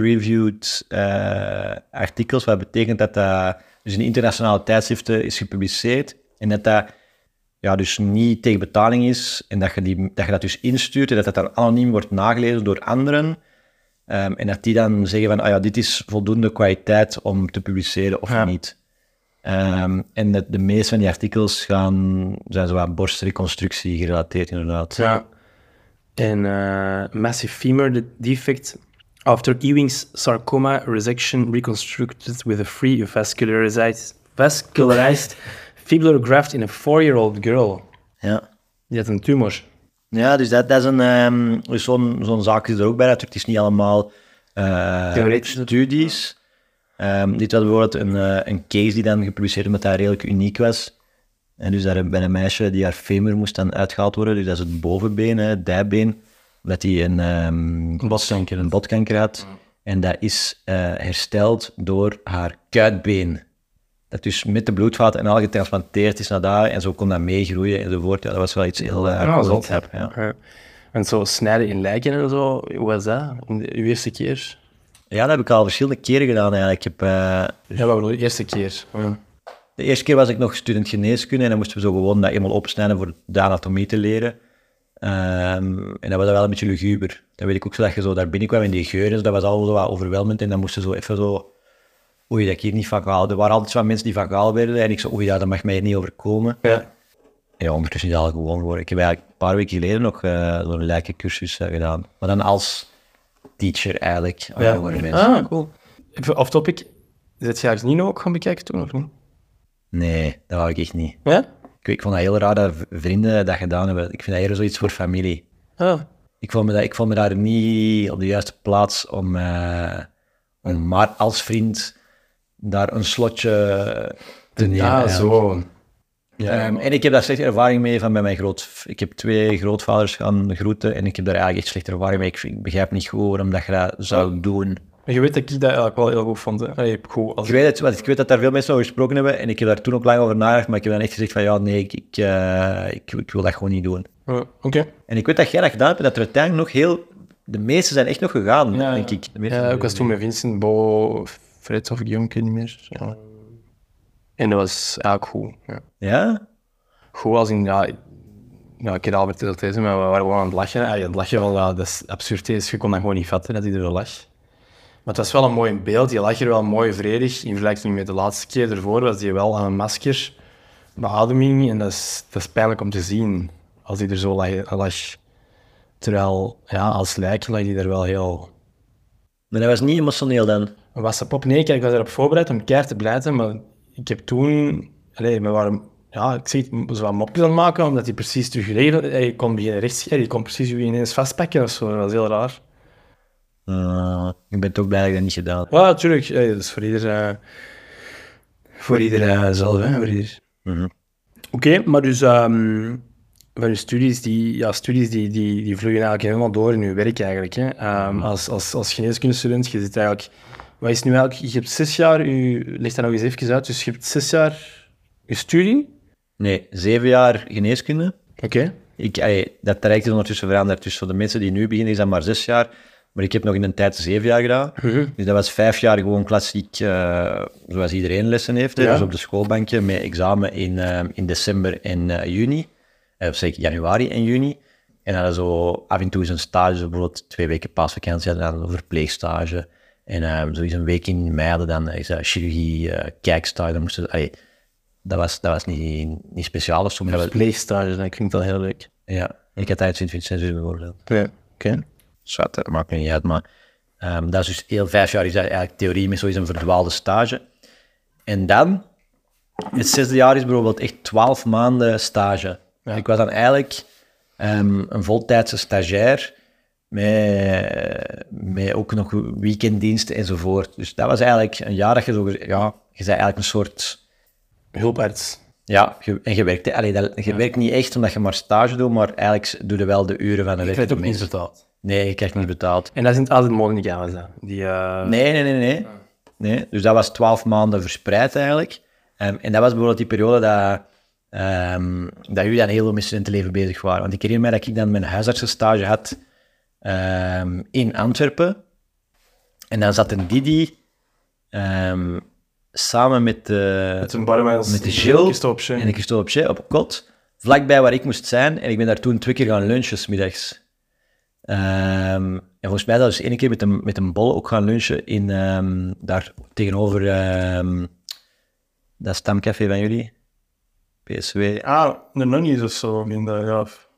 S3: peer-reviewed eh, artikels, wat betekent dat dat dus in internationale tijdschriften is gepubliceerd en dat dat ja, dus niet tegen betaling is en dat je, die, dat je dat dus instuurt en dat dat dan anoniem wordt nagelezen door anderen Ehm, en dat die dan zeggen van, ah ja, dit is voldoende kwaliteit om te publiceren of
S2: Ja.
S3: niet. Ehm, en de, de meeste van die artikels gaan, zijn zo aan borstreconstructie gerelateerd, inderdaad.
S2: Ja.
S4: En eh, massive femur de- defect. After Ewing's sarcoma resection reconstructed with a free vascularized, vascularized fibular graft in a four-year-old girl.
S3: Ja,
S4: Die had een tumor.
S3: ja dus dat, dat is een, ehm, dus zo'n, zo'n zaak is er ook bij. Natuurlijk, het is niet allemaal eh,
S4: Theoretisch.
S3: studies. Ehm, dit was bijvoorbeeld een, eh, een case die dan gepubliceerd werd, omdat dat redelijk uniek was. En dus daar bij een meisje die haar femur moest dan uitgehaald worden, dus dat is het bovenbeen, hè, het dijbeen, omdat hij een, ehm
S2: Botkanker.
S3: een botkanker had. En dat is eh, hersteld door haar kuitbeen. Dat dus met de bloedvaten en al getransplanteerd is naar daar en zo kon dat meegroeien enzovoort. Ja, dat was wel iets heel eh,
S2: Ja,
S3: cool.
S2: zot.
S3: heb, ja.
S2: Ja. En zo snijden in lijken en zo, hoe was dat? Om de- Uw eerste keer?
S3: ja, dat heb ik al verschillende keren gedaan eigenlijk. Ik heb, eh,
S2: Ja, wat bedoel je? Eerste keer. Ah, Ja.
S3: De eerste keer was ik nog student geneeskunde en dan moesten we zo gewoon dat eenmaal opsnijden voor de anatomie te leren. Ehm, en dat was wel een beetje luguber. Dat weet ik ook zo, dat je zo daar binnenkwam en die geuren, zo, dat was allemaal zo wat overweldigend. En dan moesten ze zo even zo, oei, dat ik hier niet van gehaald. Er waren altijd zo wat mensen die van gehaald werden en ik zo, oei, ja, dat mag mij hier niet overkomen.
S2: Ja.
S3: Ja, ondertussen is dat al gewoon geworden. Ik heb eigenlijk een paar weken geleden nog eh, zo'n lijkencursus eh, gedaan. Maar dan als teacher eigenlijk, aan jongere mensen.
S2: Ah, cool. Even off topic. Zet jij Nino ook gaan bekijken toen, of niet?
S3: Nee, dat wou ik echt niet.
S2: Ja?
S3: Ik, weet- ik vond dat heel raar dat v- vrienden dat gedaan hebben. Ik vind dat eerder zoiets voor familie.
S4: Oh.
S2: Ah.
S3: Ik vond me, dat, ik vond me daar niet op de juiste plaats om, eh, om maar als vriend daar een slotje te nemen.
S2: Ja,
S3: ja.
S2: zo.
S3: Ehm, en ik heb daar slechte ervaring mee van bij mijn groot... Ik heb twee grootvaders gaan groeten en ik heb daar eigenlijk echt slechte ervaring mee. Ik, vind- ik begrijp niet goed waarom dat je dat zou doen.
S2: Je weet dat ik dat eigenlijk wel heel goed vond. Hè? Allee, goed, als
S3: Ik weet, het, want ik weet dat daar veel mensen over gesproken hebben en ik heb daar toen ook lang over nagedacht, maar ik heb dan echt gezegd van ja, nee, ik, ik, eh, ik, ik wil dat gewoon niet doen.
S2: Ja, Oké.
S3: En ik weet dat jij dat gedaan hebt en dat er uiteindelijk nog heel... De meesten zijn echt nog gegaan,
S2: Ja,
S3: denk
S2: ja.
S3: ik. De meesten
S2: Ja,
S3: zijn
S2: ik was toen met Vincent, Bo, Fred of Guillaume, ik weet niet meer. Ja. En dat was eigenlijk goed. Ja.
S3: Ja?
S2: Goed als in, ja, ja ik heb al verteld deze, maar we waren gewoon aan het lachen. Allee, aan het lachen van, ja, dat is absurd, is, je kon dat gewoon niet vatten, dat iedereen lag. Maar het was wel een mooi beeld, je lag er wel mooi vredig. In vergelijking met de laatste keer ervoor was hij wel aan een masker, beademing, en dat is, dat is pijnlijk om te zien, als hij er zo lag. lag. Terwijl, ja, als lijk lag hij er wel heel...
S3: Maar dat was niet emotioneel dan.
S2: Een wassen pop? Nee, kijk, ik was erop voorbereid om keihard te blijten, maar ik heb toen... Allee, we waren... Ja, ik zeg het, we waren mopjes aan het maken, omdat hij precies terug regelde. Hij kon beginnen rechts... Hij kon precies u ineens vastpakken of zo. Dat was heel raar.
S3: Eh, ik ben toch blij dat ik dat niet gedaan heb.
S2: Ja, natuurlijk. Hey, dat is voor ieder... eh, voor ieder eh, zelf, hè. Voor ieder.
S4: Oké, maar dus ehm, van je studies, die, ja, studies die, die, die vloeien eigenlijk helemaal door in je werk eigenlijk. Hè? Ehm, als, als, als geneeskundestudent, je zit eigenlijk... Wat is nu eigenlijk... Je hebt zes jaar... Je, leg dat nog eens even uit. Dus je hebt zes jaar je studie.
S3: Nee, zeven jaar geneeskunde.
S4: Oké.
S3: Ik, allee, dat traject is ondertussen veranderd. Dus voor de mensen die nu beginnen, is dat maar zes jaar. Maar ik heb nog in een tijd zeven jaar gedaan. Dus dat was vijf jaar gewoon klassiek, eh, zoals iedereen lessen heeft. hè.
S2: Ja.
S3: Dus op de schoolbankje met examen in, ehm, in december en eh, juni. Eh, of zeg januari en juni. En dan zo af en toe is een stage, zo bijvoorbeeld twee weken paasvakantie, en dan een verpleegstage. En ehm zo is een week in mei, hadden dan is dat chirurgie, eh, kijkstage. Dan moesten, allee, dat was, dat was niet, niet speciaal of zo. maar dat was-
S2: Pleegstage, dat klinkt wel heel leuk.
S3: ja, ik had uit Sint-Vincent bijvoorbeeld.
S2: Ja.
S3: Oké. Zwart, dat maakt me niet uit, maar ehm, dat is dus heel vijf jaar is dat eigenlijk theorie met zoiets een verdwaalde stage. En dan, het zesde jaar is bijvoorbeeld echt twaalf maanden stage. Ik was dan eigenlijk ehm, een voltijdse stagiair met, met ook nog weekenddiensten enzovoort. Dus dat was eigenlijk een jaar dat je zo, ja, je bent eigenlijk een soort
S2: Hulparts.
S3: ja, je- en je werkt, hè. allee, dat, je werkt niet echt omdat je maar stage doet, maar eigenlijk doe je wel de uren van de
S2: Ik weet
S3: werk.
S2: ook niet betaald.
S3: Nee, je krijgt niet betaald.
S2: En dat is in het altijd mogelijk, ja, was dat. Die... eh,
S3: Nee, nee, nee, nee. nee. Dus dat was twaalf maanden verspreid eigenlijk. Ehm, en dat was bijvoorbeeld die periode dat Ehm, dat jullie dan heel veel met studentenleven bezig waren. Want ik herinner mij dat ik dan mijn huisartsenstage had ehm, in Antwerpen. En dan zat een Didi ehm, samen met de,
S4: Met een barman als-
S3: met de Jill
S4: Christophe.
S3: en de Christophe op kot, vlakbij waar ik moest zijn. En ik ben daar toen twee keer gaan lunchen, 's middags. Ehm, en volgens mij dat is één keer met een, met een bol ook gaan lunchen in, ehm, daar tegenover ehm, dat stamcafé van jullie. PSW.
S4: Ah, de nonnies of zo. In de, ja. of-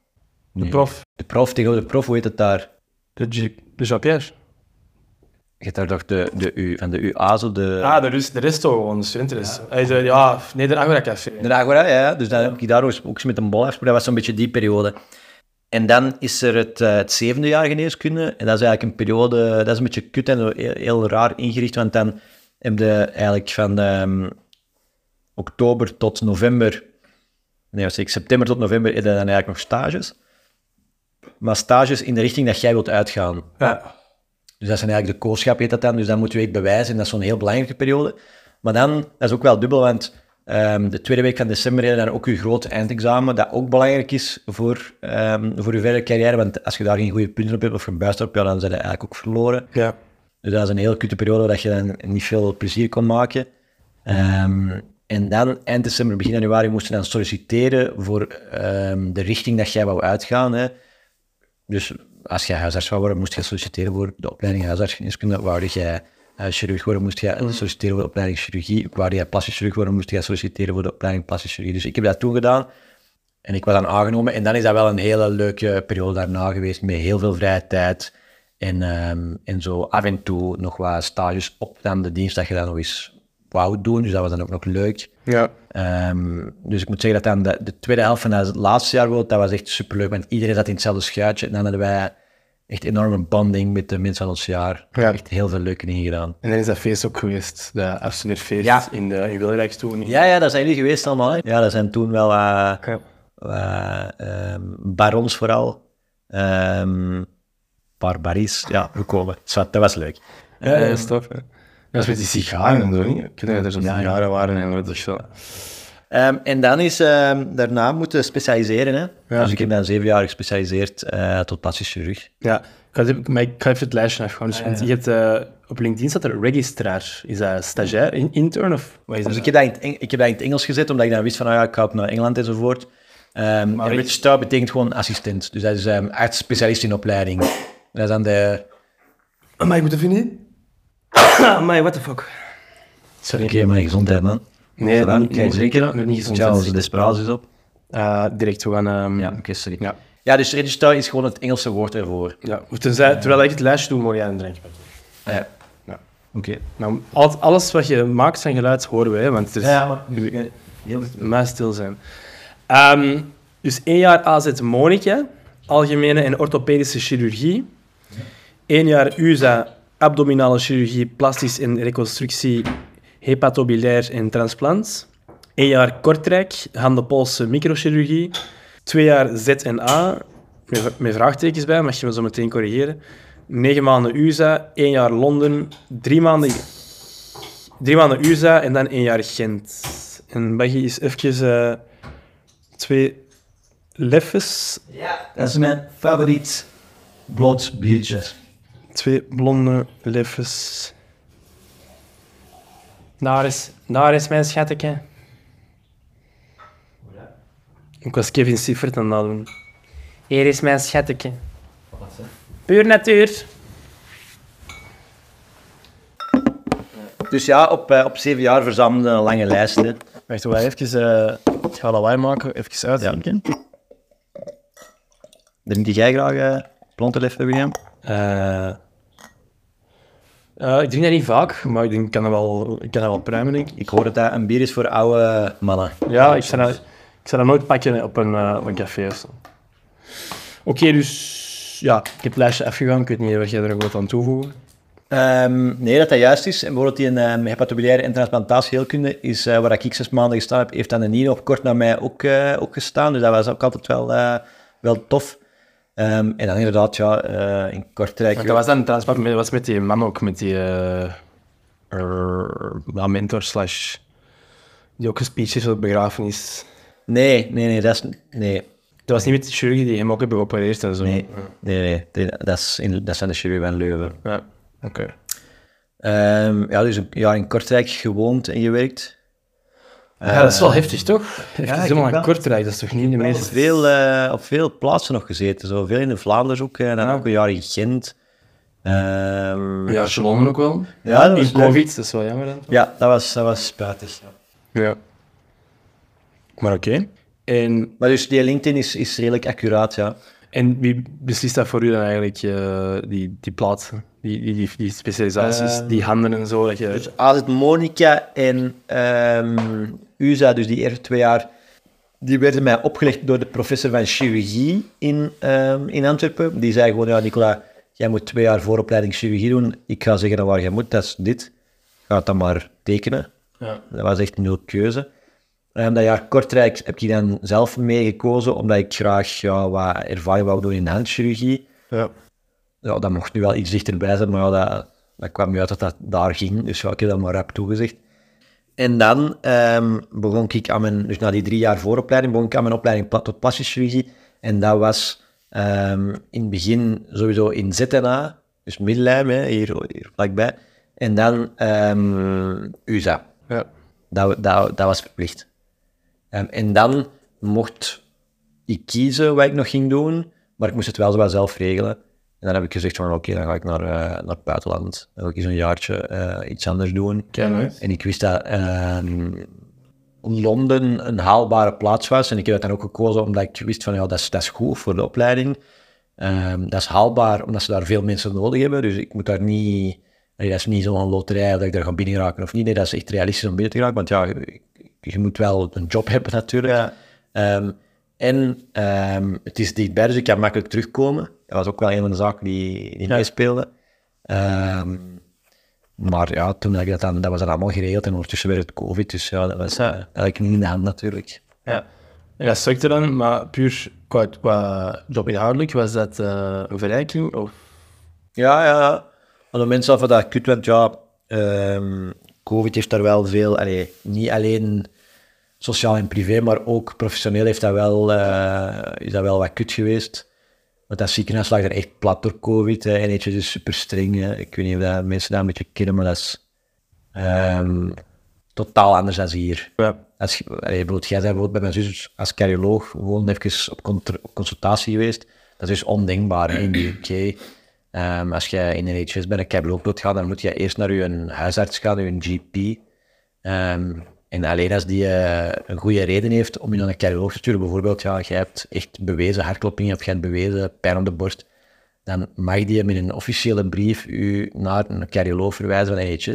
S4: de prof.
S3: De prof, tegenover de prof, hoe heet het daar?
S4: De, J- de Jean-Pierre.
S3: Je hebt daar toch de, de U, van de UA, zo de...
S4: Ah, de, rest, de resto gewoon, de studentenresto. Hij zei, ja, nee, de Agora Café.
S3: De Agora, ja. Dus dan heb ik daar ook eens- ook eens met een bol afgesproken. Dat was zo'n beetje die periode. En dan is er het, eh, het zevende jaar geneeskunde. En dat is eigenlijk een periode... Dat is een beetje kut en heel, heel raar ingericht. Want dan heb je eigenlijk van ehm, oktober tot november... Nee, wat zeg ik, september tot november heb je dan eigenlijk nog stages. Maar stages in de richting dat jij wilt uitgaan.
S4: Ja.
S3: Dus dat zijn eigenlijk de kooschap, heet dat dan. Dus dan moeten we het bewijzen. En dat is zo'n heel belangrijke periode. Maar dan, dat is ook wel dubbel, want ehm, de tweede week van december heb je dan ook je grote eindexamen, dat ook belangrijk is voor, ehm, voor je verdere carrière. Want als je daar geen goede punten op hebt of gebuist op, ja, dan zijn je eigenlijk ook verloren.
S4: ja.
S3: Dus dat is een heel kutte periode dat je dan niet veel plezier kon maken. Ehm, en dan eind december, begin januari moesten dan solliciteren voor ehm, de richting dat jij wou uitgaan. Hè. Dus als jij huisarts wou worden, moest je solliciteren voor de opleiding huisartsgeneeskunde. Wou jij eh, chirurg worden, moest jij solliciteren voor de opleiding chirurgie. Wou jij plastisch chirurg worden, moest jij solliciteren voor de opleiding plastische chirurgie. Dus ik heb dat toen gedaan. En ik was dan aangenomen. En dan is dat wel een hele leuke periode daarna geweest. Met heel veel vrije tijd. En, ehm, en zo af en toe nog wat stages op dan de dienst dat je dan nog eens wou doen. Dus dat was dan ook nog leuk.
S4: Ja.
S3: Ehm, dus ik moet zeggen dat dan de, de tweede helft van het laatste jaar, wel, dat was echt superleuk. Want iedereen zat in hetzelfde schuitje. En dan hadden wij echt enorme bonding met de mensen van ons jaar.
S4: Ja.
S3: Echt heel veel leuke dingen gedaan.
S4: En dan is dat feest ook geweest, de afstudeerfeest
S3: Ja.
S4: in, de, in Wilrijk toen.
S3: Ja, ja, daar zijn jullie geweest allemaal. Hè? Ja, dat zijn toen wel... eh,
S4: Ja.
S3: eh, ehm, barons vooral, ehm barbaris, ja, gekomen. Zwat, dat was leuk.
S4: Ja, dat is tof. hè. Dat is met die sigaren en zo. niet? Ik weet dat er zo'n
S3: Ja, ja.
S4: sigaren waren en dat is zo.
S3: Ehm, en dan is, ehm, daarna moeten specialiseren. Hè?
S4: Ja.
S3: dus ik heb dan zeven jaar gespecialiseerd eh, tot plastisch chirurg.
S4: Ja, ik ga, maar ik ga even het lijstje afgaan. Dus, want je hebt, eh, op LinkedIn staat er registraar. Is dat stagiair, in, intern of wat is dat?
S3: Dus ik heb, dat in het Eng- ik heb dat in het Engels gezet, omdat ik dan wist van, ah ja, ik ga op naar Engeland enzovoort. Ehm maar en registrar betekent gewoon assistent. Dus dat is ehm arts specialist in opleiding. Dat is dan de...
S4: Amai, ik moet even in. Ah, Amai, what the fuck.
S3: Sorry, mijn gezondheid, man.
S4: Nee,
S3: Zal ik
S4: niet-
S3: niet
S4: niet-
S3: drinken?
S4: niet gezond.
S3: Charles Desperados is op.
S4: Eh, direct, we gaan... ehm,
S3: Ja, oké, sorry.
S4: Ja.
S3: Ja. ja, dus register is gewoon het Engelse woord ervoor.
S4: Ja, tenzij, terwijl ik het lijstje doe, moet jij een drankje pakken.
S3: Ja.
S4: Ja.
S3: Oké.
S4: Nou, al- alles wat je maakt van geluid horen we, hè, want het is
S3: Ja, maar... Heel...
S4: maar stil zijn. Ehm, dus één jaar AZ Monica, algemene en orthopedische chirurgie. Eén jaar USA, abdominale chirurgie, plastisch en reconstructie, hepatobiliair en transplant. Eén jaar Kortrijk, handenpolse microchirurgie. Twee jaar Z&A, met, vra- met vraagtekens bij, mag je me zo meteen corrigeren. Negen maanden USA, één jaar Londen, drie maanden Drie maanden USA en dan één jaar Gent. En Baggy is even eh, twee leffes,
S3: Dat is mijn favoriet blond biertje.
S4: twee blonde leffes. Daar is, daar is mijn schatteke. Ik was Kevin Siffert aan het doen.
S5: Hier is mijn schatteke. Puur natuur.
S3: Dus ja, op, eh, op zeven jaar verzamelde een lange lijst. hè.
S4: Wacht, we gaan even... eh, ik ga lawaai maken, even uitdenken.
S3: Drink jij graag eh blonde leffe, William?
S4: Eh, eh, ik drink dat niet vaak, maar ik, denk, ik kan dat wel, ik kan dat wel pruimen, denk ik.
S3: Ik hoor dat dat een bier is voor oude mannen.
S4: Ja, ik zou, dat, ik zou dat nooit pakken op een, eh, op een café of zo. Oké, dus ja, ik heb het lijstje afgegaan. Ik weet niet wat jij er nog wat aan toevoegen.
S3: Ehm, nee, dat dat juist is. En bijvoorbeeld die um, hepatobiliaire en transplantatieheelkunde is eh, waar ik zes maanden gestaan heb, heeft dan een Nino op kort na mij ook, eh, ook gestaan. Dus dat was ook altijd wel, eh, wel tof. Ehm, en dan inderdaad, ja, eh, in Kortrijk.
S4: Want dat was dan transport met, was met die man ook, met die eh, er- ja, mentor slash... Die ook een speech heeft op begrafenis.
S3: Nee, nee, nee, dat is... Nee,
S4: Dat was niet met de chirurgen die hem ook hebben geopereerd en zo.
S3: nee, nee, nee, nee, dat, is in, dat zijn de chirurgen van Leuven.
S4: Ja, oké.
S3: Ehm, ja, dus een jaar in Kortrijk gewoond en gewerkt.
S4: ja, dat is wel heftig, toch? Even
S3: ik
S4: helemaal
S3: heb
S4: een
S3: wel-
S4: kort dat is toch niet de
S3: Op
S4: meest...
S3: veel, eh, op veel plaatsen nog gezeten, zo. veel in de Vlaanders ook, eh, en dan ook een jaar in Gent. Ehm,
S4: Ja, Chalon ook wel.
S3: Ja, dat
S4: In
S3: was leuk.
S4: COVID, dat is wel jammer dan.
S3: ja, dat was, dat was spijtig. ja.
S4: Ja. Maar oké. En,
S3: Maar dus die LinkedIn is, is redelijk accuraat, ja.
S4: en wie beslist dat voor u dan eigenlijk, eh, die, die plaatsen, die, die, die, die specialisaties, die handen en zo? Dat Eh, je,
S3: Dus AZ Monica en ehm USA, dus die eerste twee jaar, die werden mij opgelegd door de professor van chirurgie in, ehm, in Antwerpen. Die zei gewoon, ja Nicola, jij moet twee jaar vooropleiding chirurgie doen. Ik ga zeggen naar waar jij moet, dat is dit. Ga het dan maar tekenen.
S4: Ja.
S3: Dat was echt nul keuze. En dat jaar Kortrijk heb ik dan zelf meegekozen, omdat ik graag ja, wat ervaring wou doen in handchirurgie.
S4: ja.
S3: Ja, dat mocht nu wel iets dichterbij zijn, maar ja, dat, dat kwam nu uit dat dat daar ging. Dus ja, ik heb dat maar rap toegezegd. En dan ehm, begon ik aan mijn, dus na die drie jaar vooropleiding, begon ik aan mijn opleiding pla- tot plastische chirurgie. En dat was ehm, in het begin sowieso in ZNA, dus Middelheim, hè, hier, hier vlakbij. En dan ehm USA.
S4: ja.
S3: Dat, dat, dat was verplicht. Ehm, en dan mocht ik kiezen wat ik nog ging doen, maar ik moest het wel zo wel zelf regelen. En dan heb ik gezegd van oké, dan ga ik naar, eh, naar het buitenland. Dan ga ik eens een jaartje eh, iets anders doen. En ik wist dat ehm, Londen een haalbare plaats was. En ik heb dat dan ook gekozen omdat ik wist van ja, dat is, dat is goed voor de opleiding. Ehm, dat is haalbaar omdat ze daar veel mensen nodig hebben. Dus ik moet daar niet... nee, dat is niet zo'n loterij dat ik daar ga binnen raken of niet. Nee, dat is echt realistisch om binnen te raken. Want ja, je, je moet wel een job hebben natuurlijk. Ehm, en ehm, het is dichtbij, dus ik kan makkelijk terugkomen. Dat was ook wel een van de zaken die, die meespeelden. Ehm, maar ja, toen dat ik dat, dan, dat was dan allemaal geregeld en ondertussen werd het covid, dus ja, dat was eh, eigenlijk niet in de hand natuurlijk.
S4: Ja. En dat stukte dan, maar puur qua, qua jobinhoudelijk, was dat eh, een verrijking? Of...
S3: Ja, ja, ja. Aan de mensen van dat kut, want ja, ehm, covid heeft daar wel veel, allee, niet alleen sociaal en privé, maar ook professioneel heeft dat wel, eh, is dat wel wat kut geweest. Want dat ziekenhuis lag er echt plat door covid, hè, en eentje is super streng. hè. Ik weet niet of dat mensen daar een beetje kennen, maar dat is ehm, totaal anders dan hier.
S4: Ja.
S3: Als, je- allee, ik bedoel, jij bent bijvoorbeeld bij mijn zus als cardioloog gewoon even op, contr- op consultatie geweest. Dat is ondenkbaar hè, in de UK. Ehm, als jij in een NHS bij een cardioloog wilt gaan, dan moet je eerst naar je huisarts gaan, je GP. Ehm, en alleen als die eh, een goede reden heeft om je naar een cardioloog te sturen, bijvoorbeeld, ja, jij hebt echt bewezen hartklopping, of jij hebt bewezen pijn op de borst, dan mag die met een officiële brief u naar een cardioloog verwijzen van NHS.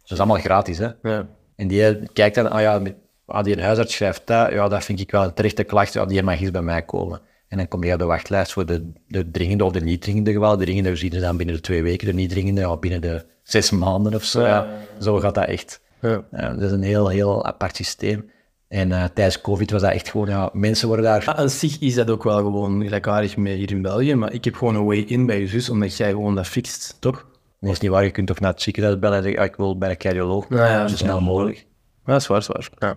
S3: Dat is allemaal gratis, hè?
S4: Ja.
S3: En die kijkt dan, ah ja, met- ah, die huisarts schrijft dat, ja, dat vind ik wel een terechte klacht, ja, die mag eens bij mij komen. En dan kom je op de wachtlijst voor de, de dringende of de niet dringende gevallen. De dringende zien ze dan binnen de twee weken, de niet dringende ja, binnen de zes maanden of zo. Ja, zo gaat dat echt.
S4: Ja.
S3: Ja, Eh, dat is een heel, heel apart systeem. En eh, tijdens COVID was dat echt gewoon, ja, mensen worden daar...
S4: Ah, Aan zich is dat ook wel gewoon gelijkaardig met hier in België, maar ik heb gewoon een way in bij je zus, omdat jij gewoon dat fixt, toch?
S3: Nee, is niet waar, je kunt toch naar het ziekenhuis bellen en zeggen, ah, ik wil bij een cardioloog.
S4: Nou ja,
S3: zo
S4: dat is
S3: snel mogelijk.
S4: Ja, dat is waar, dat is waar. Ja,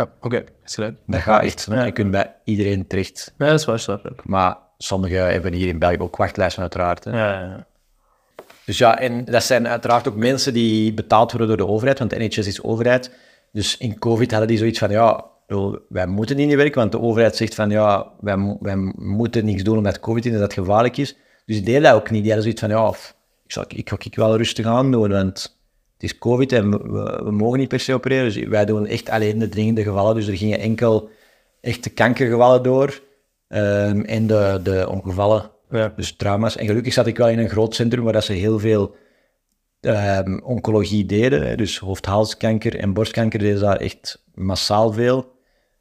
S4: ja oké, is gelijk.
S3: Dat gaat echt. hè. Je kunt bij iedereen terecht.
S4: Ja, dat is waar, dat is waar.
S3: Maar sommigen hebben hier in België ook wachtlijsten uiteraard. Hè.
S4: Ja, ja, ja.
S3: Dus ja, en dat zijn uiteraard ook mensen die betaald worden door de overheid, want de NHS is overheid. Dus in COVID hadden die zoiets van, ja, ik bedoel, wij moeten niet werken, want de overheid zegt van, ja, wij, mo- wij moeten niks doen omdat COVID inderdaad gevaarlijk is. Dus die deden dat ook niet. Die hadden zoiets van, ja, pff, ik, zal, ik ga ik wel rustig aan doen, want het is COVID en we, we mogen niet per se opereren. Dus wij doen echt alleen de dringende gevallen. Dus er gingen enkel echte kankergevallen door ehm, en de, de ongevallen,
S4: Ja.
S3: dus trauma's. En gelukkig zat ik wel in een groot centrum waar dat ze heel veel ehm, oncologie deden. hè. Dus hoofd-halskanker en borstkanker deden ze daar echt massaal veel.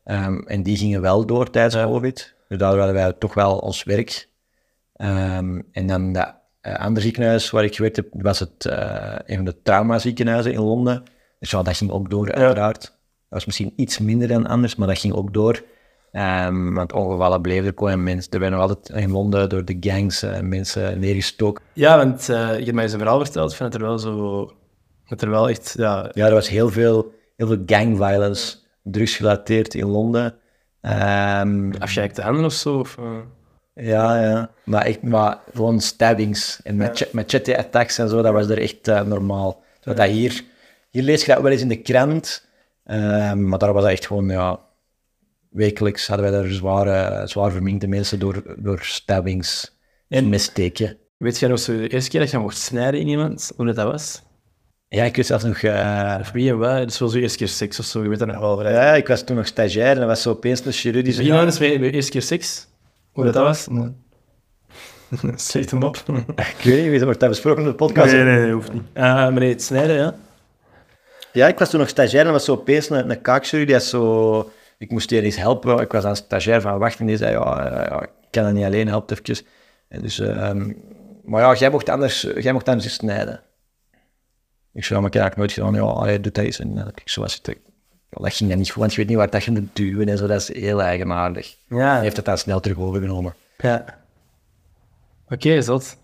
S3: Ehm, en die gingen wel door tijdens COVID. Dus daar hadden wij toch wel ons werk. Ehm, en dan dat eh, andere ziekenhuis waar ik gewerkt heb, was het eh, een van de traumaziekenhuizen in Londen. Dus ja, dat ging ook door, uiteraard. Dat was misschien iets minder dan anders, maar dat ging ook door. Ehm, want ongevallen bleven er komen. Mensen, er werden nog altijd in Londen door de gangs eh, mensen neergestoken.
S4: ja want eh, je hebt mij eens een verhaal verteld van dat er wel zo... Dat er wel echt, ja,
S3: Ja, er was heel veel, heel veel gang violence. drugsgerelateerd in Londen. Ehm,
S4: Afgeëikte handen of zo? Of, eh?
S3: ja, ja. Maar echt, maar gewoon stabbings en met mach- machete attacks en zo, dat was er echt eh, normaal. Terwijl dat hier, hier lees je dat wel eens in de krant, ehm, maar daar was dat echt gewoon, ja, wekelijks hadden wij daar zware, zwaar verminkte mensen door, door stabbings en missteken.
S4: Weet jij nog zo de eerste keer dat je mocht snijden in iemand? Hoe dat, dat was?
S3: Ja, ik weet zelfs nog, eh,
S4: Of wie en wat? Dat is wel zo eerste keer seks of zo. Je weet dat nog wel. Van,
S3: ja, ik was toen nog stagiair en dat was zo opeens een chirurg die zei,
S4: Wie nou eens bij bij eerste keer seks? Hoe dat, dat was? Slecht hem op.
S3: ik weet niet, wie wordt dat besproken op de podcast?
S4: Nee, nee, nee, hoeft niet. Eh, maar nee, het snijden, ja.
S3: Ja, ik was toen nog stagiair en was zo opeens een, een kaakchirurg die had zo... Ik moest die eens helpen. Ik was aan stagiair van wacht en die zei, ja, eh, ja, ik kan dat niet alleen, help even. En dus, eh, ehm, maar ja, jij mocht anders, jij mocht anders eens snijden. Ik zei, ja, maar ik heb eigenlijk nooit gedaan. Ja, allee, doe dat eens. En dan heb ik zo was het. Ja, dat ging dan niet goed, want je weet niet waar dat je moet duwen en zo. Dat is heel eigenaardig.
S4: Ja.
S3: Hij heeft het dan snel terug overgenomen.
S4: Ja. Oké, zot.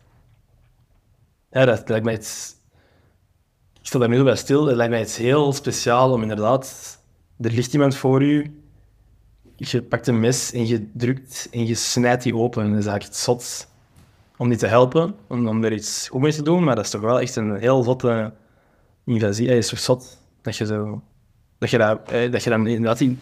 S4: Ja, dat lijkt mij iets... Ik stel daar nu bij stil. Het lijkt mij iets heel speciaal om inderdaad... Er ligt iemand voor u. Je pakt een mes en je drukt en je snijdt die open. Dat is eigenlijk iets zots. Om die te helpen, om, om er iets goed mee te doen. Maar dat is toch wel echt een heel zotte invasie. Ja, Het is toch zot dat je zo... Dat je, dat, eh, dat je dan inderdaad die,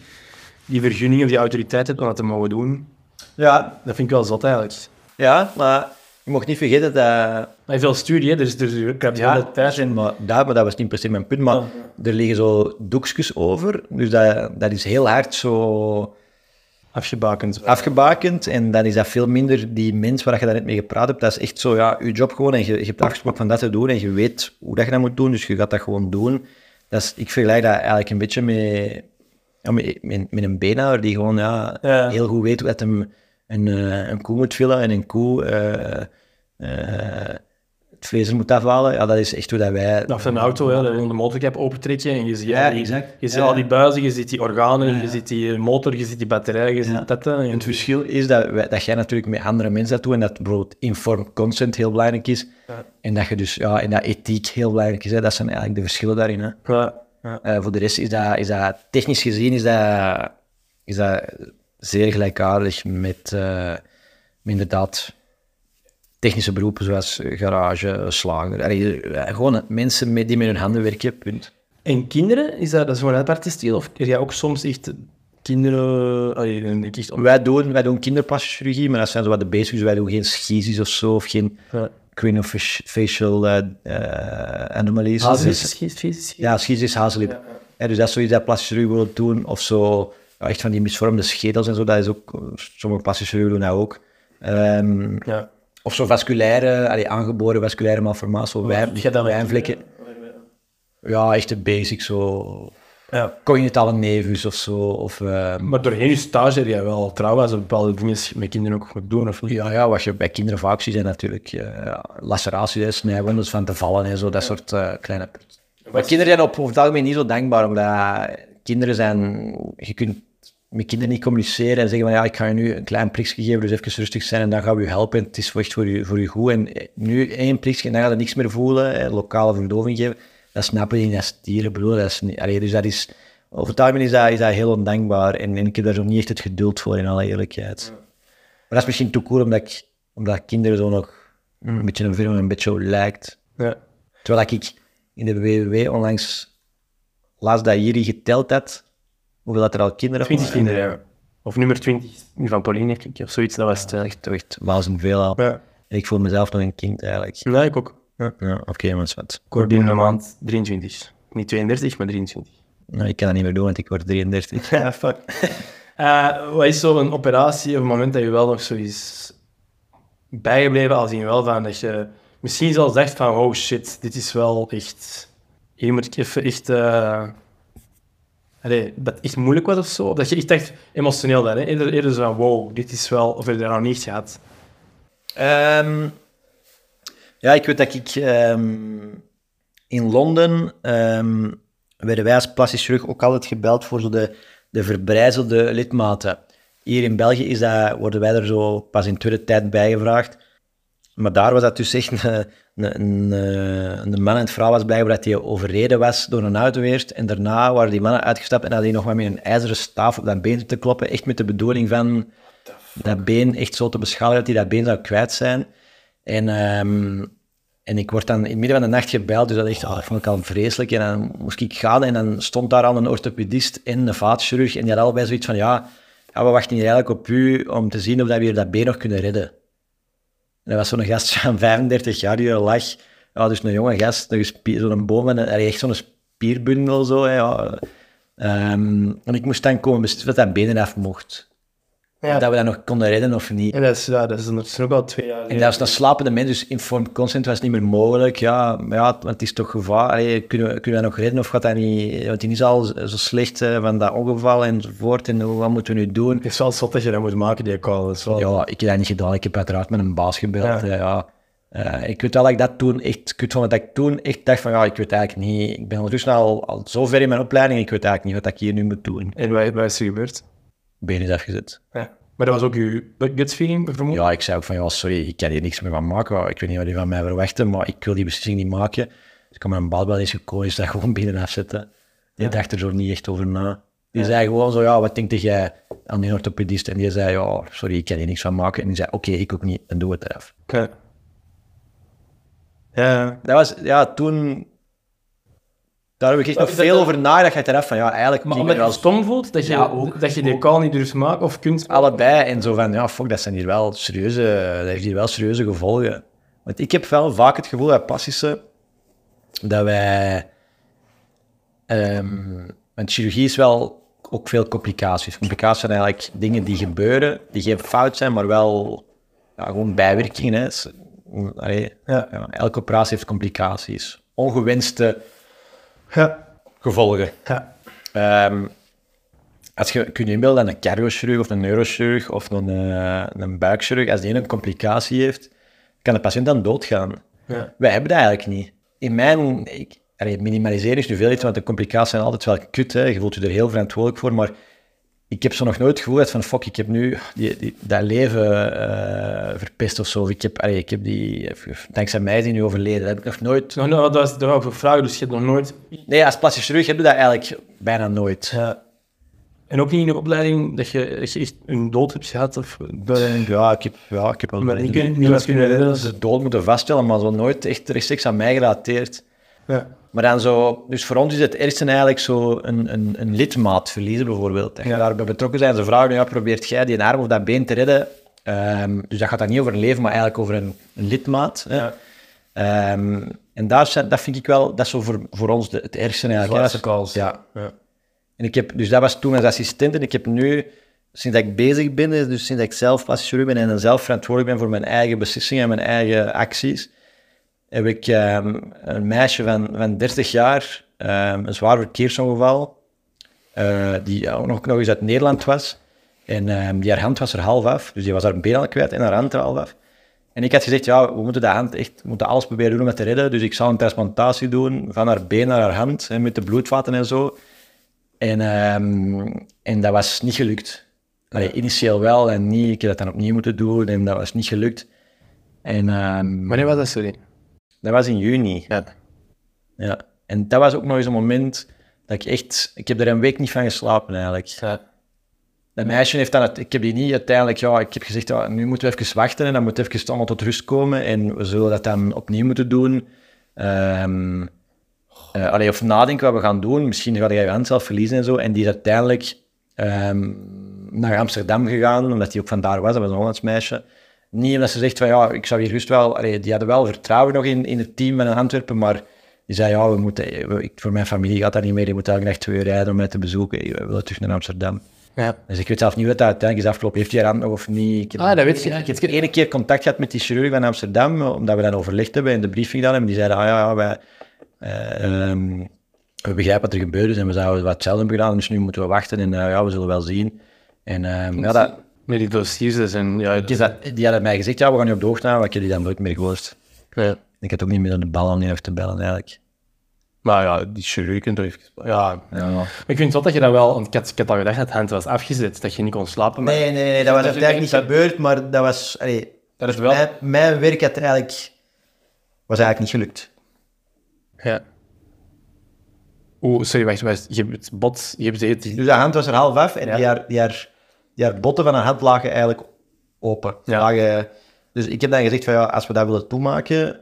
S4: die vergunning of die autoriteit hebt om dat te mogen doen.
S3: Ja,
S4: Dat vind ik wel zot eigenlijk.
S3: ja, maar je mocht niet vergeten dat...
S4: Maar veel studie, hè, dus, dus ik heb
S3: Ja,
S4: wel het
S3: dat thuis in, maar, daar, maar dat was niet per se mijn punt. Maar er liggen zo doekjes over. Dus dat, dat is heel hard zo
S4: afgebakend.
S3: afgebakend. En dan is dat veel minder die mens waar je daar net mee gepraat hebt. Dat is echt zo, ja, je job gewoon. En je, je hebt afgesproken van dat te doen. En je weet hoe dat je dat moet doen. Dus je gaat dat gewoon doen. Dat is, ik vergelijk dat eigenlijk een beetje met, ja, met, met, met een beenhouwer die gewoon ja,
S4: Ja.
S3: heel goed weet hoe dat hem een, eh, een koe moet villen en een koe... eh, eh, het vlees er moet afhalen, ja, dat is echt hoe dat wij...
S4: Of een auto, ja, dat je de motorkap opentrekt je en je ziet,
S3: Ja,
S4: al, die,
S3: exact.
S4: je ziet
S3: Ja.
S4: al die buizen, je ziet die organen, je ziet die motor, je ziet die batterij, je ziet dat. hè, en-
S3: Het verschil is dat, wij- dat jij natuurlijk met andere mensen dat doet en dat bijvoorbeeld informed consent heel belangrijk is. En dat je dus, ja, en dat ethiek heel belangrijk is. Hè. Dat zijn eigenlijk de verschillen daarin. Hè.
S4: Ja, ja.
S3: Eh, voor de rest is dat, is dat, technisch gezien, is dat, is dat zeer gelijkaardig met, eh, met inderdaad technische beroepen zoals garage, slager. Allee, eh, gewoon mensen met, die met hun handen werken, punt.
S4: En kinderen, is dat, dat is gewoon een aparte stil? Of heb jij ook soms echt kinderen... Allee, dan denk ik echt om-
S3: Wij doen, wij doen kinderplasticchirurgie, maar dat zijn zo wat de basics. Wij doen geen schisies of zo, of geen
S4: Ja.
S3: queen of fac- facial eh, eh, anomalies. Dus-
S4: Hazelnutjes?
S3: ja, schisies, hazelip. Hè, dus dat is zoiets dat plastische chirurgen wil doen, of zo. ja, echt van die misvormde schedels en zo, dat is ook... Sommige plastische chirurgen doen dat ook. Ehm,
S4: Ja.
S3: of zo vasculaire, allee, aangeboren vasculaire malformatie, zo wijn,
S4: je hebt dat wel
S3: wijnvlekken. Ja, echt de basics, zo...
S4: Ja.
S3: Cognitale nevus of zo, of... ehm,
S4: Maar doorheen je stage heb jij wel trouwens bepaalde dingen met kinderen ook moet doen, of niet?
S3: Ja, ja, wat je bij kinderen vaak ziet, zijn natuurlijk eh, ja, laceraties, hè, snijwondes van te vallen en zo, dat soort eh, kleine... Maar kinderen zijn op, over het algemeen niet zo dankbaar, omdat kinderen zijn... Je kunt met kinderen niet communiceren en zeggen van ja, ik ga je nu een klein prikje geven, dus even rustig zijn en dan gaan we je helpen en het is echt voor je, voor je goed. En eh, nu één prikje en dan gaat het niks meer voelen, eh, lokale verdoving geven, dat snappen die niet, dat is dieren, bedoel, dat is niet... Allee, dus dat is... Over het algemeen is dat, is dat heel ondankbaar en, en ik heb daar zo niet echt het geduld voor, in alle eerlijkheid. Maar dat is misschien te cool omdat, ik, omdat kinderen zo nog een beetje een film een beetje op lijkt.
S4: Ja.
S3: Terwijl dat ik in de WWW onlangs laatst dat Jiri geteld had, hoeveel dat er al kinderen
S4: 20 kinderen, ja. eh, Of nummer 20 van Pauline, denk ik, of zoiets. Dat was het, eh, echt...
S3: Toch echt waanzinnig veel al.
S4: Ja.
S3: En ik voel mezelf nog een kind eigenlijk.
S4: Ja, ik ook. Ja.
S3: Ja, oké, maar het is wat.
S4: Kort binnen een maand 23. Niet 32, maar 23.
S3: Nou, ik kan dat niet meer doen, want ik word 33.
S4: Ja, fuck. Eh, wat is zo'n operatie of een moment dat je wel nog zo is bijgebleven, als in wel van dat je misschien zelfs dacht van oh shit, dit is wel echt... Hier moet ik even echt... eh, allee, dat het echt moeilijk was of zo. Of dat je echt dacht, emotioneel daar, hè? Eerder, eerder zo van wow, dit is wel... Of heb je dat nog niet gehad?
S3: Ehm, ja, ik weet dat ik ehm, in Londen ehm werden wij als plastisch chirurg ook altijd gebeld voor zo de, de verbrijzelde lidmaten. Hier in België is dat, worden wij er zo pas in tweede tijd bij gevraagd. Maar daar was dat dus echt een, een, een, eh, een man en een vrouw was blijkbaar dat die overreden was door een auto eerst. En daarna waren die mannen uitgestapt en hadden die nog maar met een ijzeren staaf op dat been te kloppen. Echt met de bedoeling van dat been echt zo te beschadigen dat die dat been zou kwijt zijn. En, ehm, en ik word dan in het midden van de nacht gebeld, dus dat, echt, ah, dat vond ik al vreselijk. En dan moest ik gaan en dan stond daar al een orthopedist en een vaatchirurg. En die hadden allebei zoiets van, ja, ja, we wachten hier eigenlijk op u om te zien of dat we hier dat been nog kunnen redden. En dat was zo'n gast van 35 jaar die er lag. Ja, dus een jonge gast, een gespie- zo'n boom en een, allee, echt zo'n spierbundel zo. hè, ja. Ehm, en ik moest dan komen beslissen dat dat benen af mocht.
S4: Ja.
S3: Dat we dat nog konden redden of niet.
S4: En dat is, ja, dat is ondertussen ook al twee jaar
S3: En dat was een slapende mens, dus informed consent was niet meer mogelijk. Ja, maar ja want het is toch gevaar. Allee, kunnen, we, kunnen we dat nog redden of gaat dat niet? Want die is al zo slecht eh, van dat ongeval enzovoort. En hoe- wat moeten we nu doen?
S4: Het is wel zot dat je dat moet maken, die call. Dat is wel...
S3: Ja, ik heb dat niet gedaan. Ik heb uiteraard met een baas gebeld.
S4: Ja.
S3: Ja. ja. Eh, ik weet wel dat ik dat toen echt... Ik weet wel dat ik toen echt dacht van, ja, ik weet eigenlijk niet... Ik ben ondertussen al, al zo ver in mijn opleiding, ik weet eigenlijk niet wat ik hier nu moet doen.
S4: En wat, wat is er gebeurd?
S3: Ben is afgezet.
S4: Ja. Maar dat was ook je gut feeling, vermoed?
S3: Ja, ik zei ook van, ja, sorry, ik kan hier niks meer van maken. Ik weet niet wat die van mij verwachten, maar ik wil die beslissing niet maken. Dus ik had mijn bal wel eens gekozen, is dat gewoon binnen afzetten. Die dacht er zo niet echt over na. Die zei gewoon zo, ja, wat denk jij aan die orthopedist? En die zei, ja, sorry, ik kan hier niks van maken. En die zei, oké, ik ook niet, dan doen we het eraf.
S4: Ja. Ja.
S3: Dat was, ja, toen... Daar heb ik echt nog
S4: dat-
S3: veel over nagedacht eraf van, ja, eigenlijk...
S2: Maar
S3: klinkt
S2: omdat je
S3: dat
S2: het
S3: wel
S2: stom voelt, dat je,
S3: Ja, ook.
S2: dat je die call niet durft maken of kunt...
S3: allebei en zo van, ja, fuck, dat zijn hier wel serieuze, eh, dat heeft hier wel serieuze gevolgen. Want ik heb wel vaak het gevoel dat passische, dat wij, ehm, want chirurgie is wel ook veel complicaties. Complicaties zijn eigenlijk dingen die gebeuren, die geen fout zijn, maar wel ja, gewoon bijwerkingen. Hè. S- Allee,
S4: Ja.
S3: ja, elke operatie heeft complicaties, ongewenste
S4: Ja.
S3: gevolgen.
S4: Ja.
S3: Ehm, als je kun je inbeelden dat een cardiochirurg of een neurochirurg of een, eh, een buikchirurg, als die een complicatie heeft, kan de patiënt dan doodgaan.
S4: Ja.
S3: Wij hebben dat eigenlijk niet. In mijn... Ik, allee, minimaliseren is nu veel iets, want de complicaties zijn altijd wel kut. Hè. Je voelt je er heel verantwoordelijk voor, maar ik heb zo nog nooit het gevoel gehad van fuck, ik heb nu die, die- dat leven eh, verpest of zo. Of Ik heb, allee, ik heb die... Dankzij mij is die nu overleden. Dat heb ik nog nooit...
S2: Nog nooit- dat was, dat was ook een vraag, dus je hebt nog nooit...
S3: Nee, als plastisch chirurg heb je dat eigenlijk bijna nooit.
S2: En ook niet in de opleiding dat je, dat je echt een dood hebt gehad of...
S3: Ja, ik heb, ja, ik heb wel...
S2: Maar je kunt niet wat kunnen redden.
S3: ze dood moeten vaststellen, maar zo nooit echt rechtstreeks aan mij gelateerd.
S4: Ja.
S3: Maar dan zo, dus voor ons is het ergste eigenlijk zo een, een, een lidmaat verliezen bijvoorbeeld. Dat je daarbij betrokken zijn. Ze vragen, ja, probeert jij die arm of dat been te redden? Ehm, dus dat gaat dan niet over een leven, maar eigenlijk over een, een lidmaat. Hè? Ehm, en daar zijn, dat vind ik wel, dat is zo voor, voor ons de- het ergste eigenlijk. hè. Dat is-
S4: calls.
S3: Ja.
S4: Ja.
S3: en ik heb, dus dat was toen als assistent en ik heb nu, sinds dat ik bezig ben, dus sinds dat ik zelf plastisch chirurg ben en dan zelf verantwoordelijk ben voor mijn eigen beslissingen en mijn eigen acties, heb ik ehm, een meisje van, van 30 jaar, ehm, een zwaar verkeersongeval, eh, die ook nog, nog eens uit Nederland was. En ehm, die haar hand was er half af, dus die was haar been al kwijt en haar hand er half af. En ik had gezegd, ja, we moeten, de hand echt, we moeten alles proberen doen om dat te redden. Dus ik zal een transplantatie doen van haar been naar haar hand, hè, met de bloedvaten en zo. En, ehm, en dat was niet gelukt. Allee, initieel wel en niet. Ik heb dat dan opnieuw moeten doen en dat was niet gelukt. En, ehm,
S4: Wanneer was dat, sorry?
S3: dat was in juni.
S4: Ja.
S3: Ja. En dat was ook nog eens een moment dat ik echt... Ik heb er een week niet van geslapen, eigenlijk. Dat meisje heeft dan... het- Ik heb die niet uiteindelijk... Ja, ik heb gezegd, ja, nu moeten we even wachten en dan moet het even allemaal tot rust komen. En we zullen dat dan opnieuw moeten doen. Ehm eh, allee, of nadenken wat we gaan doen. Misschien ga jij je hand zelf verliezen en zo. En die is uiteindelijk ehm, naar Amsterdam gegaan, omdat die ook vandaar was. Dat was een Hollands meisje. Niet omdat ze zegt van ja, ik zou hier rust wel. Allee, die hadden wel vertrouwen nog in, in het team van Antwerpen, maar die zei ja, we moeten, we- ik, voor mijn familie gaat dat niet meer. Ik moet elke dag twee uur rijden om mij te bezoeken. We willen terug naar Amsterdam.
S4: Ja.
S3: Dus ik weet zelf niet wat dat uiteindelijk is afgelopen. Heeft hij haar hand nog of niet? Ik heb-
S4: Ah, dat weet je.
S3: ik heb de ene keer contact gehad met die chirurg van Amsterdam, omdat we dan overlegd hebben en de briefing gedaan hebben. Die zeiden, ah ja, ja wij, eh, ehm, we begrijpen wat er gebeurd is en we zouden wat zelf hebben gedaan, dus nu moeten we wachten en eh, ja, we zullen wel zien. En ehm, ja, dat,
S4: Nee, die dossiers dat zijn... Ja,
S3: die, zat- die hadden mij gezegd, ja, we gaan je op de hoogte houden, maar ik heb die dan nooit meer gehoord.
S4: ja.
S3: Ik had ook niet meer aan de bal om die nog te bellen, eigenlijk.
S4: Maar ja, die chirurg kunt toch even... Ja.
S3: Ja.
S4: Maar ik vind het wel dat je dat wel... Want ik had, ik had al gedacht dat het hand was afgezet, dat je niet kon slapen. maar-
S3: Nee, nee, nee, dat was
S4: uiteindelijk
S3: uiteindelijk niet gebeurd, maar dat was... Allee,
S2: Dat is wel...
S3: Mijn, mijn werk had eigenlijk, was eigenlijk niet gelukt.
S4: Ja. Oeh, sorry, wacht, wacht. Je hebt het bot, je hebt het...
S3: Dus haar hand was er half af en die, haar, die, haar, die haar botten van haar hand lagen eigenlijk open.
S4: Ja.
S3: Lagen, dus ik heb dan gezegd van ja, als we dat willen toemaken,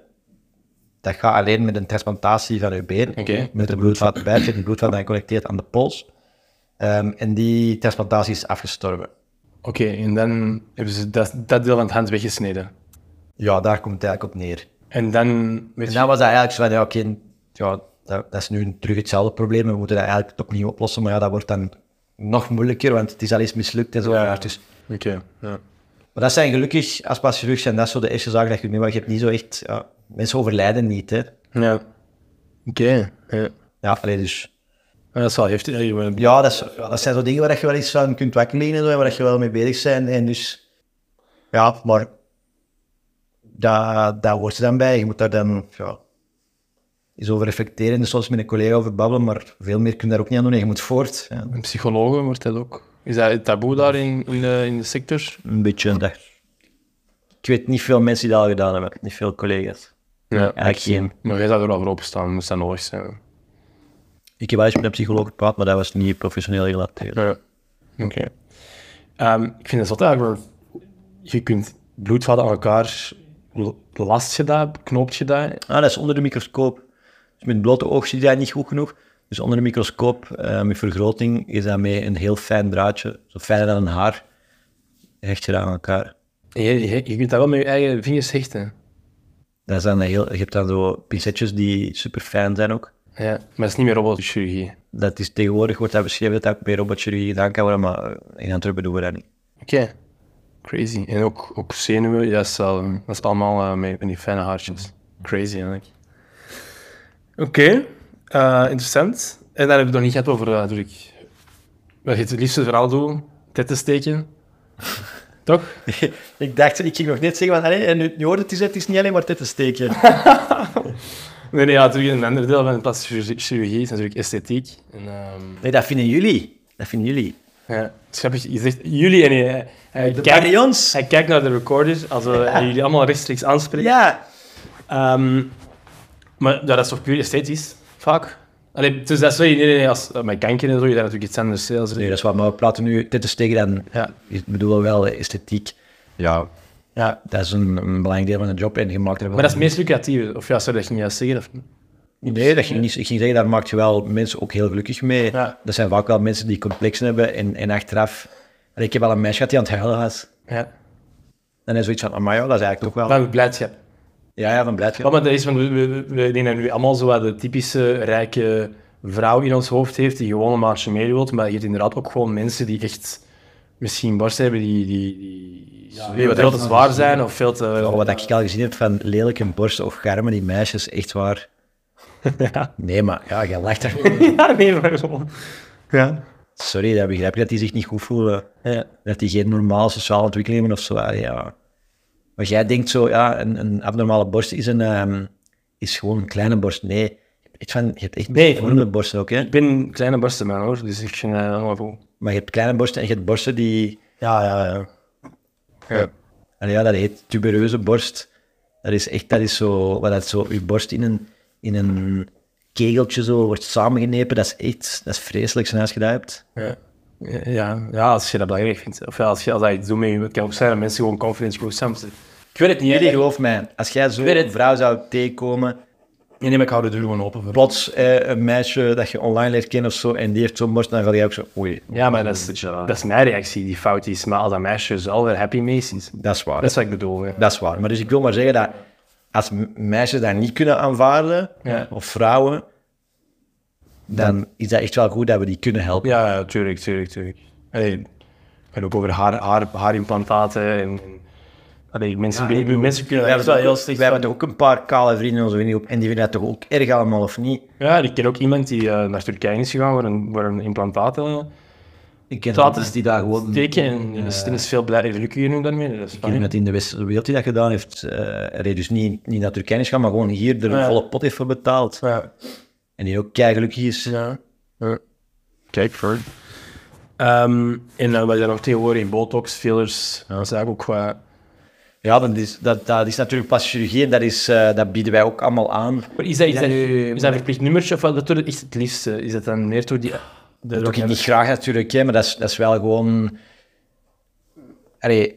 S3: dat gaat alleen met een transplantatie van uw been.
S4: Oké.
S3: Met de bloedvat erbij, zit een bloedvat dat connecteert aan de pols. Ehm, en die transplantatie is afgestorven.
S4: Oké, en dan hebben ze dat, dat deel van het hand weggesneden.
S3: Ja, daar komt het eigenlijk op neer.
S4: En dan... Weet
S3: En
S4: je-
S3: dan was dat eigenlijk zo van, ja, oké, ja, dat, dat is nu terug hetzelfde probleem. We moeten dat eigenlijk opnieuw oplossen. Maar ja, dat wordt dan nog moeilijker, want het is al eens mislukt en zo.
S4: Ja.
S3: Dus,
S4: Oké, ja.
S3: maar dat zijn gelukkig, als pas chirurg zijn, dat is zo de eerste zaak dat je mee Maar je hebt niet zo echt... Ja, mensen overlijden niet, hè.
S4: Ja. Oké, ja.
S3: Ja, allee, dus...
S4: Maar Dat is wel heftig. hè. Je bent-
S3: Ja, dat, is, ja, dat zijn zo dingen waar je wel eens van kunt wakker liggen en zo, en waar je wel mee bezig bent. En dus... Ja, maar... Daar, daar hoort ze dan bij. Je moet daar dan... Ja, eens over reflecteren, dus soms met een collega over babbelen, maar veel meer kun je daar ook niet aan doen en je moet voort. Ja.
S4: Een psycholoog wordt dat ook. Is dat een taboe daar in, in, de, in de sector?
S3: Een beetje. Ik weet niet veel mensen die dat al gedaan hebben, niet veel collega's.
S4: Ja.
S3: Eigenlijk geen.
S4: Maar jij zou er wel voor opstaan, moest dat nodig zijn.
S3: Ik heb wel eens met een psycholoog gepraat, maar dat was niet professioneel gerelateerd.
S4: Ja. Oké. Ehm, ik vind het zot eigenlijk, want je kunt bloedvaten aan elkaar... Last je dat? Knoopt je dat?
S3: Ah, dat is onder de microscoop. Dus met het blote oog zie je dat niet goed genoeg. Dus onder de microscoop, eh, met vergroting, is dat mee een heel fijn draadje, zo fijner dan een haar, hecht je dat aan elkaar.
S4: En Je, je, je kunt dat wel met je eigen vingers hechten.
S3: Dat is dan een heel, je hebt dan zo pincetjes die super fijn zijn ook.
S4: Ja. Maar dat is niet meer robotchirurgie.
S3: Dat is, tegenwoordig wordt dat beschreven dat dat bij robotchirurgie gedaan kan worden, maar eh, in Antwerpen doen we dat niet.
S4: Oké. Crazy. En ook, ook zenuwen, dat is, wel- dat is allemaal eh, met van die fijne haartjes. Crazy eigenlijk. Oké, eh, interessant. En dan hebben we het nog niet gehad over eh, natuurlijk wat je het liefste verhaal doet, tetten steken. Toch?
S3: ik dacht, ik ging nog net zeggen, van, allee, en nu, nu hoort het, is, het is niet alleen maar dit te steken.
S4: Nee, nee, ja, natuurlijk een ander deel van de plastische chirurgie- chirurgie is natuurlijk esthetiek. En, ehm
S3: Nee, dat vinden jullie. Dat vinden jullie.
S4: ja, het is grappig, je zegt jullie en je, hij, kijkt,
S3: Marions.
S4: hij kijkt naar de recorders, also en jullie allemaal rechtstreeks aanspreken.
S3: Ja.
S4: Ehm, maar ja, dat is toch puur esthetisch, vaak? Allee, dus dat is wel- nee, nee, nee, als, eh, met kanker en zo, je daar natuurlijk iets anders. hè, Als,
S3: Nee, dat is wat, maar we praten nu dit te steken dan.
S4: Ja.
S3: Ik bedoel wel eh, esthetiek. Ja.
S4: ja.
S3: Dat is een, een belangrijk deel van de job en je maakt er wel...
S4: Maar dat is het meest lucratief, of ja, sorry, dat ging je juist zeggen. Of... niet?
S3: Nee, dat ging niet, ik ging zeggen, daar maak je wel mensen ook heel gelukkig mee.
S4: Ja.
S3: Dat zijn vaak wel mensen die complexen hebben en, en achteraf... En ik heb al een meisje gehad die aan het huilen was.
S4: Ja.
S3: En dan is zoiets van, amai, ja, dat is eigenlijk toch wel...
S4: Van blijdschap.
S3: Ja, ja, van blijdschap.
S4: Ja, maar dat is, want we, we, we- we- ik denk dat nu allemaal zo wat de typische rijke vrouw in ons hoofd heeft, die gewoon een maatje mee wilt, maar je hebt inderdaad ook gewoon mensen die echt misschien borst hebben, die, die, die die veel te zwaar zijn of veel te...
S3: Ja, wat ik al gezien heb van lelijke borsten of garmen, die meisjes, echt waar. Nee, maar ja, je lacht er.
S4: Ja, nee, maar gewoon... Ja.
S3: Sorry, dat begrijp ik dat die zich niet goed voelen.
S4: Ja.
S3: Dat die geen normale sociale ontwikkeling hebben of zo. ah, Ja. Maar jij denkt zo, ja, een, een abnormale borst is, een, ehm, is gewoon een kleine borst. Nee, je hebt echt, van, je hebt echt
S4: Nee.
S3: enorme borsten ook. Hè?
S4: Ik ben een kleine borstenman hoor, dus ik vind eh, allemaal vol.
S3: Maar je hebt kleine borsten en je hebt borsten die.
S4: Ja, ja, ja. Ja,
S3: Allee, ja, dat heet tubereuze borst. Dat is echt, dat is zo, wat dat zo, je borst in een, in een kegeltje zo wordt samengenepen. Dat is echt, dat is vreselijk als je dat hebt.
S4: ja. ja, ja, als je dat belangrijk vindt. Of ja, als, je, als dat iets doet met je, het kan ook zijn dat mensen gewoon confidence grow something. Ik weet het niet, hè.
S3: Jullie, geloof mij, als jij zo een vrouw zou tegenkomen,
S4: Nee, nee, maar ik hou de deur gewoon open voor.
S3: plots eh, een meisje dat je online leert kennen of zo, en die heeft zo'n borst, dan ga je ook zo, oei,
S4: Ja, maar dat is, dat is mijn reactie, die fout is. Maar als dat meisje zelf er happy mee is, is-
S3: dat is waar.
S4: dat is wat ik bedoel. Ja.
S3: Dat is waar. Maar dus ik wil maar zeggen dat als m- meisjes dat niet kunnen aanvaarden,
S4: Ja.
S3: of vrouwen, dan is dat echt wel goed dat we die kunnen helpen.
S4: Ja, ja, tuurlijk, tuurlijk, tuurlijk. Allee, en ook over haar, haar, haarimplantaten en... en- Allee, mensen, mensen kunnen
S3: Wij hebben,
S4: dat echt
S3: toch
S4: wel heel
S3: ook,
S4: slecht
S3: wij hebben toch ook een paar kale vrienden in onze vriendengroep en die vinden dat toch ook erg allemaal, of niet?
S4: Ja, ik ken ook iemand die eh, naar Turkije is gegaan voor een, voor een implantaat. eh,
S3: Ik ken
S4: Status-
S3: mensen die daar gewoon...
S4: steken. En dat is, dat is veel blij gelukkiger nu dan meer. Dat is
S3: Ik ken
S4: fijn.
S3: iemand in de westerse wereld die dat gedaan heeft. eh er heeft dus niet, niet naar Turkije is gaan, maar gewoon hier er een
S4: Ja.
S3: volle pot heeft voor betaald.
S4: Ja.
S3: En die ook keigelukkig is.
S4: Ja. Kijk, voor.
S2: Ehm,
S4: en dan wat je nog tegenwoordig in botox, fillers, dat is eigenlijk ook qua...
S3: Ja, dat is, dat, dat is natuurlijk pas chirurgie en dat, is, eh, dat bieden wij ook allemaal aan.
S4: Maar is dat, is
S3: Ja,
S4: dat,
S3: nu-
S4: is dat een verplicht nummertje of wat- dat doet het echt het liefste? Is dat dan meer door die... eh,
S3: Dat doe ik niet graag natuurlijk, hè, maar dat is, dat is wel gewoon... Allee,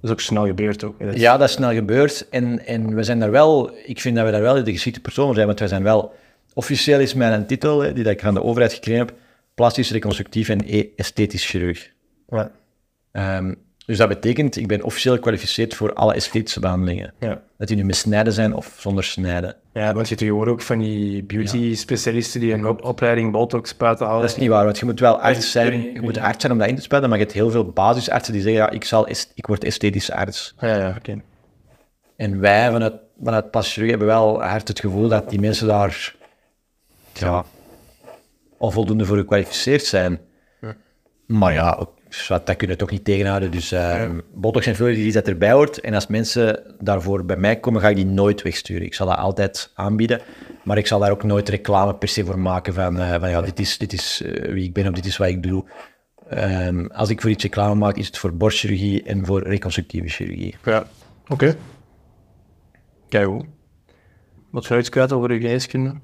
S2: Dat is ook snel gebeurd ook. Dat is-
S3: ja, dat is snel gebeurd. En, en we zijn daar wel... Ik vind dat we daar wel de geschikte persoon zijn, want wij zijn wel... Officieel is mijn titel, hè, die dat ik van de overheid gekregen heb, plastisch, reconstructief en e- esthetisch chirurg.
S2: Ja.
S3: Ehm, dus dat betekent, ik ben officieel gekwalificeerd voor alle esthetische behandelingen.
S2: Ja.
S3: Dat die nu met snijden zijn of zonder snijden.
S2: Ja, want je hebt tegenwoordig ook van die beauty-specialisten die een op- opleiding botox spuiten halen.
S3: Dat is niet waar, want je moet wel arts zijn.
S2: kun je-
S3: Je moet arts zijn om dat in te spelen, maar je hebt heel veel basisartsen die zeggen, ja, ik, zal est- ik word esthetisch arts.
S2: Ja, ja, oké.
S3: En wij vanuit, vanuit Pasteur hebben wel hard het gevoel dat die mensen daar ja, onvoldoende voor gekwalificeerd zijn. Maar ja, ook, zwart, dat kunnen we toch niet tegenhouden. Dus eh, botox en filler is iets dat erbij hoort. En als mensen daarvoor bij mij komen, ga ik die nooit wegsturen. Ik zal dat altijd aanbieden. Maar ik zal daar ook nooit reclame per se voor maken van, eh, van ja, dit is, dit is eh, wie ik ben of dit is wat ik doe. Ehm, als ik voor iets reclame maak, is het voor borstchirurgie en voor reconstructieve chirurgie.
S2: Ja, oké. Kijk hoe. Wat geluid kwijt over je geneeskunde?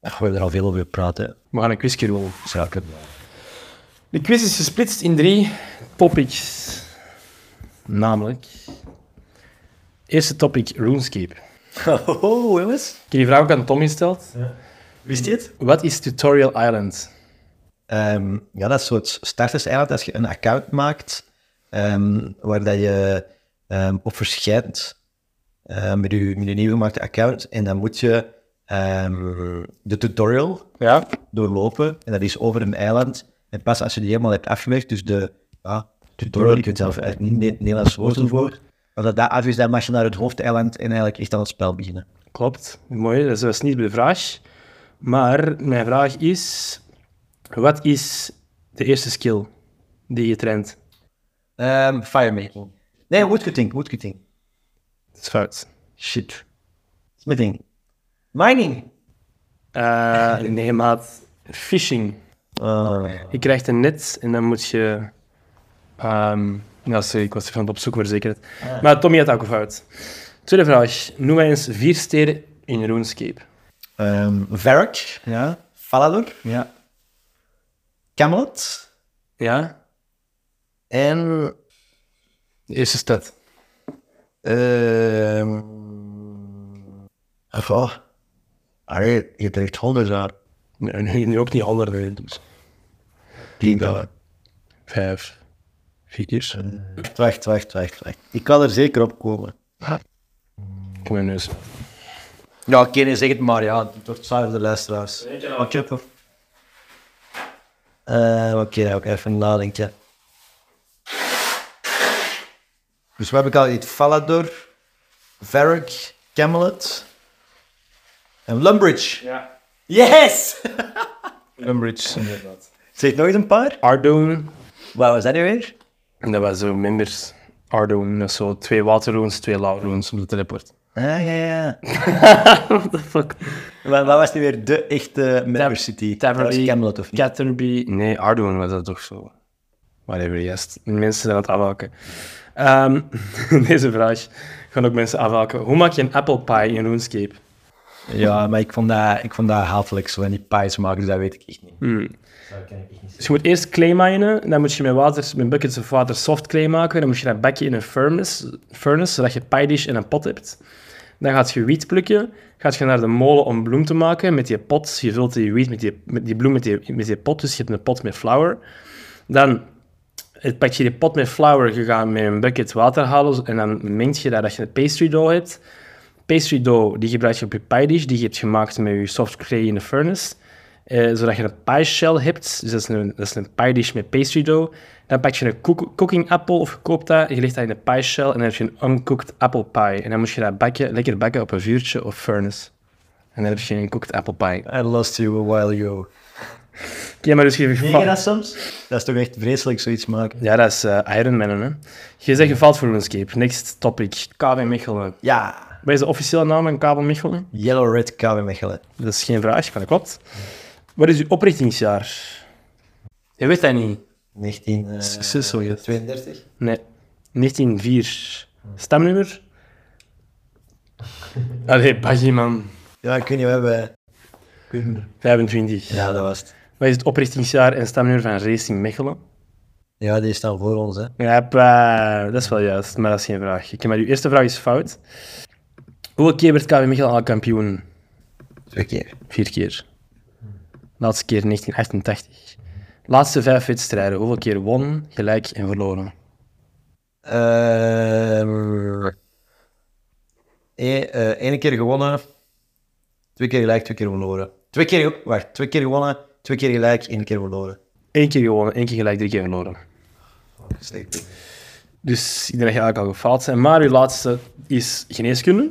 S3: Ach, we hebben er al veel over gepraat, hè.
S2: We gaan een quizje doen.
S3: Zou ik het-
S4: De quiz is gesplitst in drie topics. Namelijk... Eerste topic, RuneScape.
S3: Oh, jongens.
S4: Ik heb die vraag ook aan Tom gesteld. Wist je het? Wat is Tutorial Island?
S3: Ehm, ja, dat is een soort starters eigenlijk. Als je een account maakt ehm, waar dat je ehm, op verschijnt ehm, met, je, met je nieuw gemaakte account. En dan moet je ehm, de tutorial
S2: Ja.
S3: doorlopen. En dat is over een eiland. En pas als je die helemaal hebt afgewerkt, dus de ja, tutorial, ik weet zelf eigenlijk niet het Nederlands woord ervoor. Als dat daar af is, dan mag je naar het hoofdeiland en eigenlijk echt aan het spel beginnen.
S4: Klopt. Mooi, dat was niet bij de vraag. Maar mijn vraag is... Wat is de eerste skill die je traint?
S3: Ehm firemaking. Nee, woodcutting, woodcutting.
S2: Dat is fout.
S3: Shit. Smithing. Mining.
S4: Eh, nee, maat. Fishing.
S3: Oh,
S4: Je krijgt een net en dan moet je...
S2: Ehm ja, sorry, ik was even aan het opzoeken voor zekerheid.
S4: Maar Tommy had ook een fout. Tweede vraag. Noem mij eens vier sterren in RuneScape.
S3: ehm, Varric. Ja. Falador. Ja. Camelot.
S4: Ja?
S3: En...
S2: De eerste stad.
S3: ehm of, oh. Allee, je trekt honderd aan.
S2: Nee, nee, nu ook niet honderden. Dus.
S3: Tientallen.
S2: Vijf. Vier.
S3: Wacht, wacht, wacht, wacht. Ik kan er zeker op komen.
S2: Kom in neus.
S3: Ja, oké, nee, zeg het maar. Ja, het wordt saai voor de luisteraars. Wat heb je? Eh, Oké, ook even nadenken. Dus we hebben al dit Falador, Varric, Camelot en Lumbridge. Ja. Yes!
S2: Umbridge.
S3: Zeg nog eens een paar.
S2: Ardone.
S3: Waar was dat nu weer?
S2: En dat was zo minder Ardone. Dat is zo twee waterroons, twee lauwroons op de teleport.
S3: Ah, ja, ja. What the fuck? Wat, wat was nu weer de echte Member City? Dat was
S4: Taverly.
S3: Camelot of niet?
S4: Caterby.
S2: Nee, Ardone was dat toch zo. Whatever, yes. Mensen zijn aan het afhaken.
S4: Ehm, deze vraag gaan ook mensen afhaken. Hoe maak je een apple pie in RuneScape?
S3: Ja, maar ik vond dat, ik vond dat hatelijk, zo en die pies maken, dus dat weet ik echt niet.
S4: Dus je moet eerst clay minen, dan moet je met, water, met buckets of water soft clay maken. Dan moet je dat bakken in een furnace, furnace zodat je pie dish en een pot hebt. Dan gaat je wiet plukken, gaat je naar de molen om bloem te maken met die pot. Je vult die wiet met die, met die bloem met die, met die pot, dus je hebt een pot met flour. Dan het pak je die pot met flour, je gaat met een bucket water halen en dan mengt je daar dat je een pastry dough hebt. Pastry dough, die gebruik je op je pie dish, die je hebt gemaakt met je soft clay in de furnace. Eh, zodat je een pie shell hebt, dus dat is een, dat is een pie dish met pastry dough. Dan pak je een cook- cooking appel of je koopt dat, je legt dat in de pie shell en dan heb je een uncooked apple pie. En dan moet je dat bakken, lekker bakken op een vuurtje of furnace. En dan heb je een cooked apple pie. Oké,
S3: I lost you a while ago.
S4: maar dus je...
S3: Ken je dat soms? Dat is toch echt vreselijk, zoiets maken.
S4: Ja, dat is eh Iron Man, hè. Je zegt gefaald voor RuneScape. Next topic. KW Mechelen.
S3: Ja,
S4: Wat is de officiële naam van Kabel Mechelen?
S3: Yellow Red KW Mechelen.
S4: Dat is geen vraag, maar dat klopt. Wat is uw oprichtingsjaar? Je weet dat niet.
S3: 19... eh,
S4: Succes, hoor je.
S3: 32?
S4: Nee. 1904. Stemnummer? Allee, Baggy, man.
S3: Ja, ik weet niet, we hebben...
S4: 25.
S3: Ja, dat was het.
S4: Wat is het oprichtingsjaar en stemnummer van Racing Mechelen?
S3: Ja, die staan voor ons, hè.
S4: Ja, pa, eh, dat is wel juist, maar dat is geen vraag. Oké, maar uw eerste vraag is fout. Hoeveel keer werd KW Mechelen al kampioen?
S3: Twee keer.
S4: Vier keer. Laatste keer 1988. Laatste vijf wedstrijden. Hoeveel keer won, gelijk en verloren?
S3: Ehm Eén keer gewonnen, twee keer gelijk, twee keer verloren. Twee keer, ge- wacht, twee keer gewonnen, twee keer gelijk, één keer verloren.
S4: Eén keer gewonnen, één keer gelijk, drie keer verloren.
S3: Slecht.
S4: Dus ik denk dat je eigenlijk al gefaald bent. Maar uw laatste is geneeskunde.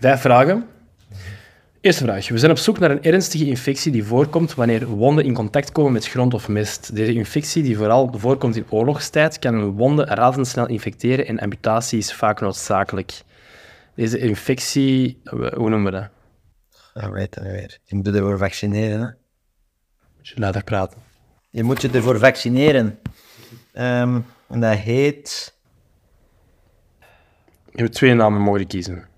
S4: Vijf vragen. Eerste vraag. We zijn op zoek naar een ernstige infectie die voorkomt wanneer wonden in contact komen met grond of mist. Deze infectie, die vooral voorkomt in oorlogstijd, kan een wonde razendsnel infecteren en amputatie is vaak noodzakelijk. Deze infectie, hoe noemen we dat?
S3: Dat weet ik weer. Je moet je ervoor vaccineren, hè.
S4: Moet je luider praten.
S3: Je moet je ervoor vaccineren. Ehm, en dat heet...
S4: Je hebt twee namen mogen kiezen.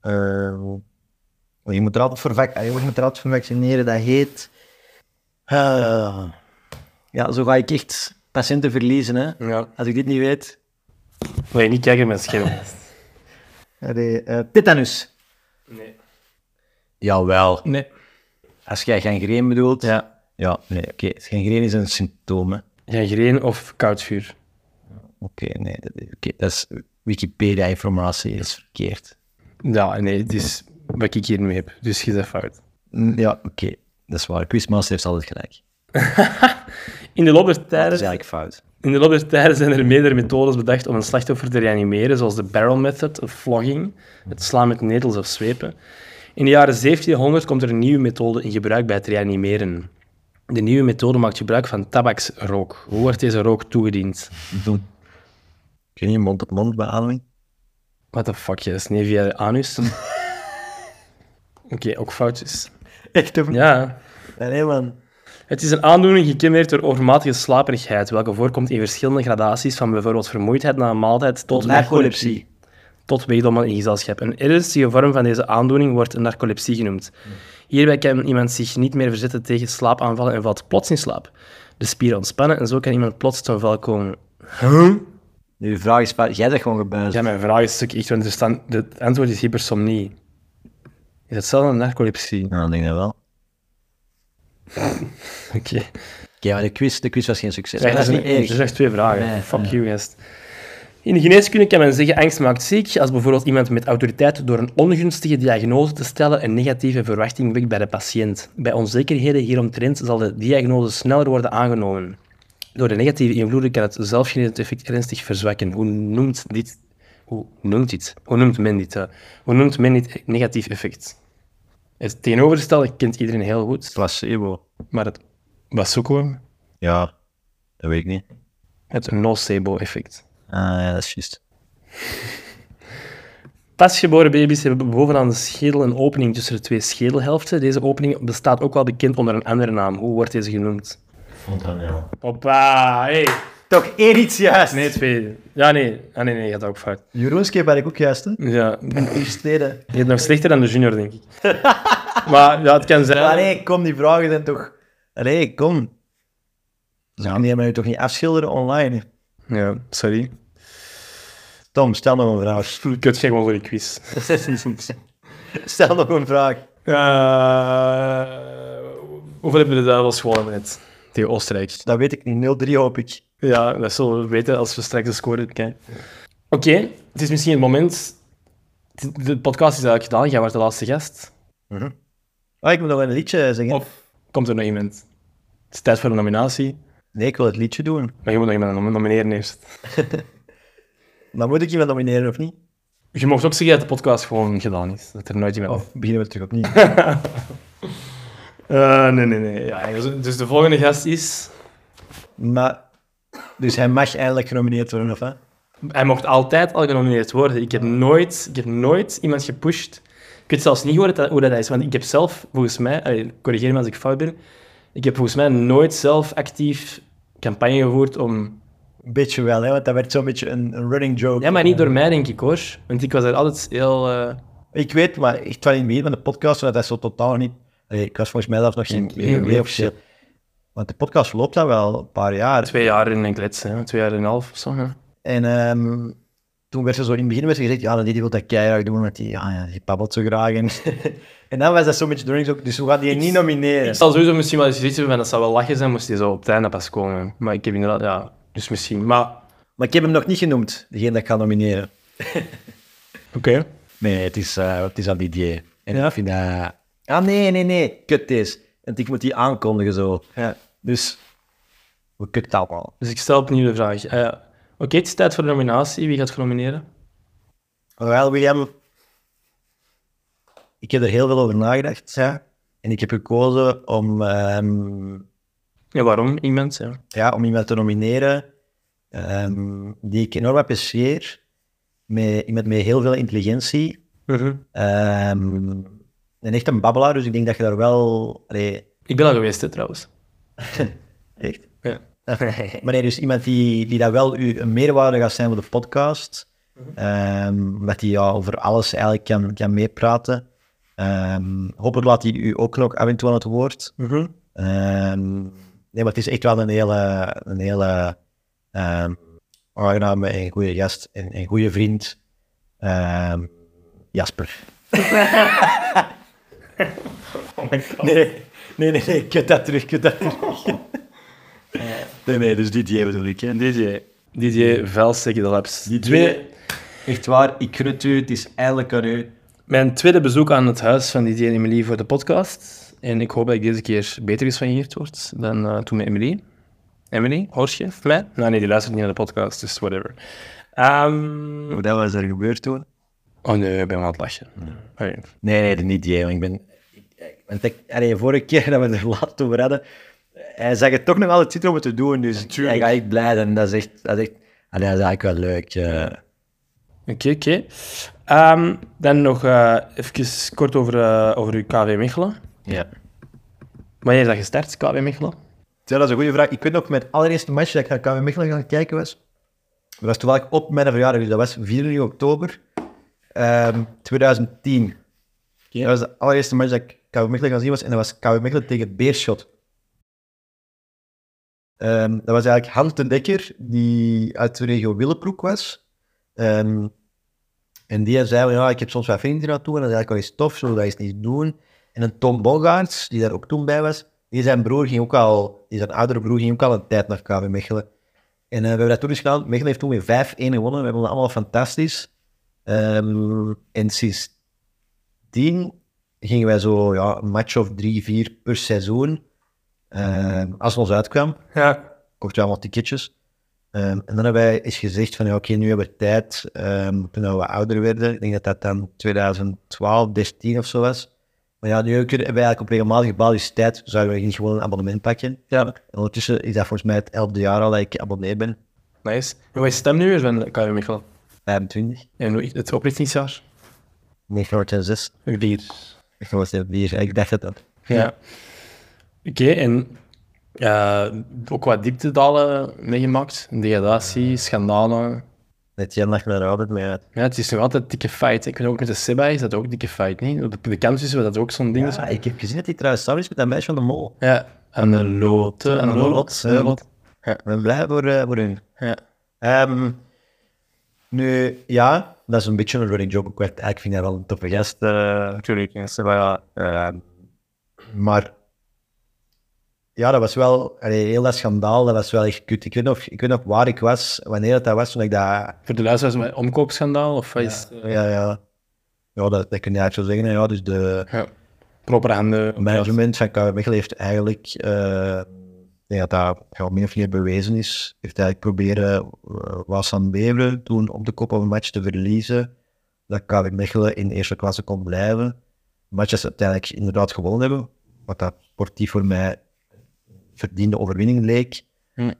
S3: ehm, je, moet er altijd voor vac- ah, je moet er altijd voor vaccineren, dat heet... Eh, ja, zo ga ik echt patiënten verliezen, hè.
S4: Ja.
S3: Als ik dit niet weet...
S4: Wil je niet kijken met het scherm?
S3: Allee, eh, tetanus.
S4: Nee.
S3: Jawel.
S4: Nee.
S3: Als jij gangreen bedoelt. Ja. Ja, nee, oké. Gangreen is een symptoom, hè.
S4: Gangreen of koud vuur?
S3: Oké, nee, dat, oké, dat is Wikipedia-informatie, is verkeerd.
S4: Ja, nee, het is wat ik hier nu heb. Dus je zegt fout.
S3: Mm, Ja, oké, dat is waar. Quizmaster heeft altijd gelijk.
S4: In de loop der
S3: Dat is
S4: tijden,
S3: eigenlijk fout.
S4: in de loop der tijden zijn er meerdere methodes bedacht om een slachtoffer te reanimeren, zoals de barrel method, of flogging, het slaan met netels of zwepen. In de jaren 1700 komt er een nieuwe methode in gebruik bij het reanimeren. De nieuwe methode maakt gebruik van tabaksrook. Hoe wordt deze rook toegediend?
S3: Doen. Kun je mond-op-mond beademing?
S4: What the fuck, yes? Nee, via de anus. Oké, ook foutjes.
S3: Echt of
S4: Ja,
S3: Nee, man.
S4: Het is een aandoening gekenmerkt door overmatige slaperigheid, welke voorkomt in verschillende gradaties van bijvoorbeeld vermoeidheid na een maaltijd tot narcolepsie.
S3: Narcolepsie.
S4: Tot weegdommel in gezelschap. Een ernstige vorm van deze aandoening wordt een narcolepsie genoemd. Hierbij kan iemand zich niet meer verzetten tegen slaapaanvallen en valt plots in slaap. De spieren ontspannen en zo kan iemand plots ten val komen.
S3: Nu, de vraag is, pa- jij zegt gewoon gebuist.
S4: Ja, mijn vraag is stuk echt want er staan- Het antwoord is hypersomnie. Is hetzelfde een narcolepsie?
S3: Ja, ik denk dat wel. Oké,
S4: Oké.
S3: maar de quiz, de quiz was geen succes.
S4: Ja,
S3: Maar
S4: dat is
S3: niet
S4: een-
S3: erg.
S4: dat is echt twee vragen.
S3: Nee,
S4: Fuck you, gast. In de geneeskunde kan men zeggen angst maakt ziek als bijvoorbeeld iemand met autoriteit door een ongunstige diagnose te stellen een negatieve verwachting wekt bij de patiënt. Bij onzekerheden hieromtrent zal de diagnose sneller worden aangenomen. Door de negatieve invloeden kan het zelfgenerend effect ernstig verzwakken. Hoe noemt dit? Hoe noemt dit? Hoe noemt men dit? eh? hoe noemt men dit negatief effect? Het tegenovergestelde kent iedereen heel goed,
S3: Placebo.
S4: maar het... Wat zoeken we?
S3: Ja, dat weet ik niet.
S4: Het nocebo-effect.
S3: Ah, ja, dat is juist.
S4: Pasgeboren baby's hebben bovenaan de schedel een opening tussen de twee schedelhelften. Deze opening bestaat ook wel bekend onder een andere naam. Hoe wordt deze genoemd?
S7: Fontanel.
S4: Hoppa, hey.
S3: Toch één iets juist.
S4: Nee, twee. Ja, nee. Ah, nee, nee, je had ook fout.
S3: Jeroen's keer ben ik ook juist, hè?
S4: Ja, je
S3: Eerstleden.
S4: hebt nog slechter dan de junior, denk ik. Maar ja, het kan zijn.
S3: Maar nee, kom, die vragen zijn toch... Allee, kom. Ze gaan die mij toch niet afschilderen online?
S4: Ja, sorry.
S3: Tom, stel nog een vraag.
S4: Ik het gewoon voor de quiz.
S3: Stel nog een vraag.
S4: Eh, hoeveel hebben de duivels gewonnen net? Tegen Oostenrijk.
S3: Dat weet ik niet. 0-3 hoop ik.
S4: Ja, dat zullen we weten als we straks de score kijken. Oké, het is misschien het moment. De- De podcast is eigenlijk gedaan. Jij was de laatste gast.
S3: Ah, ik moet nog een liedje zingen.
S4: Of komt er nog iemand? Het is tijd voor een nominatie.
S3: Nee, ik wil het liedje doen.
S4: Maar je moet nog iemand nom- nomineren eerst.
S3: Maar moet ik iemand nomineren of niet?
S4: Je mocht ook zeggen dat de podcast gewoon gedaan is. Dat er nooit iemand...
S3: Of beginnen we terug opnieuw?
S4: Eh, nee, nee, nee. Ja, dus dus de volgende gast is...
S3: maar... Dus hij mag eindelijk genomineerd worden, of hè?
S4: Hij mocht altijd al genomineerd worden. Ik heb nooit, ik heb nooit iemand gepusht. Ik weet zelfs niet hoe dat, hoe dat is, want ik heb zelf, volgens mij, allee, corrigeer me als ik fout ben, ik heb volgens mij nooit zelf actief campagne gevoerd om
S3: Een beetje wel, hè, want dat werd zo'n beetje een, een running joke.
S4: Ja, maar niet door mij, denk ik hoor. Want ik was daar altijd heel. eh,
S3: Ik weet, maar echt van in het begin van de podcast, want dat is zo totaal niet... Allee, ik was volgens mij zelf nog geen
S4: Geen
S3: keer
S4: idee of
S3: officieel. Want de podcast loopt dan wel een paar jaar.
S4: twee jaar in een klets, hè. twee jaar en een half of zo. hè.
S3: En ehm, toen werd ze zo in het begin werd ze gezegd, ja, die wil dat keihard doen, want die, ja, ja, die babbelt zo graag. En, en dan was dat zo'n beetje de running joke, dus we gaan die niet nomineren.
S4: Ik zal sowieso misschien wel eens iets hebben van dat zou wel lachen zijn, moest die zo op het einde pas komen. Maar ik heb inderdaad, ja, dus misschien. Maar
S3: Maar ik heb hem nog niet genoemd, degene dat ik ga nomineren.
S4: oké.
S3: Nee, het is, eh, het is aan Didier. En ik vind dat... Ah, nee, nee, nee, kut is. Want ik moet die aankondigen zo.
S4: Ja.
S3: Dus, we kukken het allemaal.
S4: Dus ik stel opnieuw de vraag. Eh, oké, het is tijd voor de nominatie. Wie gaat nomineren?
S3: Wel, William, ik heb er heel veel over nagedacht. Ja. En ik heb gekozen om, ehm,
S4: Ja, waarom? Iemand, ja.
S3: ja, om iemand te nomineren ehm, die ik enorm apprecieer. Met, iemand met heel veel intelligentie.
S4: Mhm.
S3: Ehm, en echt een babbelaar, dus ik denk dat je daar wel... allee,
S4: Ik ben al geweest, hè, trouwens.
S3: echt?
S4: Ja.
S3: Maar nee, dus iemand die, die dat wel u een meerwaarde gaat zijn voor de podcast. Ehm, omdat hij ja, over alles eigenlijk kan, kan meepraten. Ehm, hopelijk laat hij u ook nog af en toe aan het woord. Ehm, nee, maar het is echt wel een hele, een hele ehm, aangename en goede gast en en goede vriend. Ehm, Jasper. nee, nee, nee, nee, kut dat terug, kut dat terug.
S8: Nee, nee, dus Didier bedoel ik. Hè. Didier.
S4: Didier Velsek, de Labs.
S8: Die twee. Echt waar, ik gun het u, het is eigenlijk aan u.
S4: Mijn tweede bezoek aan het huis van Didier en Emily voor de podcast. En ik hoop dat ik deze keer beter gesoigneerd word dan eh, toen met Emily. Emily, hoor je van mij? Nou nee, die luistert niet naar de podcast, dus whatever. Ehm,
S3: Wat was er gebeurd toen?
S4: Oh nee, ik ben aan het lachen. Allee.
S3: Nee, nee, dat niet jij. want Ik ben, ik- ik- want ik, allee, vorige keer dat we er laat over hadden, hij zag het toch nog altijd zitten om het te doen. Dus hij gaat echt blij zijn. Dat is echt, dat is echt allee, dat is eigenlijk wel leuk. eh.
S4: Oké, oké. Ehm, dan nog eh, even kort over, eh, over uw KW Mechelen.
S3: ja.
S4: Wanneer is dat gestart, KW Mechelen?
S3: Ja, dat is een goede vraag. Ik weet nog, mijn allereerste match dat ik naar KW Mechelen gaan kijken was, dat was toevallig op mijn verjaardag, dus dat was 24 oktober ehm, 2010. Dat was de allereerste match dat ik KW Mechelen gaan zien was, en dat was KW Mechelen tegen Beerschot. Ehm, dat was eigenlijk Hans de Dekker, die uit de regio Willebroek was. Ehm, en die zei, van, ja, ik heb soms wat vrienden naartoe, en dat is eigenlijk wel eens tof, zullen we dat eens niet doen? En een Tom Bogaerts, die daar ook toen bij was, die zijn broer ging ook al, die zijn oudere broer ging ook al een tijd naar KV Mechelen. En eh, we hebben dat toen eens gedaan. Mechelen heeft toen weer 5-1 gewonnen. We hebben dat allemaal fantastisch. Ehm, en sindsdien gingen wij zo ja, een match of drie, vier per seizoen. Ehm, als het ons uitkwam,
S4: Ja.
S3: kochten we allemaal ticketjes. Ehm, en dan hebben wij eens gezegd van ja, oké, nu hebben we tijd. Ehm, toen we ouder werden, ik denk dat dat dan 2012, 13 of zo was. Maar ja, nu kunnen- hebben we eigenlijk op regelmatige basis tijd, zouden we niet gewoon een abonnement pakken. Ja. En ondertussen is dat volgens mij het elfde jaar al dat ik abonnee ben,
S4: Nice. En wat is de stem nu weer van KW Mechelen?
S3: 25.
S4: En hoe- het oprichtingsjaar?
S3: 1906.
S4: Vier.
S3: Ik was er weer, ik dacht dat dat.
S4: Ja. Oké, en eh, ook wat dieptedalen meegemaakt. Degradatie, schandalen.
S3: Net Jan lag me daar altijd mee uit.
S4: Ja, het is nog altijd dikke fight. Ik weet ook met de Seba is dat ook dikke fight, niet? Op de kant is dat ook zo'n ding. is.
S3: Ja, ik heb gezien dat hij trouwens samen is met dat meisje van de mol.
S4: Ja. En de loten. En de lot.
S3: Lot, lot. Ik ben blij voor, eh, voor hun.
S4: Ja.
S3: Ehm, nu, ja, dat is een beetje een running joke. ook. Ik eigenlijk vind dat wel een toffe gast. eh,
S4: Natuurlijk, ja.
S3: maar, ja, ehm, maar ja, dat was wel, allee, heel dat schandaal, dat was wel echt kut. Ik weet nog, ik weet nog waar ik was, wanneer dat, dat was, toen ik dat
S4: Voor de luisteraars, een omkoopschandaal of wat is het?
S3: Ja, ja. Ja, dat, dat kun je eigenlijk zo zeggen. hè. Ja, dus de
S4: ja. propaganda.
S3: management van KW Mechelen heeft eigenlijk, eh ja, dat daar ja, min of meer bewezen is, heeft eigenlijk proberen eh, Wassan Beveren toen op de kop op een match te verliezen, dat KW Mechelen in de eerste klasse kon blijven. Een match dat ze uiteindelijk inderdaad gewonnen hebben, wat dat sportief voor mij verdiende overwinning leek.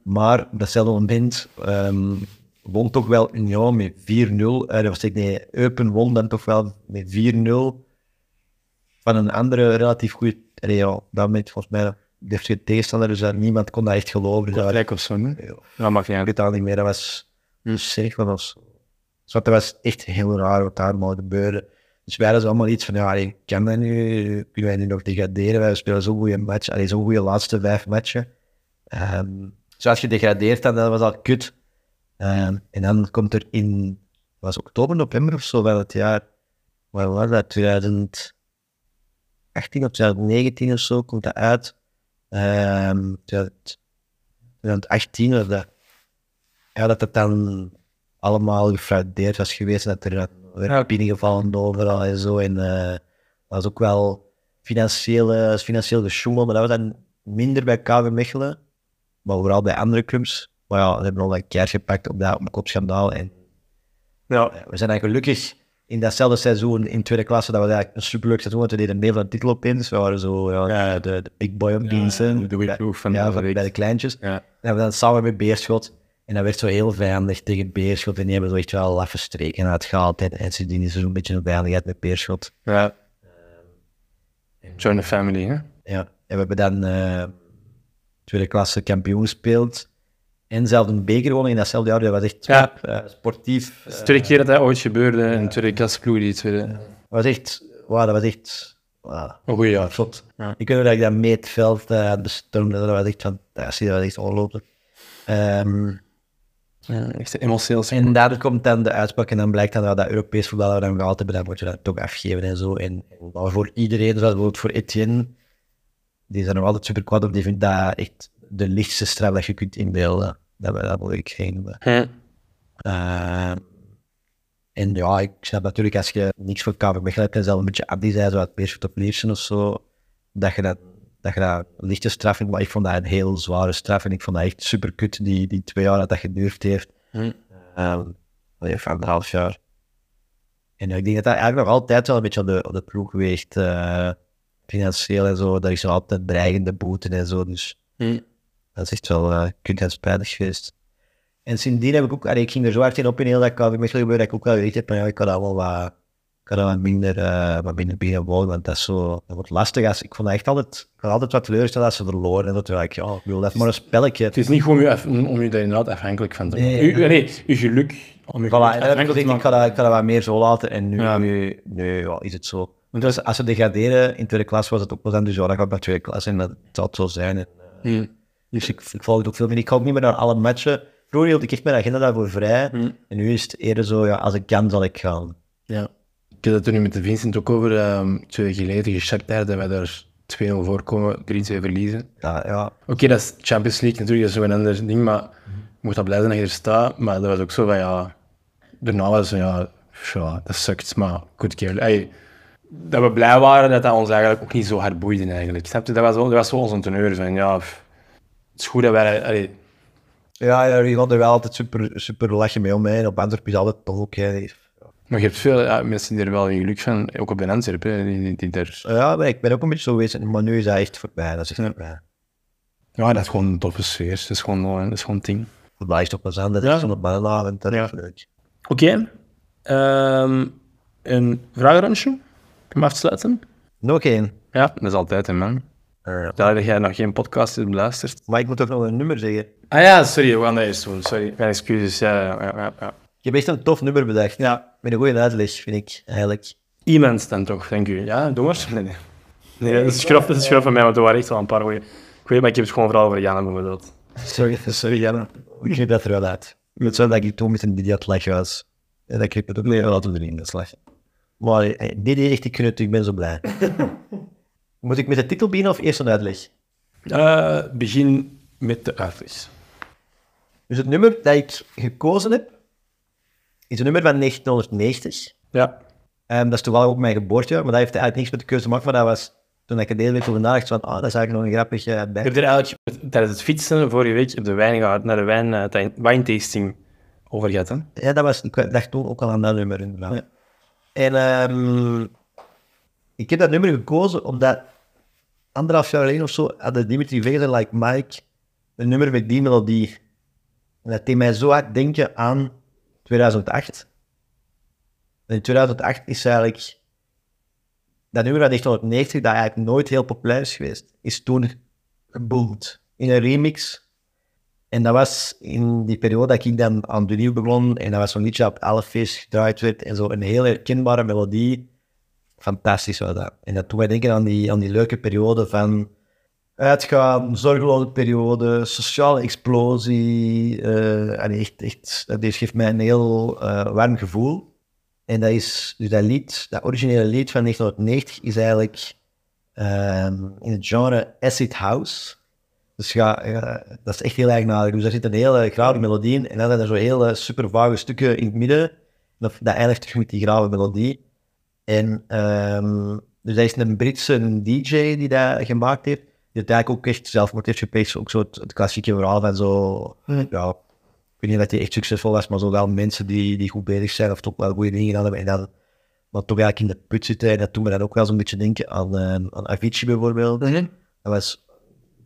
S3: Maar op datzelfde moment ehm, won toch wel Union met 4-0. Eh, dat was ik, nee, Eupen won dan toch wel met 4-0. Van een andere relatief goede. Allee, ja, dat moment volgens mij. heeft geen tegenstander, dus dat- niemand kon dat echt geloven. Dus dat was-
S2: Kortrijk of zo, hè?
S3: Ja.
S2: Dat mag niet
S3: ik
S2: uit.
S3: weet dat niet meer. Dat was zeker van ons. Dus dat was echt heel raar wat daar maar gebeurde. Dus wij hadden allemaal iets van, ja, ik kan dat nu, kunnen wij nu nog degraderen? Wij spelen zo'n goede match, allee, zo'n goede laatste vijf matchen. Ehm, dus als je degradeert, dan dat was al kut. Ehm, en dan komt er in, was oktober, november of zo van het jaar, wat was dat, 2018 of 2019 of zo, komt dat uit. Ehm 2018 was dat ja, dat het dan allemaal gefraudeerd was geweest. Dat er dan
S2: Ja.
S3: werd binnengevallen overal en zo. En eh, dat was ook wel financieel, eh, is financieel gesjoemel, maar dat was dan minder bij KV Mechelen. Maar vooral bij andere clubs. Maar ja, ze hebben al een keer gepakt op dat omkoopschandaal. En
S2: Ja,
S3: eh, we zijn dan gelukkig in datzelfde seizoen in tweede klasse. Dat was eigenlijk een superleuk seizoen, want we deden mee van de titel opeens. We waren zo ja,
S2: Ja.
S3: de, de big boy op dienst. hè.
S2: de goede
S3: Bij-
S2: ploeg van
S3: ja,
S2: de
S3: van,
S2: week.
S3: bij de kleintjes.
S2: Ja.
S3: En we dan samen met Beerschot. En dat werd zo heel vijandig tegen Beerschot. En die hebben zo echt wel laffe streken uitgehaald. En, en sindsdien is er zo'n beetje een vijandheid met Beerschot.
S2: ja. Join the family, hè?
S3: Ja. En we hebben dan eh, tweede klasse kampioen gespeeld. En zelf een beker gewonnen in datzelfde jaar. Dat was echt
S2: Ja.
S3: eh, sportief.
S2: Het is de tweede keer dat dat ooit gebeurde en de tweede klasploeg die tweede.
S3: Dat was echt... Wow, dat was echt... Wow.
S2: Een goed jaar.
S3: Zot.
S2: Ja.
S3: Ik weet nog dat ik dat mee het veld eh, bestormde. Dat was echt fantastisch. Dat was echt ongelooflijk. Ehm,
S2: Ja, echt een emotioneel
S3: En daardoor komt dan de uitspraak en dan blijkt dan dat, dat Europees voetbal dat we dan gehaald hebben, dan moet je dat toch afgeven en zo. En, maar voor iedereen, zoals bijvoorbeeld voor Etienne, die is er nog altijd super kwaad op, die vindt dat echt de lichtste straf dat je kunt inbeelden. Dat, we- dat wil ik geen noemen.
S2: Hm.
S3: Eh, en ja, ik snap natuurlijk als je niks voor KV Mechelen hebt en zelf een beetje Abdi zei, zoals Beerschot op Leersen of zo, dat je dat, dat je dat een lichte straf vindt. Maar ik vond dat een heel zware straf en ik vond dat echt super kut, die, die twee jaar dat dat geduurd heeft.
S2: Hm.
S3: Ehm, allee, of anderhalf jaar. En ik denk dat dat eigenlijk nog altijd wel een beetje op de, op de ploeg weegt. eh, financieel en zo, dat is nog altijd dreigende boeten en zo. Dus
S2: Hm.
S3: dat is echt wel eh kut en spijtig geweest. En sindsdien heb ik ook, allee, ik ging er zo hard in op in heel dat KV Mechelen gebeuren, dat ik ook wel weet heb, maar ja, ik kan allemaal wat, ik kan allemaal minder, eh wat minder binnen wonen, want dat is zo, dat wordt lastig. Als, ik vond dat echt altijd, ik had altijd wat teleurgesteld als ze verloren. En dat was ik, ja, ik bedoel, dat is maar een spelletje.
S2: Het is niet gewoon om je, af- om je daar inderdaad afhankelijk van te maken.
S3: Nee,
S2: Nee, u, nee, uw geluk. Om je
S3: Voilà,
S2: geluk
S3: en dan heb ik
S2: afhankelijk te
S3: gezegd, ik
S2: maken.
S3: ga dat, ik ga dat wat meer zo laten. En nu,
S2: Ja.
S3: nu, nu ja, is het zo. Want als, als ze degraderen in tweede klas, was het ook wel dan dus ja, dat gaat naar tweede klas. En dat zal het zo zijn. En, eh,
S2: Hm.
S3: Dus ik, ik volg het ook veel meer. Ik ga ook niet meer naar alle matchen. Vroeger hield ik echt mijn agenda daarvoor vrij.
S2: Hmm.
S3: En nu is het eerder zo, ja, als ik kan, zal ik gaan.
S2: Ja. Ik heb het er nu met de Vincent ook over. ehm, twee jaar geleden, Shakhtar, dat wij daar 2-0 voor komen, 3-2 verliezen.
S3: Ja, ja.
S2: Oké, dat is Champions League natuurlijk, dat is zo'n ander ding, maar je moet dat blij zijn dat je er staat. Maar dat was ook zo van, ja... Daarna was het zo, ja, pff, ja, dat sukt, maar goed keer. Ey, dat we blij waren dat dat ons eigenlijk ook niet zo hard boeide eigenlijk. Snap je? Dat was wel, dat was wel onze teneur van, ja... pff, het is goed dat wij... allee,
S3: Ja, ja, je gaat er wel altijd super, super lachen mee om. Hè. En Op Antwerpen is altijd toch ook. Hè.
S2: Maar je hebt veel ja, mensen die er wel in geluk van, ook op in Antwerpen, hè, die, die, die daar...
S3: Ja, maar ik ben ook een beetje zo geweest. Maar nu is dat echt voorbij. Dat is echt voorbij.
S2: Ja, dat is gewoon een toffe sfeer. Dat is gewoon, eh, dat is gewoon een ding.
S3: Voetbal is toch pas aan. Dat is
S2: Ja.
S3: zo'n bananenavond. Dat
S2: Ja.
S3: is leuk.
S9: Oké. Ehm, een vragenrandje om af te sluiten.
S3: Nog één.
S2: Ja, dat is altijd een man.
S3: Eh,
S2: Daar dat jij nog geen podcast hebt beluisterd.
S3: Maar ik moet ook nog een nummer zeggen.
S2: Ah ja, sorry, we gaan dat eerst doen. Sorry, mijn excuses. Ja, ja, ja, ja, ja.
S3: Je hebt echt een tof nummer bedacht. Ja. Met een goede uitleg, vind ik, eigenlijk.
S2: Iemand dan toch, dank u. Ja, doe maar. Nee, nee. nee dat is grof, dat is grof van mij, want er waren echt wel een paar goeie. Ik weet, maar ik heb het gewoon vooral over Janne bijvoorbeeld.
S3: Sorry, sorry, Janne. Hoe kreeg dat er wel uit? Het zou dat ik toen met een idiot lachen was. En dat kreeg het ook niet wel uit in de slag. Maar eh, dit is echt die knut, ik ben zo blij. Moet ik met de titel beginnen of eerst een uitleg?
S2: Eh, begin met de uitleg.
S3: Dus het nummer dat ik gekozen heb, is een nummer van 1990.
S2: Ja.
S3: Ehm, dat is toevallig ook mijn geboortejaar, maar dat heeft eigenlijk niks met de keuze te maken. Maar dat was toen ik er de hele week over nadacht, van, ah, dat is eigenlijk nog een grappig eh, bij.
S2: Ik heb er eigenlijk tijdens het fietsen vorige week op de wijn, naar de wijn, eh, tijn- wijntasting over gehad. Hè?
S3: Ja, dat was, ik dacht toen ook al aan dat nummer inderdaad. En ehm, ik heb dat nummer gekozen omdat anderhalf jaar geleden of zo hadden Dimitri Vegas en Like Mike een nummer met die melodie. En dat deed mij zo hard denken aan 2008. En in 2008 is eigenlijk dat nummer van 1990, dat eigenlijk nooit heel populair is geweest, is toen Bold in een remix. En dat was in die periode dat ik dan aan de nieuw begon. En dat was zo'n liedje dat op elf feest gedraaid werd. En zo een heel herkenbare melodie. Fantastisch was dat. En dat doet mij denken aan die, aan die leuke periode van uitgaan, zorgeloze periode, sociale explosie. eh, en echt, echt, dat is- geeft mij een heel eh, warm gevoel. En dat is, dus dat lied, dat originele lied van 1990 is eigenlijk ehm, in het genre acid house. Dus ja, ja, dat is echt heel eigenaardig. Dus daar zit een hele grauwe melodie in. En dan zijn er zo hele super vage stukken in het midden. Dat, dat eindigt terug met die grauwe melodie. En ehm, dus hij is een Britse DJ die dat gemaakt heeft. Die het eigenlijk ook echt zelfmoord heeft gepleegd. Ook zo het, het klassieke verhaal van zo. Ja, ik weet niet dat hij echt succesvol was, maar zo wel mensen die, die goed bezig zijn of toch wel goede dingen gedaan hebben. En dan, maar toch eigenlijk in de put zitten. En dat doet me dan ook wel zo'n beetje denken aan, eh, aan Avicii bijvoorbeeld. Dat was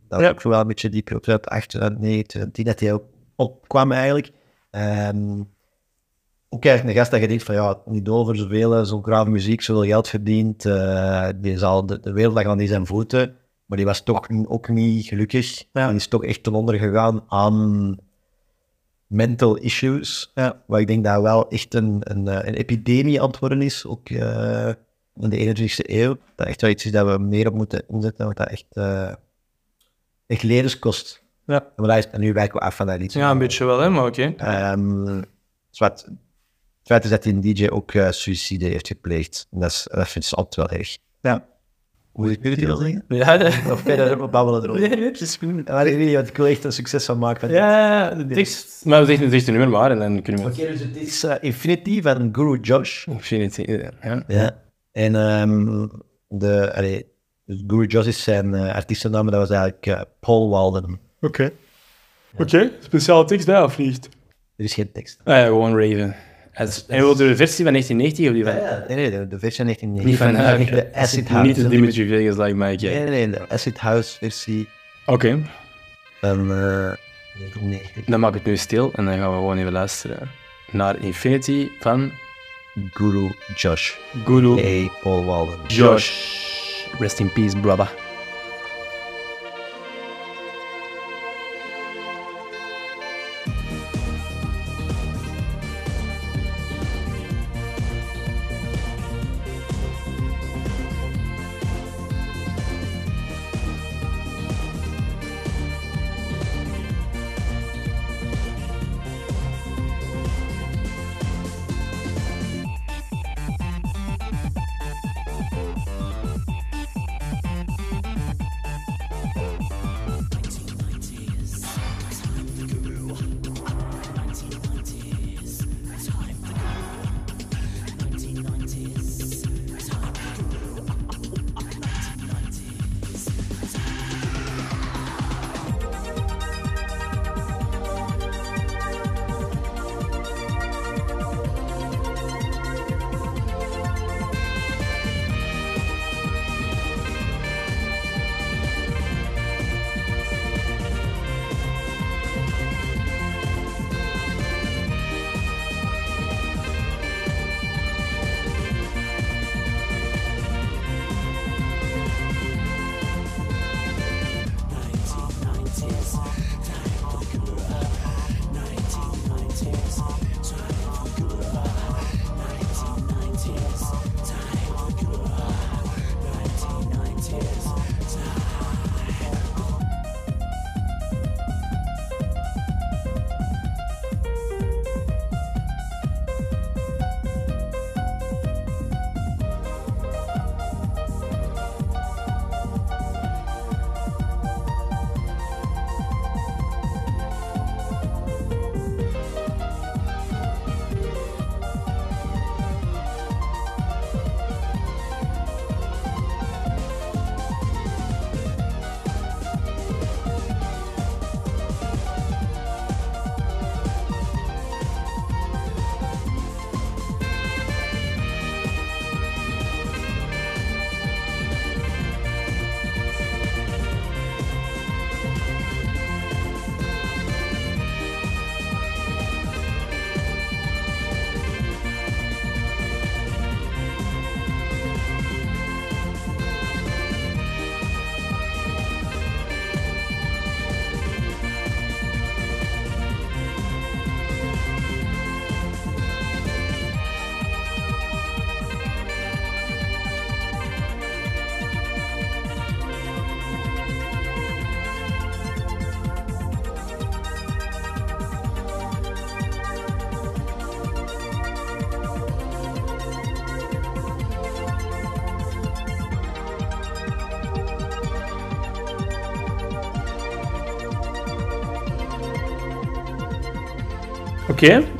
S3: dat was ook zo wel een beetje die periode uit 98, 10 dat hij op, opkwam eigenlijk. Ehm, ook eigenlijk een gast dat je denkt van ja, niet over zoveel, zo'n graaf muziek, zoveel geld verdiend. eh, die zal de, de wereld lag aan die zijn voeten. Maar die was toch n- ook niet gelukkig. Die is toch echt ten onder gegaan aan mental issues. Waar ik denk dat wel echt een, een, eh, een epidemie aan het worden is. Ook eh, in de 21ste eeuw. Dat echt wel iets is dat we meer op moeten inzetten. Want dat echt... eh, echt ledenskost.
S4: Ja.
S3: Maar dat is, en nu wijken we af van dat iets.
S4: Ja, een beetje wel, hè, maar oké.
S3: Ehm, zwart. Het feit is dat die DJ ook eh suïcide heeft gepleegd. En dat, is, dat vindt ze altijd wel erg. Ja. Moet ik jullie dat zeggen?
S4: Ja, de-
S3: Of kan je daar ook babbelen
S4: Ja,
S3: erover?
S4: dit is goed.
S3: Maar ik weet niet, want ik wil echt een succes van maken. Van dit.
S4: Ja, de tekst. Maar we zeggen het nummer maar en dan kunnen we...
S3: Oké, dus het is eh, Infinity van Guru Josh.
S4: Ik vind het... eh, Ja.
S3: Ja. En ehm, de, allee, dus Guru Josh is zijn eh, artiestennaam, dat was eigenlijk eh, Paul Walden.
S4: Oké. Oké, speciale tekst daar of niet?
S3: Er is geen tekst.
S4: Ah ja, gewoon Raven. Als- En wil je de versie van 1990 of die van...
S3: Nee, nee, de, de versie van 1990.
S4: Niet van
S3: Ah, Eh, Niet
S4: haar.
S3: de Acid House.
S4: Niet de Dimitri Vegas, like Mike.
S3: Nee,
S4: ja.
S3: nee, nee, de Acid House versie
S4: Oké,
S3: van eh 1990.
S4: dan maak ik het nu stil en dan gaan we gewoon even luisteren naar Infinity van
S3: Guru Josh.
S4: Guru
S3: A. Paul Walden.
S4: Josh. Rest in peace, brother.
S10: Thank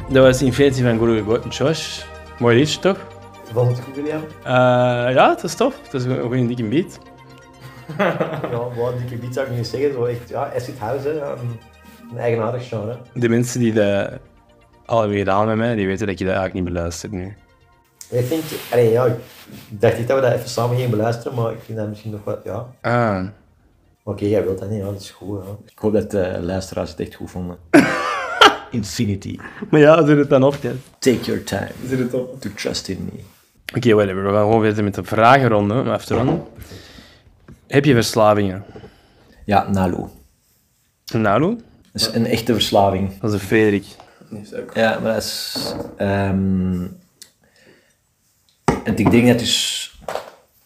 S2: dat was Infinity van Guru Go- Josh. Mooi liedje, toch?
S3: Was het goed, William?
S2: Eh, ja, het is tof. Het is een goede dikke beat.
S3: Ja, wat dikke beat zou ik niet zeggen. Zo echt, ja, acid house, hè. Ja, een, een eigenaardig genre.
S2: De mensen die dat al hebben gedaan met mij, die weten dat je dat eigenlijk niet beluistert nu.
S3: Ik vind, allee, ja, ik dacht niet dat we dat even samen gingen beluisteren, maar ik vind dat misschien nog wat, ja. Oké,
S2: Ah.
S3: jij wilt dat niet, ja, dat is goed, ja.
S10: Ik hoop dat de luisteraars het echt goed vonden. Infinity.
S2: Maar ja, doe het dan op. Oké,
S10: Take your time. To trust in me.
S2: whatever. We gaan gewoon verder met de vragenronde. Maar even ronden. Heb je verslavingen? Nou,
S10: Ja, Nalo.
S2: Nalu?
S10: Dat is een echte verslaving.
S2: Dat is de Frederik.
S10: Ja, maar dat is... ehm, en ik denk dat dus...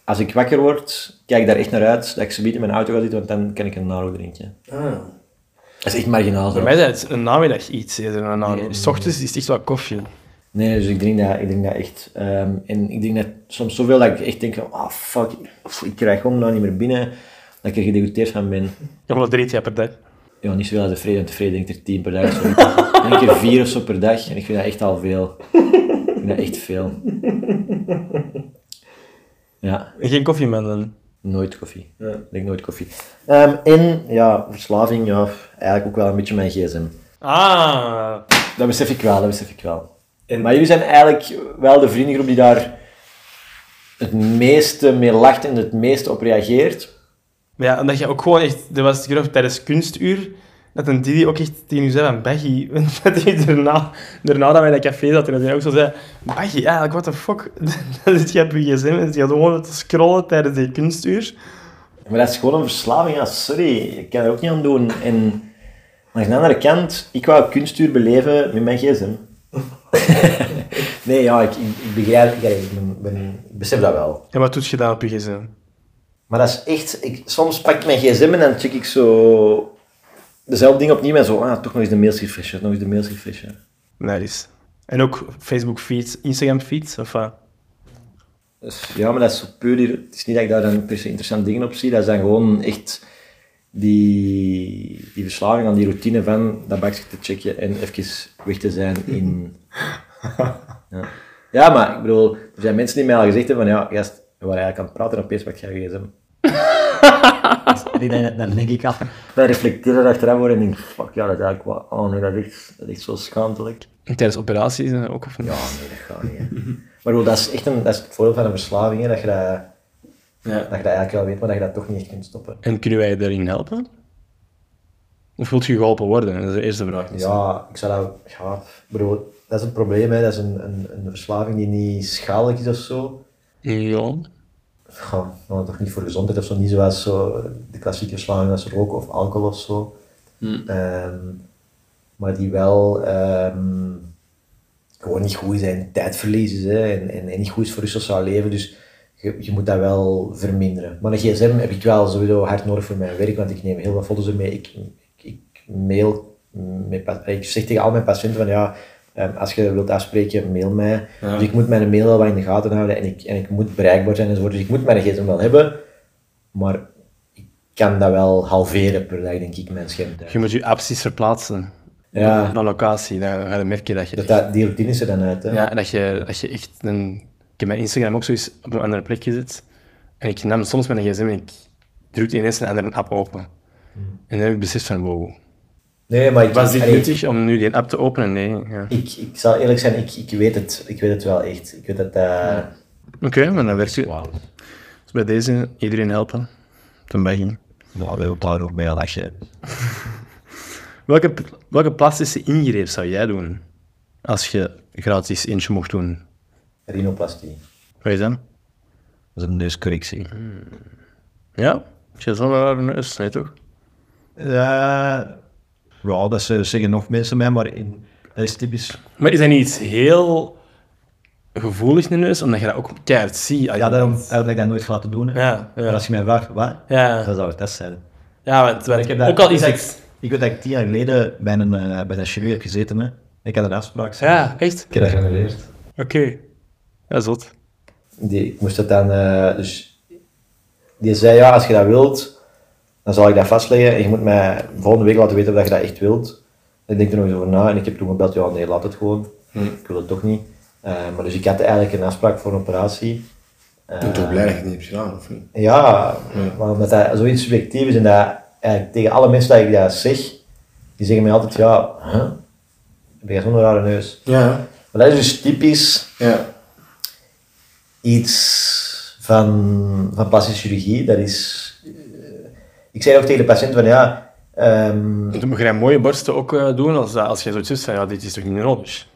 S10: Als ik wakker word, kijk ik daar echt naar uit dat ik zo in mijn auto ga zitten, want dan kan ik een Nalo drinken. Dat is echt marginaal. zo.
S2: Bij mij is het een namiddag iets. Hè, dan een namiddag. S ochtends is het echt wel koffie.
S10: Nee, dus ik drink dat, ik drink dat echt. Ehm, en ik denk dat soms zoveel dat ik echt denk, van, ah fuck, pff, ik krijg gewoon nou niet meer binnen, dat ik er gedegoteerd van ben.
S2: Hoeveel drie jaar per dag?
S10: Ja, niet zoveel als de vrede, want de vrede drinkt er tien per dag. Zo. Ik drink er vier of zo per dag en ik vind dat echt al veel. Ik vind dat echt veel. Ja,
S2: Geen koffie, man. Dan.
S10: nooit koffie. Ik drink nooit koffie. Ehm, en ja, verslaving, ja, eigenlijk ook wel een beetje mijn gsm.
S2: Ah.
S10: Dat besef ik wel, dat besef ik wel. Maar jullie zijn eigenlijk wel de vriendengroep die daar het meeste mee lacht en het meeste op reageert.
S2: Maar ja, omdat je ook gewoon echt... Er was ik geloof tijdens kunstuur, dat een Didi ook echt tegen u zei van Baggy. Dat hij daarna, daarna dat wij dat café zaten, dat hij ook zo zei... Baggy, eigenlijk, what the fuck? Dan zit je op je gsm en zit je gewoon te scrollen tijdens die kunstuur.
S10: Maar dat is gewoon een verslaving, ja, sorry. Ik kan er ook niet aan doen. En aan de andere kant, ik wou kunstuur beleven met mijn gsm. nee, ja, ik, ik, ik begrijp, ik, ik ben- ben- ik besef dat wel.
S2: En wat doet je dan op je gsm?
S10: Maar dat is echt... Ik, soms pak ik mijn gsm en dan check ik zo... Dezelfde ding opnieuw en zo... Ah, toch nog eens de mails refreshen, nog eens de mails refreshen.
S2: Nee, dat is... En ook Facebook feeds, Instagram feeds, of wat?
S10: Dus, ja, maar dat is zo puur hier. Het is niet dat ik daar dan per se interessante dingen op zie. Dat is dan gewoon echt die, die verslaving aan die routine van dat bakje te checken en even weg te zijn in... Ja. ja, maar ik bedoel, er zijn mensen die mij al gezegd hebben van ja, gast, we waren eigenlijk aan het praten en opeens pak jij je gsm.
S3: En dan, dan denk ik af,
S10: Wij reflecteren achteraf worden en denk fuck ja, dat is eigenlijk wel... Oh nee, dat is echt, dat is echt zo schaamtelijk.
S2: Tijdens operaties eh, ook, of niet?
S10: Ja, nee, dat gaat niet. hè. Maar ik bedoel, dat is echt een, dat is het voordeel van een verslaving, hè, dat je dat... Dat je dat eigenlijk wel weet, maar dat je dat toch niet echt kunt stoppen.
S2: En kunnen wij je daarin helpen? Of wilt je geholpen worden? Dat is de eerste vraag.
S10: Dus Ja, ik zou dat... Ja, ik bedoel, dat is een probleem, hè. Dat is een, een, een verslaving die niet schadelijk is of zo.
S2: Ja.
S10: Ja, maar toch niet voor gezondheid of zo. Niet zoals zo de klassieke verslaving als roken of alcohol of zo. Ehm, maar die wel ehm, gewoon niet goed zijn. Tijdverlies is, hè. En, en, en niet goed is voor je sociaal leven. Dus je, je moet dat wel verminderen. Maar een gsm heb ik wel sowieso hard nodig voor mijn werk, want ik neem heel wat foto's ermee. Ik, ik, ik mail... Met, pa- ik zeg tegen al mijn patiënten van ja... ehm, als je wilt afspreken, mail mij. Dus ik moet mijn mail wel wat in de gaten houden en ik, en ik moet bereikbaar zijn enzovoort. Dus ik moet mijn gsm wel hebben, maar ik kan dat wel halveren per dag, denk ik, mijn schermtijd.
S2: Je moet je apps verplaatsen.
S10: Ja.
S2: Naar locatie, dan ga je merken dat je...
S10: Dat, dat, die routine is er dan uit, hè?
S2: Ja, en dat je, dat je echt... Een... Ik heb mijn Instagram ook zoiets op een andere plekje zit. En ik nam soms mijn gsm en ik drukte ineens een andere app open. En dan heb ik beslist van, wow.
S10: Nee, maar ik,
S2: Hmm. Was dit
S10: allee,
S2: nuttig om nu die app te openen? Nee. ja. Oké,
S10: ik, ik zal eerlijk zijn, ik, ik, weet het, ik weet het wel echt. Ik weet dat eh, dat...
S2: maar dan werkt het. Dus bij deze, iedereen helpen. Ten begin.
S3: nou, we houden nog mee als je...
S2: Welke, welke plastische ingreep zou jij doen? Als je gratis eentje mocht doen.
S10: Rhinoplastie.
S2: Wat is dat?
S3: Dat is een neuscorrectie.
S2: Ja? Je zal wel een neus, nee toch?
S3: ja, Oh, dat ze- zeggen nog mensen mij, maar in, dat is typisch...
S2: Maar is dat niet iets heel gevoelig in de neus? Omdat je dat ook keihard ziet.
S3: Ja, Ah, daarom heb ik dat nooit laten doen. hè.
S2: Ja, ja.
S3: Maar als je mij vraagt, wat?
S2: Ja.
S3: Dan zou het dat zijn.
S2: Ja, want wat
S3: Ik heb
S2: ik
S3: dat-
S2: ook al is
S3: ik-
S2: het...
S3: Ik weet dat ik tien jaar geleden bij een, eh, bij een chirurg heb gezeten. Hè. Ik had een afspraak.
S2: Ja, echt?
S3: Ik heb dat genereerd.
S2: Oké. Ja, zot.
S10: Die, ik moest dat dan... eh, dus die zei, ja, als je dat wilt, dan zal ik dat vastleggen. En je moet mij volgende week laten weten of dat je dat echt wilt. Ik denk er nog eens over na en ik heb toen gebeld, ja nee, laat het gewoon.
S11: Hm.
S10: Ik wil het toch niet. Eh, maar dus ik had eigenlijk een afspraak voor een operatie. Eh,
S11: Ik ben toch blij dat je het niet hebt gedaan, of niet?
S10: ja, maar omdat dat zoiets subjectief is en dat eigenlijk tegen alle mensen dat ik dat zeg, die zeggen mij altijd, ja, huh? heb jij zo'n rare neus?
S11: Ja.
S10: Maar dat is dus typisch
S11: Ja.
S10: iets van, van plastische chirurgie. Dat is, eh, ik zei ook tegen de patiënt van, ja, ehm,
S4: Dan mag jij mooie borsten ook eh, doen als, dat- als jij zoiets zegt van, ja, dit is toch niet nodig?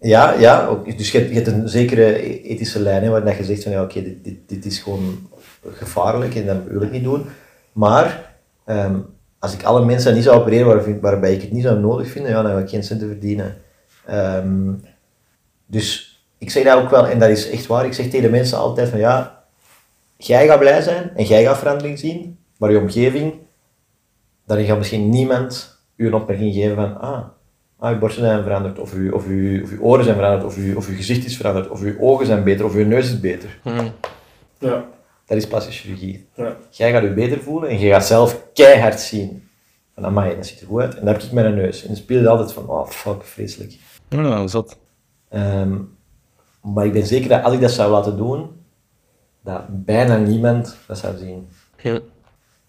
S10: Ja, ja. ook- Dus je hebt, je hebt een zekere e- ethische lijn, hè, waarin dat je zegt van ja, oké, dit, dit, dit is gewoon gevaarlijk en dat wil ik niet doen. Maar ehm, als ik alle mensen niet zou opereren waar- waarbij ik het niet zou nodig vinden, ja, dan heb ik geen cent te verdienen. Ehm, dus ik zeg dat ook wel, en dat is echt waar, ik zeg tegen de mensen altijd van ja, jij gaat blij zijn en jij gaat verandering zien, maar je omgeving, dan gaat misschien niemand u een opmerking geven van ah, ah uw borsten zijn veranderd, of uw, of, uw, of uw oren zijn veranderd, of uw, of uw gezicht is veranderd, of uw ogen zijn beter, of uw neus is beter.
S11: Ja.
S10: Dat is plastische chirurgie.
S11: Ja.
S10: Jij gaat u beter voelen en je gaat zelf keihard zien. Van, amai, dat ziet er goed uit. En daar heb ik mijn neus. En dan speel je altijd van, oh fuck, vreselijk.
S4: Ja, zat.
S10: Ehm, maar ik ben zeker dat als ik dat zou laten doen, dat bijna niemand dat zou zien.
S4: Ja.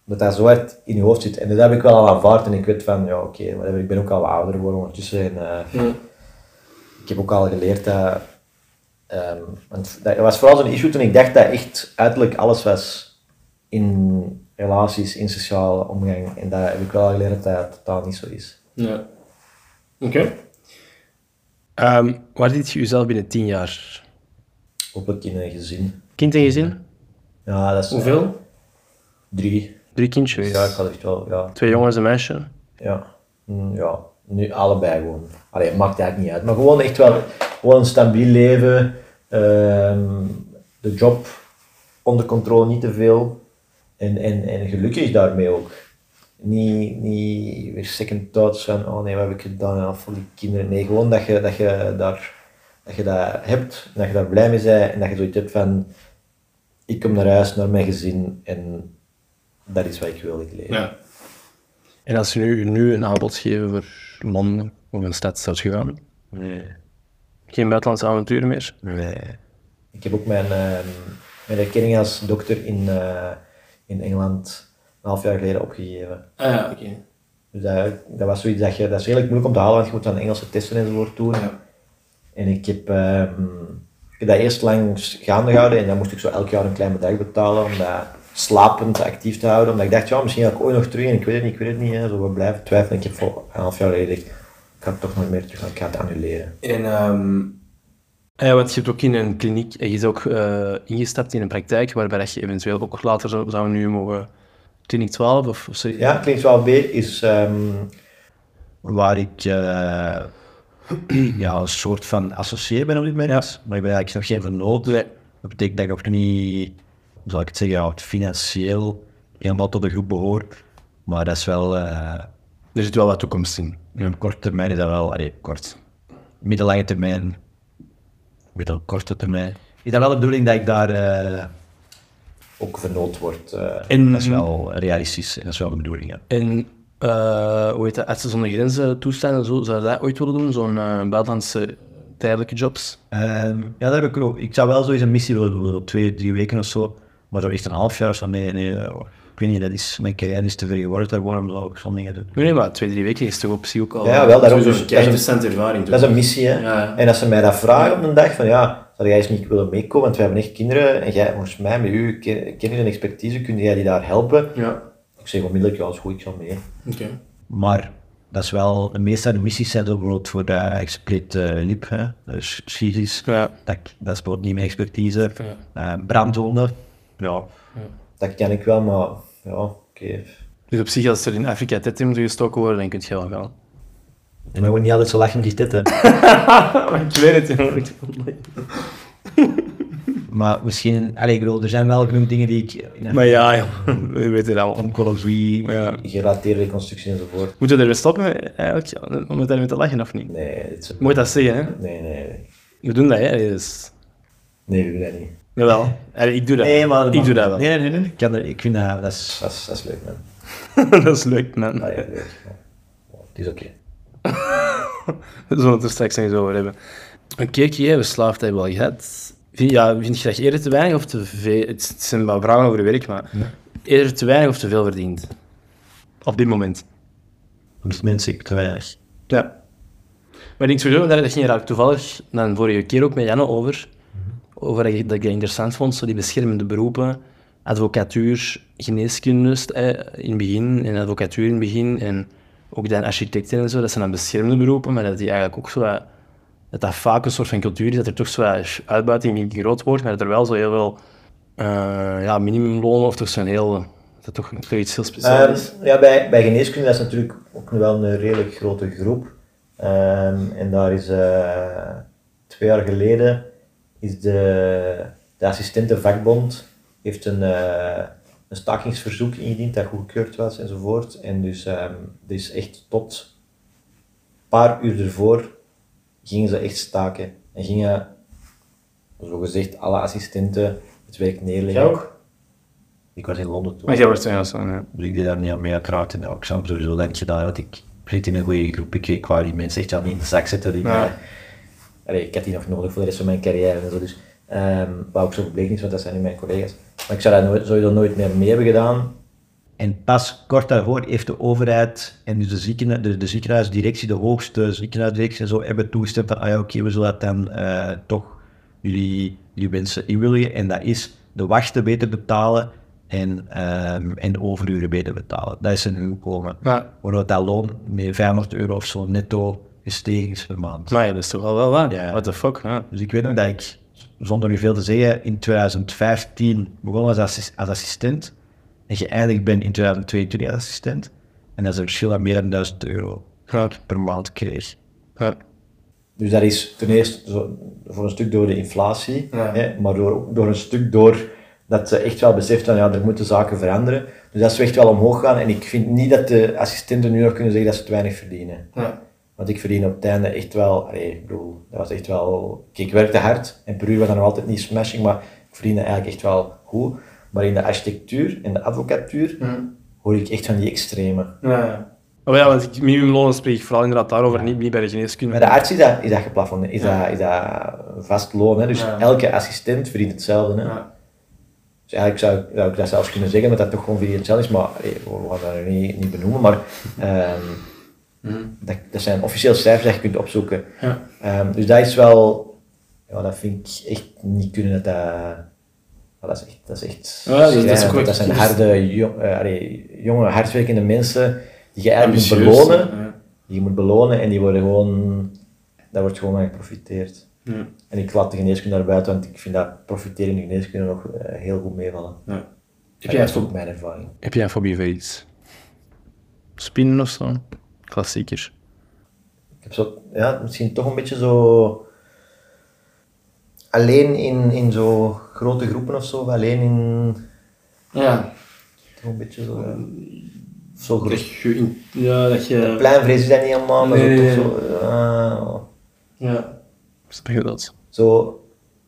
S10: Dat dat zo hard in je hoofd zit. En dat heb ik wel al aanvaard. En ik weet van, ja oké, whatever, ik ben ook al wat ouder geworden ondertussen. En, eh, Ik heb ook al geleerd dat... ehm, want dat was vooral zo'n issue toen ik dacht dat echt uiterlijk alles was in relaties, in sociale omgang. En daar heb ik wel al geleerd dat dat totaal niet zo is.
S11: Ja. Oké.
S4: Ehm, waar ziet je jezelf binnen tien jaar?
S10: Hopelijk in een gezin.
S4: Kind in gezin?
S10: Ja, dat is...
S11: Hoeveel?
S10: Drie.
S4: Drie kindjes?
S10: Ja, ik had echt wel, ja.
S4: Twee jongens en een meisje?
S10: Ja. Mm, ja. Nu allebei gewoon. Allee, het maakt eigenlijk niet uit. Maar gewoon echt wel gewoon een stabiel leven. ehm, de job onder controle, niet te veel. En, en, en gelukkig daarmee ook. Niet, niet weer second thoughts van, oh nee, wat heb ik gedaan? En al voor die kinderen. Nee, gewoon dat je, dat je daar dat je dat hebt, en dat je daar blij mee bent en dat je zoiets hebt van, ik kom naar huis, naar mijn gezin en dat is wat ik wil in het leven.
S11: Ja.
S4: En als ze nu, nu een aanbod geven voor Londen of een stad, zou je gaan?
S8: Nee.
S4: Geen buitenlandse avonturen meer?
S8: Nee.
S10: Ik heb ook mijn, ehm, mijn erkenning als dokter in, eh, in Engeland een half jaar geleden opgegeven.
S11: Ah ja, oké.
S10: Dus dat, dat was zoiets dat je, dat is redelijk moeilijk om te halen, want je moet dan Engelse testen enzovoort doen.
S11: Ja.
S10: En ik heb, ehm, ik heb dat eerst lang gaande gehouden en dan moest ik zo elk jaar een klein bedrag betalen om dat slapend actief te houden. Omdat ik dacht, ja, misschien ga ik ooit nog terug en ik weet het niet, ik weet het niet. Hè. Zo, we blijven twijfelen. Ik heb voor een half jaar geleden, ik ga het toch nog meer terug, gaan, ik ga het annuleren.
S2: En ehm,
S4: Ah Ja, want je hebt ook in een kliniek, en je is ook eh, ingestapt in een praktijk, waarbij dat je eventueel ook later zou, zou nu mogen... Kliniek 12 of... of sorry.
S10: Ja, klinkt wel B is ehm,
S3: waar ik eh, ja, een soort van associeer ben op dit moment. Maar ik ben eigenlijk nog geen vernoot. Dat betekent dat ik nog niet, hoe zal ik het zeggen, ja, financieel helemaal tot de groep behoor. Maar dat is wel, eh,
S4: Er zit wel wat toekomst in.
S3: op korte termijn is dat wel, allee, kort, middellange termijn, middel, korte termijn. Is dat wel de bedoeling dat ik daar, eh,
S10: ook vernoot wordt. eh,
S4: En,
S3: dat is wel realistisch, dat is wel de bedoeling, ja.
S4: en eh, hoe heet dat, artsen zonder grenzen toestaan en zo, zou je dat ooit willen doen? Zo'n eh, buitenlandse tijdelijke jobs?
S3: Ehm, ja, dat heb ik ook. Ik zou wel zoiets een missie willen doen, op twee, drie weken of zo. Maar zo echt een half jaar of zo, nee, nee. eh, Ik weet niet, dat is, mijn carrière is te veel geworden, daar waarom zou ik zo'n dingen doen?
S4: Nee, nee, maar twee, drie weken is toch op zich ook al... eh,
S10: Ja, wel, daarom.
S11: Sowieso
S10: Dus,
S11: een
S10: dat, is
S11: kei-interessante ervaring.
S10: een,
S11: toch?
S10: dat is een missie, hè.
S11: Ja, ja.
S10: En als ze mij dat vragen op een dag, van ja, zou jij eens niet willen meekomen, want we hebben echt kinderen, en jij, volgens mij, met uw ke- kennis en expertise, kun jij die daar helpen?
S11: Ja,
S10: Ik zeg onmiddellijk, ja, is goed, ik ga mee.
S11: oké.
S3: Maar dat is wel, de meeste van de missies zijn zo bijvoorbeeld voor de explicit lip, hè, dus psychisch.
S4: Ja.
S3: Dat, dat is bijvoorbeeld niet mijn expertise. Eh, brandwonden, ja.
S10: Dat kan ik wel, maar ja, oké.
S4: Dus op zich, als er in Afrika tetten moet gestoken worden, dan kun je wel gaan.
S3: En we moeten niet altijd zo lachen met die titten.
S4: Ik weet het,
S3: maar misschien, allee, ik bedoel, er zijn wel genoeg dingen die ik...
S4: Maar ja, joh, we weten dat wel.
S3: Oncologie,
S4: Ja.
S10: Gerelateerde reconstructie enzovoort.
S4: Moeten we er stoppen eigenlijk, om het daarmee te lachen of niet?
S10: Nee, dit is-
S4: Je moet dat zeggen, hè?
S10: nee, nee, nee.
S4: We doen dat, hè? Dus...
S10: Nee, we doen dat niet.
S4: Jawel. Allee, ik doe dat.
S3: Nee, maar,
S4: Ik doe dat wel.
S3: Nee, nee, nee. nee. Ik, kan er, ik vind dat, dat is,
S10: Dat is, dat is leuk, man.
S4: dat is leuk, man.
S10: Ah, ja, leuk. Ja, het is oké.
S4: Daar zullen we het er straks nog eens over hebben. Een keertje, hè, verslaafd heb je wel gehad. Vind, ja, vind je dat je eerder te weinig of te veel... Het het zijn maar vragen over je werk, maar... Eerder te weinig of te veel verdient? Op dit moment.
S3: Op dit moment zeker te weinig.
S4: Ja. Maar ik denk sowieso, daar, dat ging je daar toevallig dan vorige keer ook met Janne over. Over dat ik dat ik dat interessant vond, zo die beschermende beroepen. Advocatuur, geneeskunde st- eh, in het begin en advocatuur in het begin. En ook dan architecten en zo, dat zijn dan beschermde beroepen, maar dat die eigenlijk ook zo... wat- Dat dat vaak een soort van cultuur is, dat er toch zo wat uitbuiting niet groot wordt, maar dat er wel zo heel veel eh ja, minimumlonen of toch zo'n heel... Dat toch, toch iets heel speciaals is.
S10: Ehm, ja, bij, bij geneeskunde is natuurlijk ook wel een redelijk grote groep. Ehm, en daar is eh, twee jaar geleden is de, de assistentenvakbond heeft een, eh, een stakingsverzoek ingediend dat goedgekeurd was enzovoort. En dus ehm er is echt tot een paar uur ervoor gingen ze echt staken. En gingen, zogezegd, alle assistenten het werk neerleggen.
S4: Jij ook?
S10: Ik was in Londen toen.
S2: Maar jij wordt ja, zo, ja.
S3: Dus ik deed daar niet aan mee, uiteraard. En ja, ik snap sowieso dat ik gedaan had. Ik zit in een goede groep. Ik, ik wou die mensen echt aan in de zak zetten. Die,
S2: Ja.
S10: eh, allee, ik had die nog nodig voor de rest van mijn carrière en zo. Dus, ehm wat ook zo gebleken is, want dat zijn nu mijn collega's. Maar ik zou dat nooit, sowieso nooit meer mee hebben gedaan.
S3: En pas kort daarvoor heeft de overheid en dus de, zieken, de, de ziekenhuisdirectie, de hoogste ziekenhuisdirectie en zo, hebben toegestemd van, ah ja, oké, we zullen dat dan eh, toch jullie, jullie wensen inwilligen. En dat is de wachten beter betalen en, ehm, en de overuren beter betalen. Dat is een inkomen.
S2: Ja.
S3: Waardoor dat loon met 500 euro of zo netto is tegen per maand.
S4: Maar ja, dat is toch wel wel waar.
S3: Ja.
S4: What the fuck, ja.
S3: Dus ik weet nog dat ik, zonder nu veel te zeggen, in 2015 begon als, assis- als assistent. En geëindigd ben in 2022 als assistent. En dat is een verschil van meer dan 1000 euro per maand kreeg.
S2: Ja.
S10: Dus dat is ten eerste zo, voor een stuk door de inflatie, hè, maar door, ook door een stuk door dat ze echt wel beseft van ja, er moeten zaken veranderen. Dus dat ze echt wel omhoog gaan. En ik vind niet dat de assistenten nu nog kunnen zeggen dat ze te weinig verdienen. Want ik verdien op het einde echt wel, allee, ik bedoel, dat was echt wel, kijk, ik werkte hard en per uur was dat nog altijd niet smashing, maar ik verdiende eigenlijk echt wel goed. Maar in de architectuur en de advocatuur hoor ik echt van die extreme.
S4: Maar ja, want ik- minimumloon spreek ik vooral inderdaad daarover, niet, niet bij de geneeskunde.
S10: Bij de arts is dat, is dat geplafond, hè. is, dat, is dat een vast loon. Hè? Dus elke assistent verdient hetzelfde. Hè? Dus eigenlijk zou ik, zou ik dat zelfs kunnen zeggen, dat dat toch gewoon financieel is, maar eh, we gaan dat nu niet, niet benoemen. Maar ehm, dat, dat zijn officieel cijfers dat je kunt opzoeken. Ehm, dus dat is wel, ja, dat vind ik echt niet kunnen dat dat. ja, dat is echt. Dat, is echt
S4: Ja, dat is- dat is
S10: schrijnend,
S4: ook
S10: want
S4: wat-
S10: dat zijn
S4: dat is-
S10: harde, jong, eh, allee, jonge, hardwerkende mensen die je eigenlijk moet
S11: Ambitieus,
S10: belonen
S11: ja.
S10: die je moet belonen en die worden gewoon, daar wordt gewoon aan geprofiteerd.
S11: Ja.
S10: En ik laat de geneeskunde daar buiten, want ik vind dat profiteren in de geneeskunde nog eh, heel goed meevallen.
S11: Ja.
S10: dat is ook mijn ervaring.
S4: Heb jij een fobie voor iets? Spinnen of zo? Klassieker.
S10: Ik heb zo, ja, misschien toch een beetje zo, alleen in, in zo grote groepen of zo, of alleen in,
S11: Ja.
S10: toch een beetje zo, ja.
S11: Mm.
S10: zo groot.
S11: Dat je... in- Ja, dat je...
S10: Pleinvrees is dat niet helemaal, maar zo
S11: Dus- Nee,
S10: toch
S11: nee,
S10: zo, eh,
S11: Ja.
S4: Snap je dat?
S10: Zo,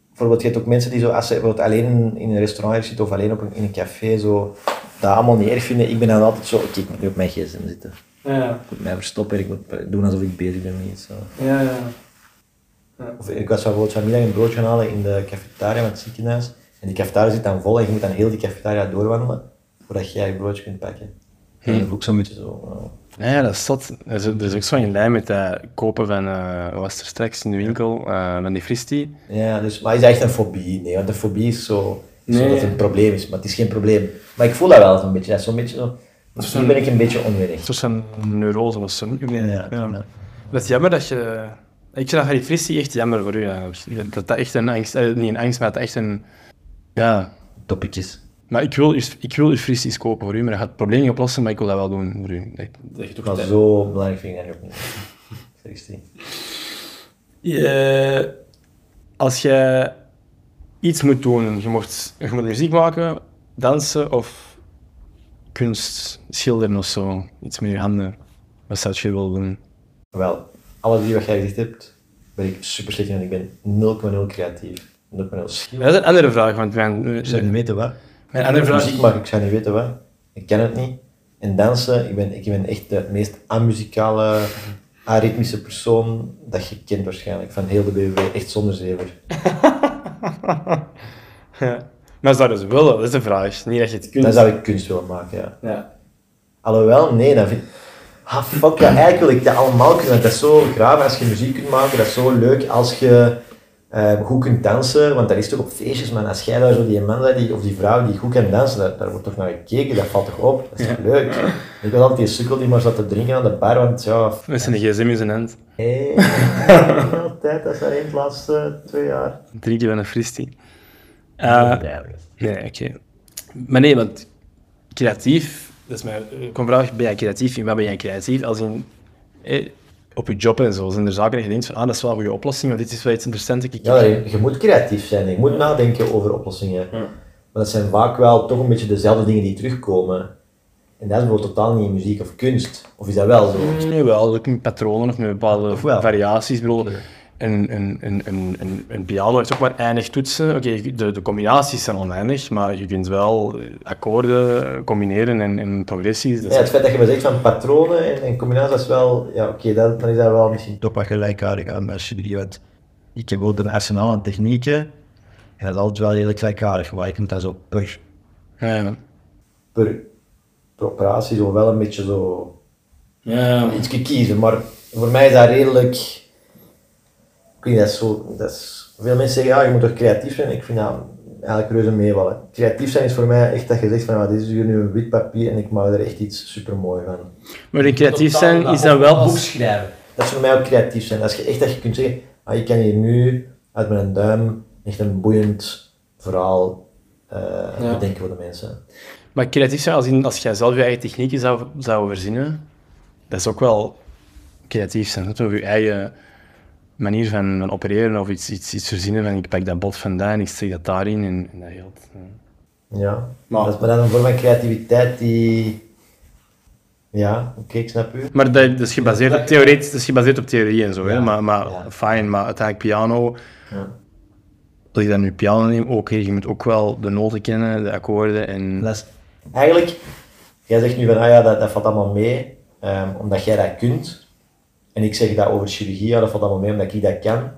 S10: bijvoorbeeld, je hebt ook mensen die zo, als ze bijvoorbeeld alleen in- in een restaurant zitten of alleen op een, in een café, zo, dat allemaal niet erg vinden. Ik ben dan altijd zo, oké, ik moet nu op mijn gsm zitten.
S11: Ja.
S10: Ik moet mij verstoppen, ik moet doen alsof ik bezig ben met iets. Zo.
S11: Ja, ja.
S10: Of ik was bijvoorbeeld vanmiddag een broodje gaan halen in de cafetaria van het ziekenhuis. En die cafetaria zit dan vol en je moet dan heel die cafetaria doorwandelen voordat jij je broodje kunt pakken.
S3: Hm.
S10: En dat is ook zo'n beetje zo. nou,
S4: Ja, ja, dat is zot. Dus, Er is, er is ook zo'n lijn met dat kopen van, eh wat was er straks in de winkel, eh, van die fristi.
S10: Ja, dus, maar is dat echt een fobie? Nee, want een fobie is zo, is zo dat het een probleem is, maar het is geen probleem. Maar ik voel dat wel zo'n beetje, dat is zo'n beetje zo... Misschien ben ik een beetje onwennig.
S4: Een soort van neurose of zo.
S3: Ja,
S4: Dat is jammer dat je... Ik vind dat van die fristi echt jammer voor u. eigenlijk. Dat dat echt een angst... eh, niet een angst, maar dat echt een... Ja.
S3: Toppetjes.
S4: Maar ik wil, uw- ik wil uw fristi's kopen voor u, maar dat gaat het probleem niet oplossen, maar ik wil dat wel doen voor u. Dat-
S11: Dat je toch
S10: Maar zo belangrijk vind ik dat ook niet. Serieus niet.
S4: Je- als je iets moet doen, je moet, je moet muziek maken, dansen of kunst, schilderen of zo, iets met je handen. Wat zou je willen doen?
S10: Wel, alle drie wat jij gezegd hebt, ben ik super slecht in, want ik ben 0,0 creatief. 0,0 schier.
S4: Dat is een andere vraag, want mijn,
S3: Zou je weten wat?
S4: mijn andere vraag...
S10: Muziek maar ik zou niet weten wat. Ik ken het niet. En dansen, ik ben, ik ben echt de meest amuzikale aritmische persoon dat je kent waarschijnlijk, van heel de BBB, echt zonder zever.
S4: Maar zouden ze willen? Dat is de vraag. Niet dat je het kunt.
S10: Dan zou ik kunst willen maken, ja.
S11: Ja.
S10: Alhoewel, nee, dan vind ik... Ah, fuck ja, eigenlijk wil ik dat allemaal kunnen, want dat is zo graaf als je muziek kunt maken, dat is zo leuk als je eh, goed kunt dansen, want dat is toch op feestjes, man, als jij daar zo die man bent, die, of die vrouw die goed kan dansen, daar, daar wordt toch naar gekeken, dat valt toch op, dat is toch leuk. Ik was altijd die sukkel die maar zat te drinken aan de bar, want ja...
S4: Met zijn gsm in zijn hand.
S10: Hé, altijd, dat is alleen de laatste twee jaar.
S4: Drie keer van een fristie.
S10: Ah,
S4: Eh, nee, oké. Maar nee, want creatief... Dat is mijn ik kom vraag, ben jij creatief? In wat ben jij creatief? Als in... eh, op je job en zo. Zijn er zaken dat je denkt van, ah, dat is wel een goede oplossing, want dit is wel iets interessants. dat ik-
S10: Ja, je, je moet creatief zijn, je moet nadenken over oplossingen. Maar dat zijn vaak wel toch een beetje dezelfde dingen die terugkomen. En dat is bijvoorbeeld totaal niet in muziek of kunst. Of is dat wel zo?
S4: Nee, wel, ook met patronen of met bepaalde
S10: wel?
S4: variaties. Ik bedoel, een, een, een, een, een, een piano heeft ook maar eindig toetsen. Oké, de, de combinaties zijn oneindig, maar je kunt wel eh, akkoorden eh, combineren en, en progressies. Dat
S10: Ja,
S4: is-
S10: het feit dat je maar zegt van patronen en, en combinaties, dat is wel... Ja, oké, dat, dan is dat wel misschien...
S3: toch wat gelijkaardig aan mijn studie. Want ik heb ook een arsenaal aan technieken. En dat is altijd wel redelijk gelijkaardig. Maar ik moet dat zo per
S4: Ja, ja.
S10: Per, per operatie zo wel een beetje zo...
S11: Ja.
S10: iets kiezen, maar voor mij is dat redelijk. Ik weet niet, dat is zo. Dat is, veel mensen zeggen ja, je moet toch creatief zijn. Ik vind dat eigenlijk reuze meevallen. Creatief zijn is voor mij echt dat je zegt van, "Ah, dit is hier nu een wit papier en ik maak er echt iets super mooi van.
S4: Maar in creatief zijn is dan wel...
S5: boek schrijven.
S10: Dat is voor mij ook creatief zijn. Als je echt dat je kunt zeggen, ah, ik kan hier nu uit mijn duim echt een boeiend verhaal eh, bedenken voor de mensen.
S4: Maar creatief zijn als, in, als jij zelf je eigen technieken zou, zou verzinnen, dat is ook wel creatief zijn. Dat je eigen manier van, van opereren of iets, iets, iets verzinnen van ik pak dat bot vandaan en ik steek dat daarin en, en dat geldt. Ja.
S10: Ja. Dat is maar dan een vorm van creativiteit die... Ja, oké, ik snap u.
S4: Maar dat, dat, is gebaseerd op theorie, dat is gebaseerd op theorie en zo. hè? Maar, maar fijn, maar uiteindelijk piano. Als je dan nu piano neemt, ook je moet ook wel de noten kennen, de akkoorden en.
S3: Dat is
S10: Eigenlijk, jij zegt nu van, ah ja, dat, dat valt allemaal mee, ehm, omdat jij dat kunt. En ik zeg dat over chirurgie, ja, dat valt allemaal mee, omdat ik dat kan.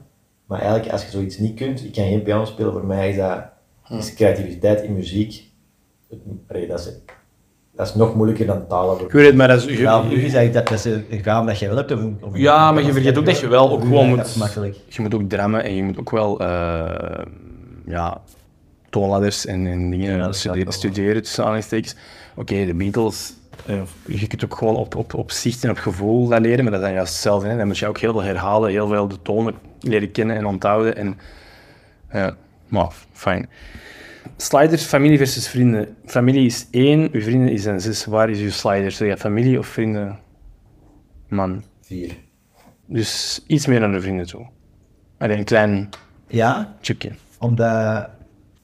S10: Maar eigenlijk, als je zoiets niet kunt, ik kan geen piano spelen, voor mij is dat is creativiteit in muziek. Het, allee, dat, is, dat is nog moeilijker dan talen.
S4: Ik weet het, maar dat is, je-
S3: Ja, nu is eigenlijk dat, dat is een raam dat je wel hebt. Of, of-
S4: ja, maar je vergeet ook dat je wel ook gewoon
S3: Dat is
S4: moet.
S3: makkelijk.
S4: Je moet ook drammen en je moet ook wel eh, ja, toonladders en, en dingen studeren, studeren tussen aanhalingstekens. Oké, de Beatles. eh, je kunt ook gewoon op, op, op zicht en op gevoel dat leren, maar dat is dan juist hetzelfde. Hè? Dan moet je ook heel veel herhalen, heel veel de tonen leren kennen en onthouden. En, ja, maar fijn. Sliders, familie versus vrienden. Familie is één, uw vrienden is een zes. Waar is uw slider? Zeg je familie of vrienden? Man.
S10: Vier.
S4: Dus iets meer naar de vrienden toe. Alleen een klein
S3: Ja,
S4: chipje.
S3: omdat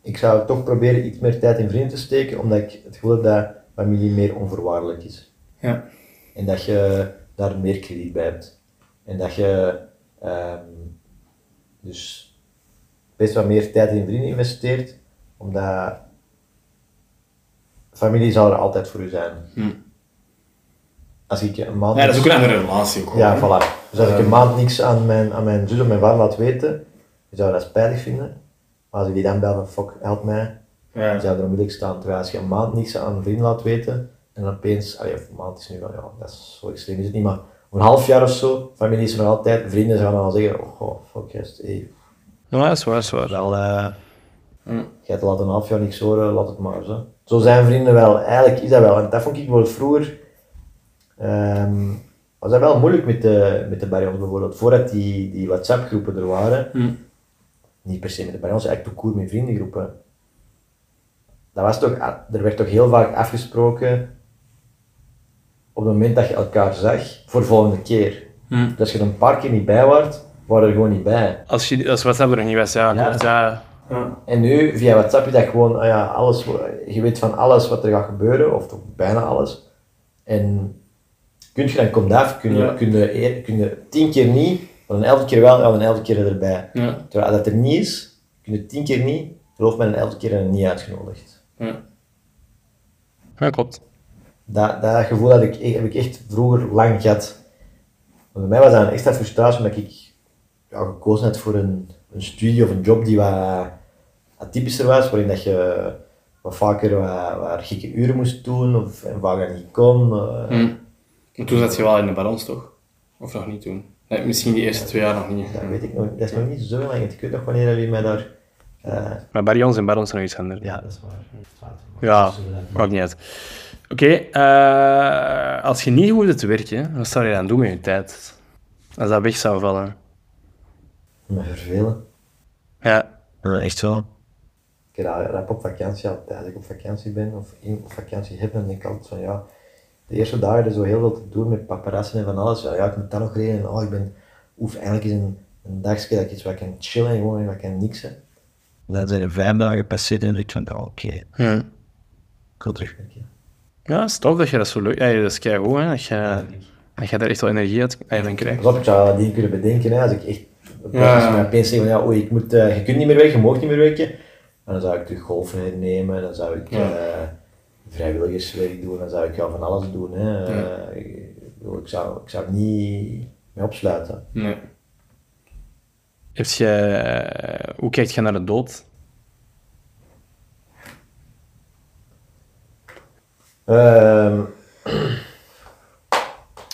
S10: Ik zou toch proberen iets meer tijd in vrienden te steken, omdat ik het gevoel heb dat familie meer onvoorwaardelijk is.
S11: Ja.
S10: En dat je daar meer krediet bij hebt. En dat je ehm, dus best wat meer tijd in vrienden investeert, omdat familie zal er altijd voor u zijn. Als ik een maand...
S11: Hm. Ja, dat is ook een andere relatie ook Ehm. gewoon,
S10: Ja,
S11: hè.
S10: voilà. Dus als ik een maand niks aan mijn, aan mijn zus of mijn vader laat weten, die zou dat spijtig vinden. Maar als ik die dan bel van fuck, help mij, dan
S11: Ja.
S10: zou er onmiddellijk staan. Terwijl als je een maand niks aan een vriend laat weten, en dan opeens, allee, of een maand is nu wel, ja, dat is zo extreem is het niet, maar een half jaar of zo, familie is er nog altijd, vrienden gaan dan al zeggen, oh, goh, fuck, juist, hey,
S4: Nou, dat is waar, dat is waar.
S3: wel eh,
S10: jij laat een half jaar niks horen, laat het maar zo. Zo zijn vrienden wel, eigenlijk is dat wel. En dat vond ik bijvoorbeeld vroeger, ehm, was dat wel moeilijk met de, met de barons bijvoorbeeld. Voordat die, die WhatsApp-groepen er waren, niet per se met de barons, eigenlijk toekoer met vriendengroepen. Dat was toch, ah, er werd toch heel vaak afgesproken op het moment dat je elkaar zag, voor de volgende keer. Dus als je er een paar keer niet bij was, waren er gewoon niet bij.
S4: Als, je, als WhatsApp er nog niet was, ja, akkoord, ja.
S10: En nu, via WhatsApp, is dat gewoon, ah ja, alles, wo- je weet van alles wat er gaat gebeuren, of toch bijna alles. En kun je dan komt af, kun je,
S11: Ja.
S10: kun je, eer- kun je tien keer niet, maar een elfde keer wel, en een elfde keer erbij.
S11: Ja.
S10: Terwijl als dat er niet is, kun je tien keer niet, geloof me, een elfde keer en niet uitgenodigd.
S11: Ja.
S4: Ja, klopt.
S10: Dat, dat gevoel had ik, e- heb ik echt vroeger lang gehad. Maar bij mij was dat een extra frustratie omdat ik ja, gekozen had voor een, een studie of een job die wat atypischer was, waarin dat je wat vaker wat, wat gekke uren moest doen of en vaker niet kon. eh.
S2: Hm. Maar Toen zat je wel in de balans, toch? Of nog niet toen? Nee, misschien die eerste twee jaar nog niet.
S10: Dat weet ik nog, dat is nog niet zo lang. want Ik weet nog wanneer jullie mij daar. eh,
S2: Maar Barjons en Barons zijn nog iets anders.
S10: ja, dat is waar.
S2: Ja, maakt niet uit. Oké, eh, als je niet hoefde te werken, wat zou je dan doen met je tijd? Als dat weg zou vallen.
S10: Me vervelen.
S2: Ja,
S3: Ja, echt wel.
S10: Ik ra- rap op vakantie altijd. Als ik op vakantie ben of in, op vakantie heb, dan denk ik altijd van ja. De eerste dagen is zo heel veel te doen met paparazzen en van alles. Ja, ja, ik moet dat nog regelen. Oh, ik ben. Oef, eigenlijk is een, een dagje dat ik iets wat kan chillen en gewoon wat kan niksen.
S3: Dan zijn er vijf dagen gepasseerd en ik van, oh, oké,
S2: hm.
S3: ik wil terug.
S2: ja stof dat je dat zo leuk... Ja, dat is keigoed, hè. Dat je, dat je daar echt wel energie uit uit van krijgt.
S10: Pas op, ik zou dat dingen kunnen bedenken. Hè. Als ik echt als ze mij opeens zeggen van ja, oei, ik moet, eh, je kunt niet meer werken, je mag niet meer werken. En dan zou ik terug golfen hernemen, dan zou ik eh, vrijwilligerswerk doen, dan zou ik ja, van alles doen. Hè. Eh, ik, bedoel, ik zou, ik zou niet mee opsluiten.
S2: Nee. Heb je, eh, hoe kijkt je naar de dood?
S10: Ehm,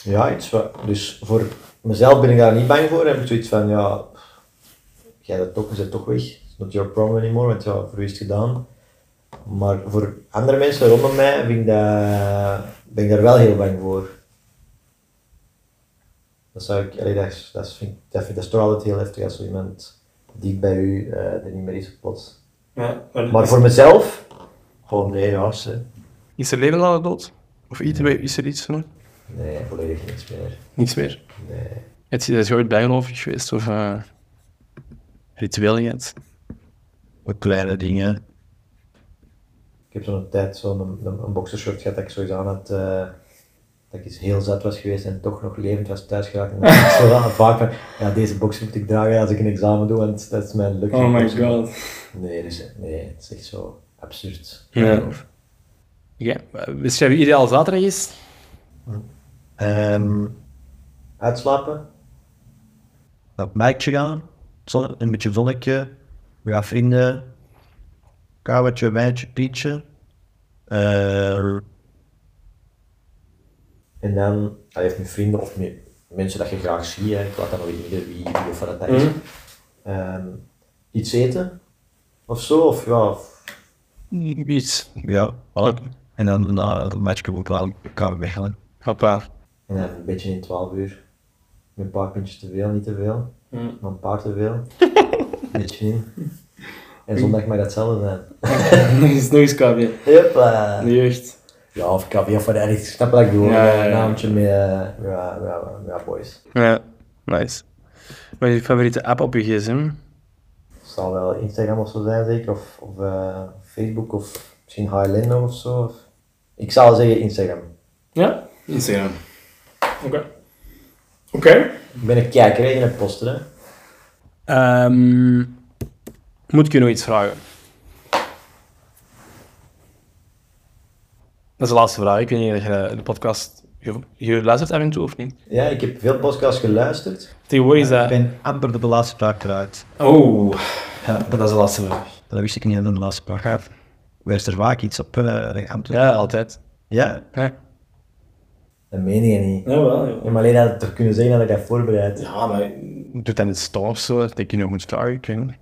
S10: ja, iets wat, dus voor mezelf ben ik daar niet bang voor. Heb ik zoiets van, ja, jij dat toch, je bent toch weg. It's not your problem anymore, want ja, voor u is het gedaan. Maar voor andere mensen rondom mij ben ik, daar ben ik daar wel heel bang voor. Dat zou ik, allee, dat, dat, vind, ik- dat, vind, dat is toch altijd heel heftig als zo iemand die bij u eh, er niet meer is plots.
S11: Ja,
S10: Maar voor mezelf, gewoon nee, ja, ze-
S2: Is er leven na de dood? Of iets, is er iets van?
S10: nee, volledig niks meer.
S2: Niks meer?
S10: Nee.
S2: Heb je, is je ooit bijgelovig geweest? Of eh ritueel gehad?
S3: Wat kleine dingen.
S10: Ik heb zo'n tijd zo'n een, een, een boxershort gehad dat ik sowieso aan had. eh, dat ik eens heel zat was geweest en toch nog levend was thuisgeraakt. En dan dacht ik zo aan vaak van, ja, deze boxer moet ik dragen als ik een examen doe, want dat is mijn lukt.
S11: Oh my god.
S10: Nee, dus, nee, het is echt zo absurd.
S2: Ja. Oké, wist jij wie ideaal zaterdag is?
S3: Ehm
S10: Uitslapen?
S3: naar het marktje gaan, zon- een beetje zonnetje, we gaan vrienden, kouwetje, wijntje, pietje. Eh,
S10: En dan, hij heeft met vrienden of met mensen dat je graag ziet, hè, ik laat dan nog niet ieder wie, wie of wat dat
S11: Mhm.
S10: is. Ehm, iets eten? Of zo? Of ja, of-
S2: Iets.
S3: ja, voilà. En dan na het matchje ook wel gaan we weggaan.
S2: Hoppa.
S10: En dan een beetje in 12 uur. Met een paar puntjes te veel, niet te veel. Maar een paar te veel. Een beetje in. En zondag mag dat hetzelfde zijn.
S2: Nog eens, nog eens KB.
S10: Hoppa.
S2: Jeugd.
S10: Ja, of KB of wat eigenlijk. Snap dat ik bedoel?
S2: Ja, ja, ja.
S10: Een naamtje met, eh, met, wat- met, wat- met wat boys.
S2: Ja, nice. Wat is je favoriete app op je gsm?
S10: Het zal wel Instagram of zo zijn zeker. Of, of eh, Facebook of misschien Highlander of zo. Of- Ik zou zeggen Instagram.
S2: Ja?
S11: Instagram. Oké. Oké.
S10: Ik ben een kijker hè, en een poster. Hè.
S4: Ehm,
S2: moet ik je nog iets vragen? Dat is de laatste vraag. Ik weet niet of je de podcast... Je, je luistert af en toe of niet?
S10: Ja, ik heb veel podcasts geluisterd.
S2: Tegenwoordig is
S3: Ik
S11: Eh,
S2: dat...
S3: ben amper de laatste vraag eruit.
S8: Oh, ja, dat is de laatste vraag.
S3: Dat wist ik niet dat ik de laatste vraag had. Waar is er vaak iets op eh aan
S2: Ja, altijd.
S3: Ja,
S2: Ja.
S10: Dat meen je niet.
S11: Jawel, joh.
S10: Ja, maar alleen had ik toch kunnen zeggen dat ik dat voorbereid.
S11: Ja, maar...
S4: Doet dat in het stof of zo? Dat je nog moet vragen, ik weet het niet.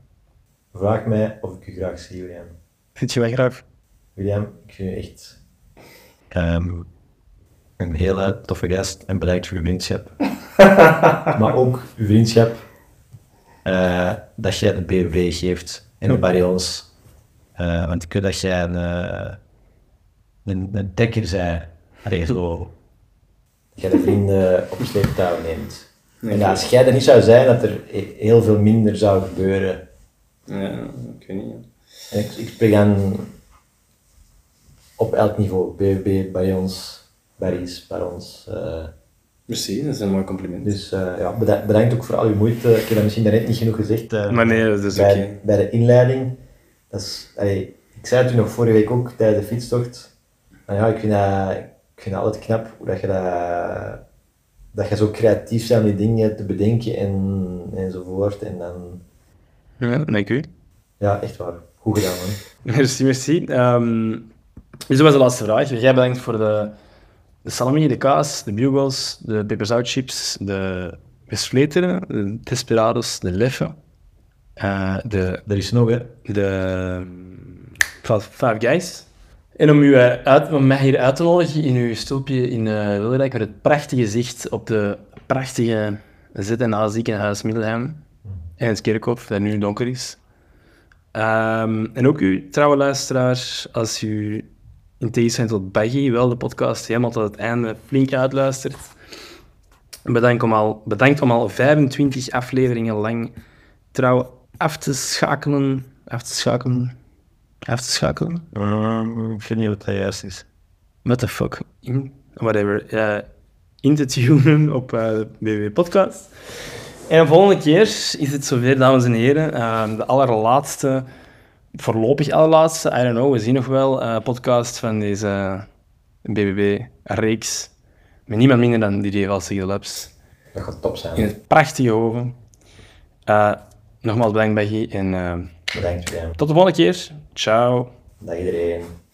S10: Vraag mij of ik u graag zie, William.
S4: Vind je wel graag?
S10: William, ik vind je echt...
S3: ehm, een hele toffe gast en bedankt voor je vriendschap.
S10: Maar ook uw vriendschap.
S3: eh, dat jij de BBB geeft en de Barrels. Eh, want ik weet dat jij een, eh, een, een dekker bent. Allee, zo.
S10: Dat jij de vrienden op sleeptouw neemt. en als jij er niet zou zijn, dat er he- heel veel minder zou gebeuren.
S11: Ja, ik weet niet.
S10: En ik, ik spreek aan op elk niveau. BVB, bij ons, Barry's, bij ons. eh.
S11: Merci, dat is een mooi compliment.
S10: dus eh, ja, beda- bedankt ook voor al uw moeite. Ik heb dat misschien daarnet niet genoeg gezegd. eh,
S2: Maar nee, dat is oké.
S10: bij, bij de inleiding. Dat is, allee, ik zei het u nog vorige week ook tijdens de fietstocht. Maar ja, ik vind, dat, ik vind dat altijd knap hoe dat je dat dat je zo creatief zijn om die dingen te bedenken en, enzovoort. En dan,
S4: Ja, dank u.
S10: ja, echt waar. Goed gedaan, man.
S4: Merci, merci. Ehm dus dat was de laatste vraag. Jij bedankt voor de, de salami, de kaas, de bugles, de peperzoutchips, de besleteren, de desperados, de leffen, eh, de,
S12: Er is nog, hè.
S4: de van Five Guys. En om, u eh, uit, om mij hier uit te nodigen in uw stulpje in eh Wilrijk met het prachtige zicht op de prachtige ZNA ziekenhuis Middelheim en het kerkhof dat nu donker is. Ehm, en ook u, trouwe luisteraar, als u in tegenstelling tot Baggy wel de podcast helemaal tot het einde flink uitluistert, bedankt om al, bedankt om al 25 afleveringen lang trouw af te schakelen. Af te schakelen. Af te schakelen.
S3: Ehm, ik weet niet wat dat juist is.
S4: What the fuck? In, whatever. eh, in te tunen op eh BW Podcast. En de volgende keer is het zover, dames en heren. eh, de allerlaatste, voorlopig allerlaatste, I don't know, we zien nog wel, eh, podcast van deze BBB-reeks. Met niemand minder dan Didier Valsig Labs.
S10: Dat gaat top zijn.
S4: In het prachtige hoven. Eh, nogmaals bedankt, Baggy. En eh,
S10: Bedankt, Jan.
S4: tot de volgende keer. Ciao.
S10: Dag iedereen.